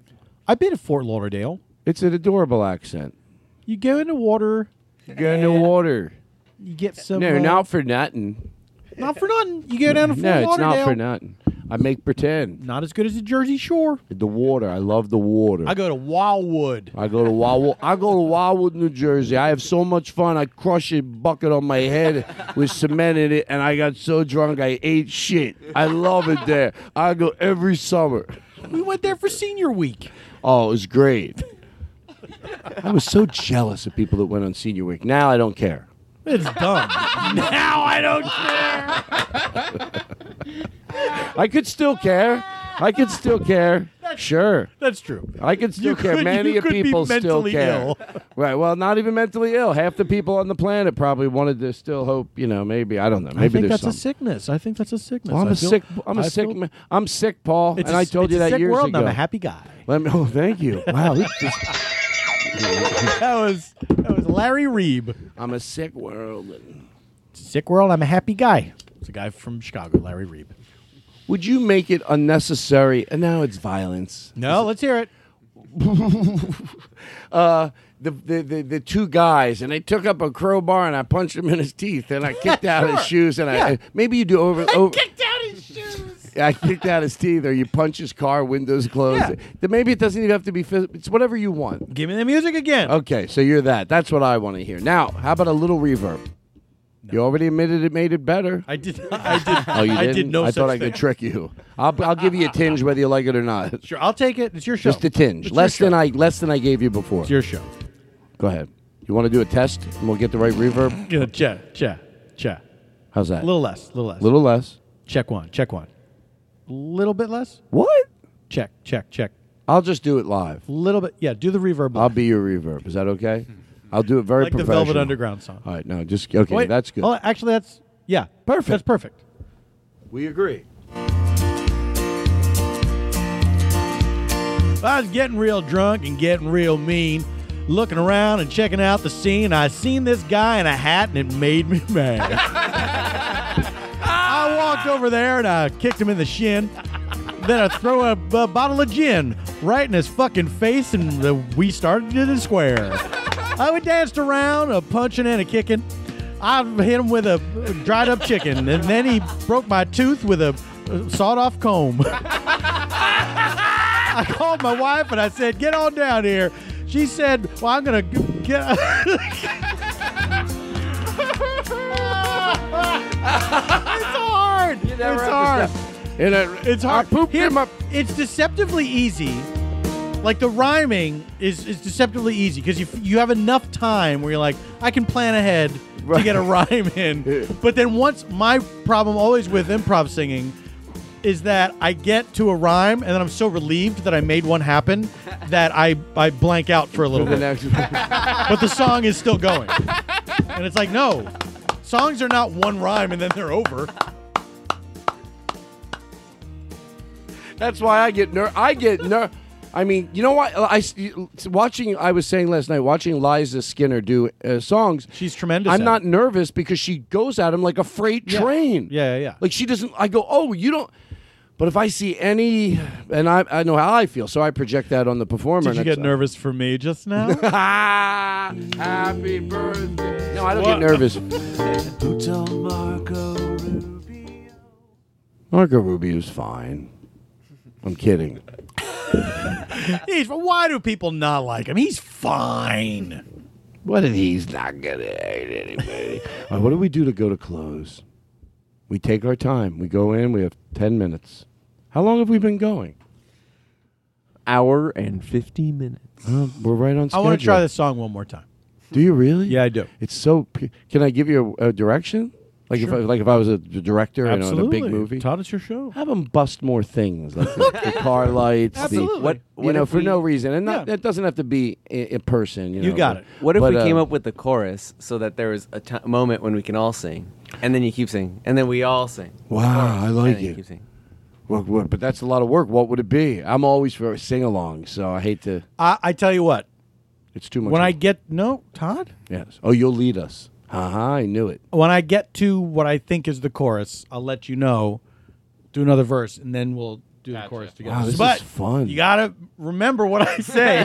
I've been to Fort Lauderdale. It's an adorable accent. You go into water. You go in the water. You get some. no, uh, not for nothing. Not for nothing. You go down to Fort no, it's Lauderdale. not for nothing. I make pretend. Not as good as the Jersey Shore. The water. I love the water. I go to Wildwood. I go to Wildwood. I go to Wildwood, New Jersey. I have so much fun. I crush a bucket on my head with cement in it, and I got so drunk I ate shit. I love it there. I go every summer. We went there for senior week. Oh, it was great. I was so jealous of people that went on senior week. Now I don't care. It's dumb. now I don't care. I could still care. I could still care. sure. That's true. I could still You care. could- Many you of could be people still mentally care. ill. Right. Well, not even mentally ill. Half the people on the planet probably wanted to still hope. You know, maybe I don't know. Maybe I think there's that's something. a sickness. I think that's a sickness. Well, I'm I a feel- sick. I'm a I sick. feel- man. I'm sick, Paul, It's and a- I told it's you a that sick years world, and ago. I'm a happy guy. Let me, oh, thank you. Wow. this is- that was that was Larry Reeb. I'm a sick world. and- Sick world. I'm a happy guy. It's a guy from Chicago, Larry Reeb. Would you make it unnecessary? And now it's violence. No, let's hear it. uh, the, the, the, the two guys, and they took up a crowbar and I punched him in his teeth, and I kicked out his shoes, and I maybe you do over. over kicked out his shoes. I kicked out his teeth, or you punch his car windows closed. Then maybe it doesn't even have to be physical. It's whatever you want. Give me the music again. Okay, so you're that. That's what I want to hear. Now, how about a little reverb? You already admitted it made it better. I did. I did. Oh, you I didn't? did no I thought such I could thing. trick you. I'll, I'll give you a tinge whether you like it or not. Sure, I'll take it. It's your show. Just a tinge, It's your less show. than I less than I gave you before. It's your show. Go ahead. You want to do a test, and we'll get the right reverb. Yeah, cha cha cha. How's A that? little less. A little less. Little less. Check one. Check one. Little bit less. What? Check check check. I'll just do it live. Little bit. Yeah. Do the reverb. I'll be your reverb. Is that okay? I'll do it very Like the professional. Velvet Underground song. All right. No, just okay. Wait, that's good. Oh, actually, that's yeah. Perfect. That's perfect. We agree. I was getting real drunk and getting real mean, looking around and checking out the scene. I seen this guy in a hat and it made me mad. I walked over there and I kicked him in the shin. Then I threw a, a bottle of gin right in his fucking face and the, we started to the square. I would danced around, a punching and a kicking. I hit him with a dried up chicken and then he broke my tooth with a sawed off comb. I called my wife and I said, "Get on down here." She said, "Well, I'm gonna g- get." it's hard. never it's have to hard. It, it's hard. Here- It's deceptively easy. Like the rhyming is is deceptively easy because you f- you have enough time where you're like, I can plan ahead to get a rhyme in. But then once my problem always with improv singing is that I get to a rhyme and then I'm so relieved that I made one happen that I I blank out for a little bit. but the song is still going. And it's like, no. Songs are not one rhyme and then they're over. That's why I get ner. I get ner. I mean, you know what? I s- watching. I was saying last night watching Liza Skinner do uh, songs. She's tremendous. I'm at not nervous because she goes at him like a freight train. Yeah, yeah, yeah. Like she doesn't. I go, oh, you don't. But if I see any, and I, I know how I feel, so I project that on the performer. Did you and it's- get nervous for me just now? Happy birthday. No, I don't get nervous. Marco Rubio's fine. I'm kidding. He's, why do people not like him? He's fine. What if he's not gonna hurt anybody? Uh, what do we do to go to close? We take our time. We go in. We have ten minutes. How long have we been going? Hour and 50 minutes. Uh, we're right on I schedule. want to try this song one more time. Do you really? Yeah, I do. It's so. pu- Can I give you a, a direction? Like if I, Sure. like if I was a d- director you know, in a big Absolutely. movie. Todd, it's your show. Have them bust more things, like the, the car lights. Absolutely. The, What- you what know, if for we- no reason, and not, it doesn't have to be i- in, person. You, know, but- What if but, we uh, came up with the chorus so that there was a ti- moment when we can all sing, and then you keep singing, and then we all sing. Wow, I And like then you it. keep singing. Well, well, but that's a lot of work. What would it be? I'm always for sing along, so I hate to. I, I tell you what. It's too much. When I work. get no Todd, yes. Oh, you'll lead us. Uh Uh-huh. huh. I knew it. when I get to what I think is the chorus, I'll let you know. Do another verse, and then we'll do the chorus together. Wow, this is but fun. You gotta remember what I say,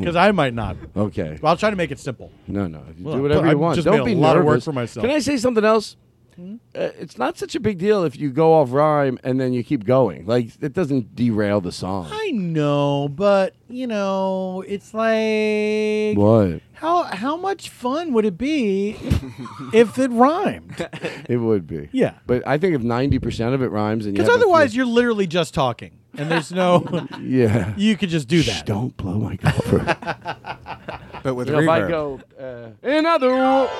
because I might not. Okay. I'll try to make it simple. No, no. You Well, do whatever I you want. just Don't made a be lot of work nervous. for myself. Hmm? Can I say something else? uh, it's not such a big deal if you go off rhyme and then you keep going. Like it doesn't derail the song. I know, but you know, it's like What? How how much fun would it be if it rhymed? It would be. Yeah. But I think if ninety percent of it rhymes and you Because have a otherwise, you're literally just talking, and there's no. few- yeah, you could just do that. don't blow my cover. but with You know, if I reverb. go, uh, in other, wo-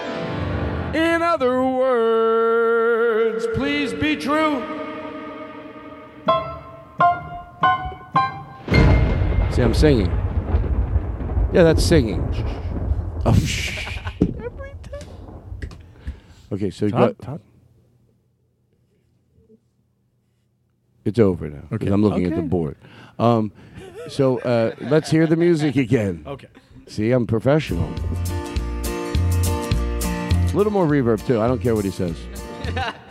in other words, please be true. See, I'm singing. Yeah, that's singing. Oh, sh- Okay, so you Todd, got, it's over now. Okay, I'm looking at the Okay. board. Um, so uh, let's hear the music again. Okay. See, I'm professional. A little more reverb too. I don't care what he says.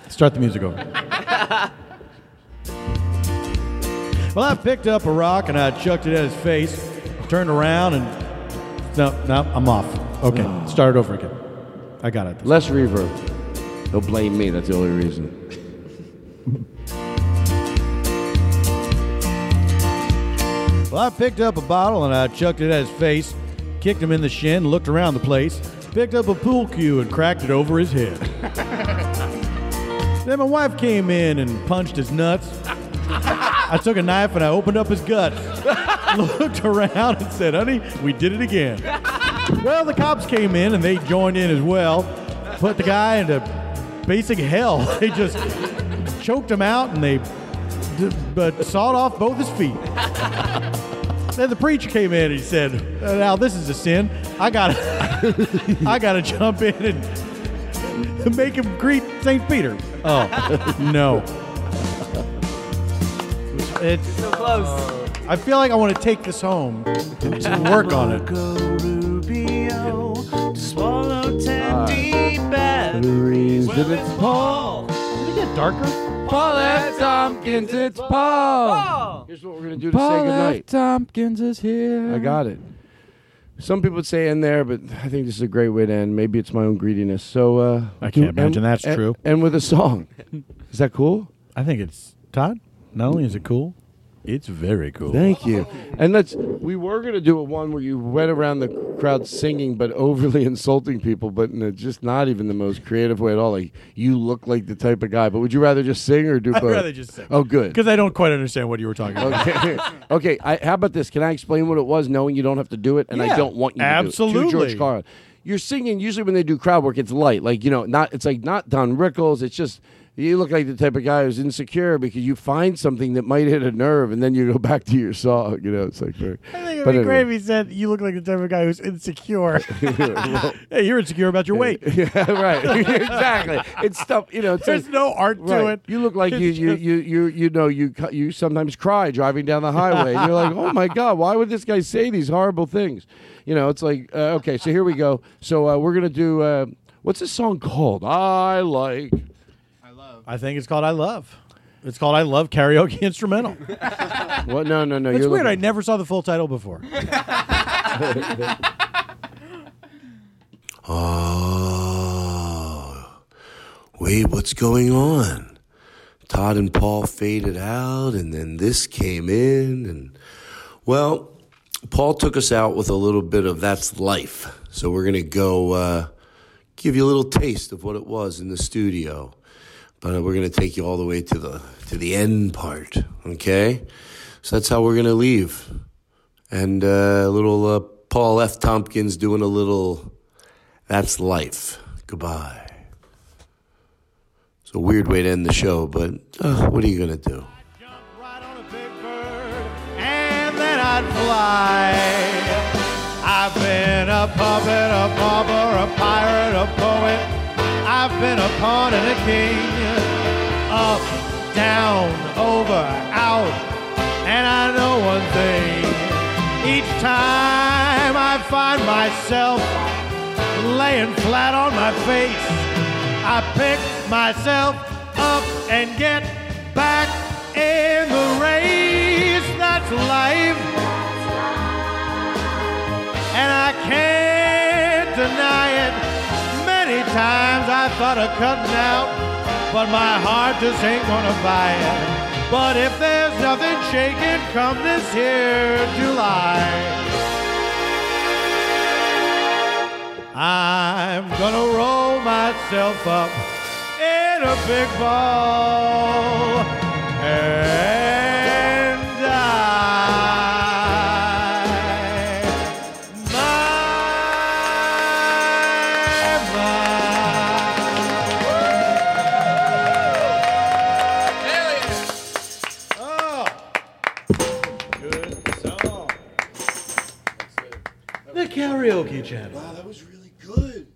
Start the music over. Well, I picked up a rock and I chucked it at his face, turned around and no, no, I'm off. Okay, start over again. I got it. Less reverb. They'll blame me. That's the only reason. Well, I picked up a bottle and I chucked it at his face, kicked him in the shin, looked around the place, picked up a pool cue and cracked it over his head. then my wife came in and punched his nuts. I took a knife and I opened up his guts, looked around and said, Honey, we did it again. Well, the cops came in and they joined in as well, put the guy into basic hell. They just choked him out and they d- but sawed off both his feet. Then the preacher came in and he said, "Uh, "Now this is a sin. I got, I got to jump in and make him greet Saint Peter." Oh no! It's so close. I feel like I want to take this home to work on it. Swallow ten Ah. deep breaths. Well, it's Paul. Did it get darker? Paul F. Tompkins, it's Paul. Here's what we're gonna do to say Paul goodnight. F. Tompkins is here. I got it. Some people would say end there, but I think this is a great way to end. Maybe it's my own greediness. So uh, I can't do- imagine end- that's end- true. End with a song. Is that cool? I think it's Todd. Not only is it cool, it's very cool. Thank you. And let's. We were gonna do a one where you went around the crowd singing, but overly insulting people, but in a, just not even the most creative way at all. Like you look like the type of guy. But would you rather just sing or do I'd both? rather just sing. Oh, good. Because I don't quite understand what you were talking about. okay. okay. I, how about this? Can I explain what it was, knowing you don't have to do it, and I Yeah. don't want you to do it? To Absolutely. George Carlin. You're singing usually when they do crowd work. It's light, like you know, not. It's like not Don Rickles. It's just you look like the type of guy who's insecure because you find something that might hit a nerve, and then you go back to your song. You know, it's like. Very, I think it'd but be anyway. great if he said you look like the type of guy who's insecure. hey, you're insecure about your weight. yeah, right. exactly. It's stuff. You know, it's There's like- no art to Right. it. You look like you It's you, just- you you you know you cu- you sometimes cry driving down the highway. and you're like, oh my god, why would this guy say these horrible things? You know, it's like uh, okay, so here we go. So uh, we're gonna do uh, what's this song called? I like. I think it's called I Love. It's called I Love Karaoke Instrumental. What? No, no, no. it's you're weird. I Looking, never saw the full title before. Oh, wait, what's going on? Todd and Paul faded out, and then this came in, and well, Paul took us out with a little bit of that's life. So we're gonna go uh, give you a little taste of what it was in the studio, but we're gonna take you all the way to the to the end part. Okay, so that's how we're gonna leave, and uh, little uh, Paul F. Tompkins doing a little. That's life. Goodbye. It's a weird way to end the show, but uh, what are you going to do? and then I'd fly. I've been a puppet, a pauper, a pirate, a poet. I've been a pawn and a king. Up, down, over, out. And I know one thing. Each time I find myself laying flat on my face, I pick myself up and get back in the race. That's life. And I can't deny it. Many times I thought of cutting out, but my heart just ain't gonna buy it. But if there's nothing shaking come this here July, I'm gonna roll myself up in a big ball and die. The karaoke channel. Wow, that was really good.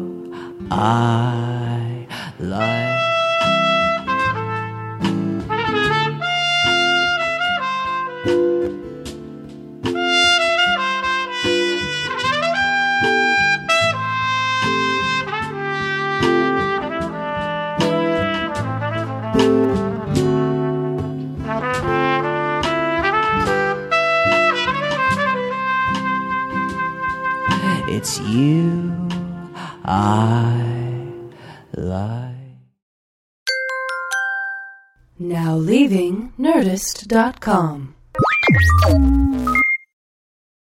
I like. It's you I like. Now leaving Nerdist.com.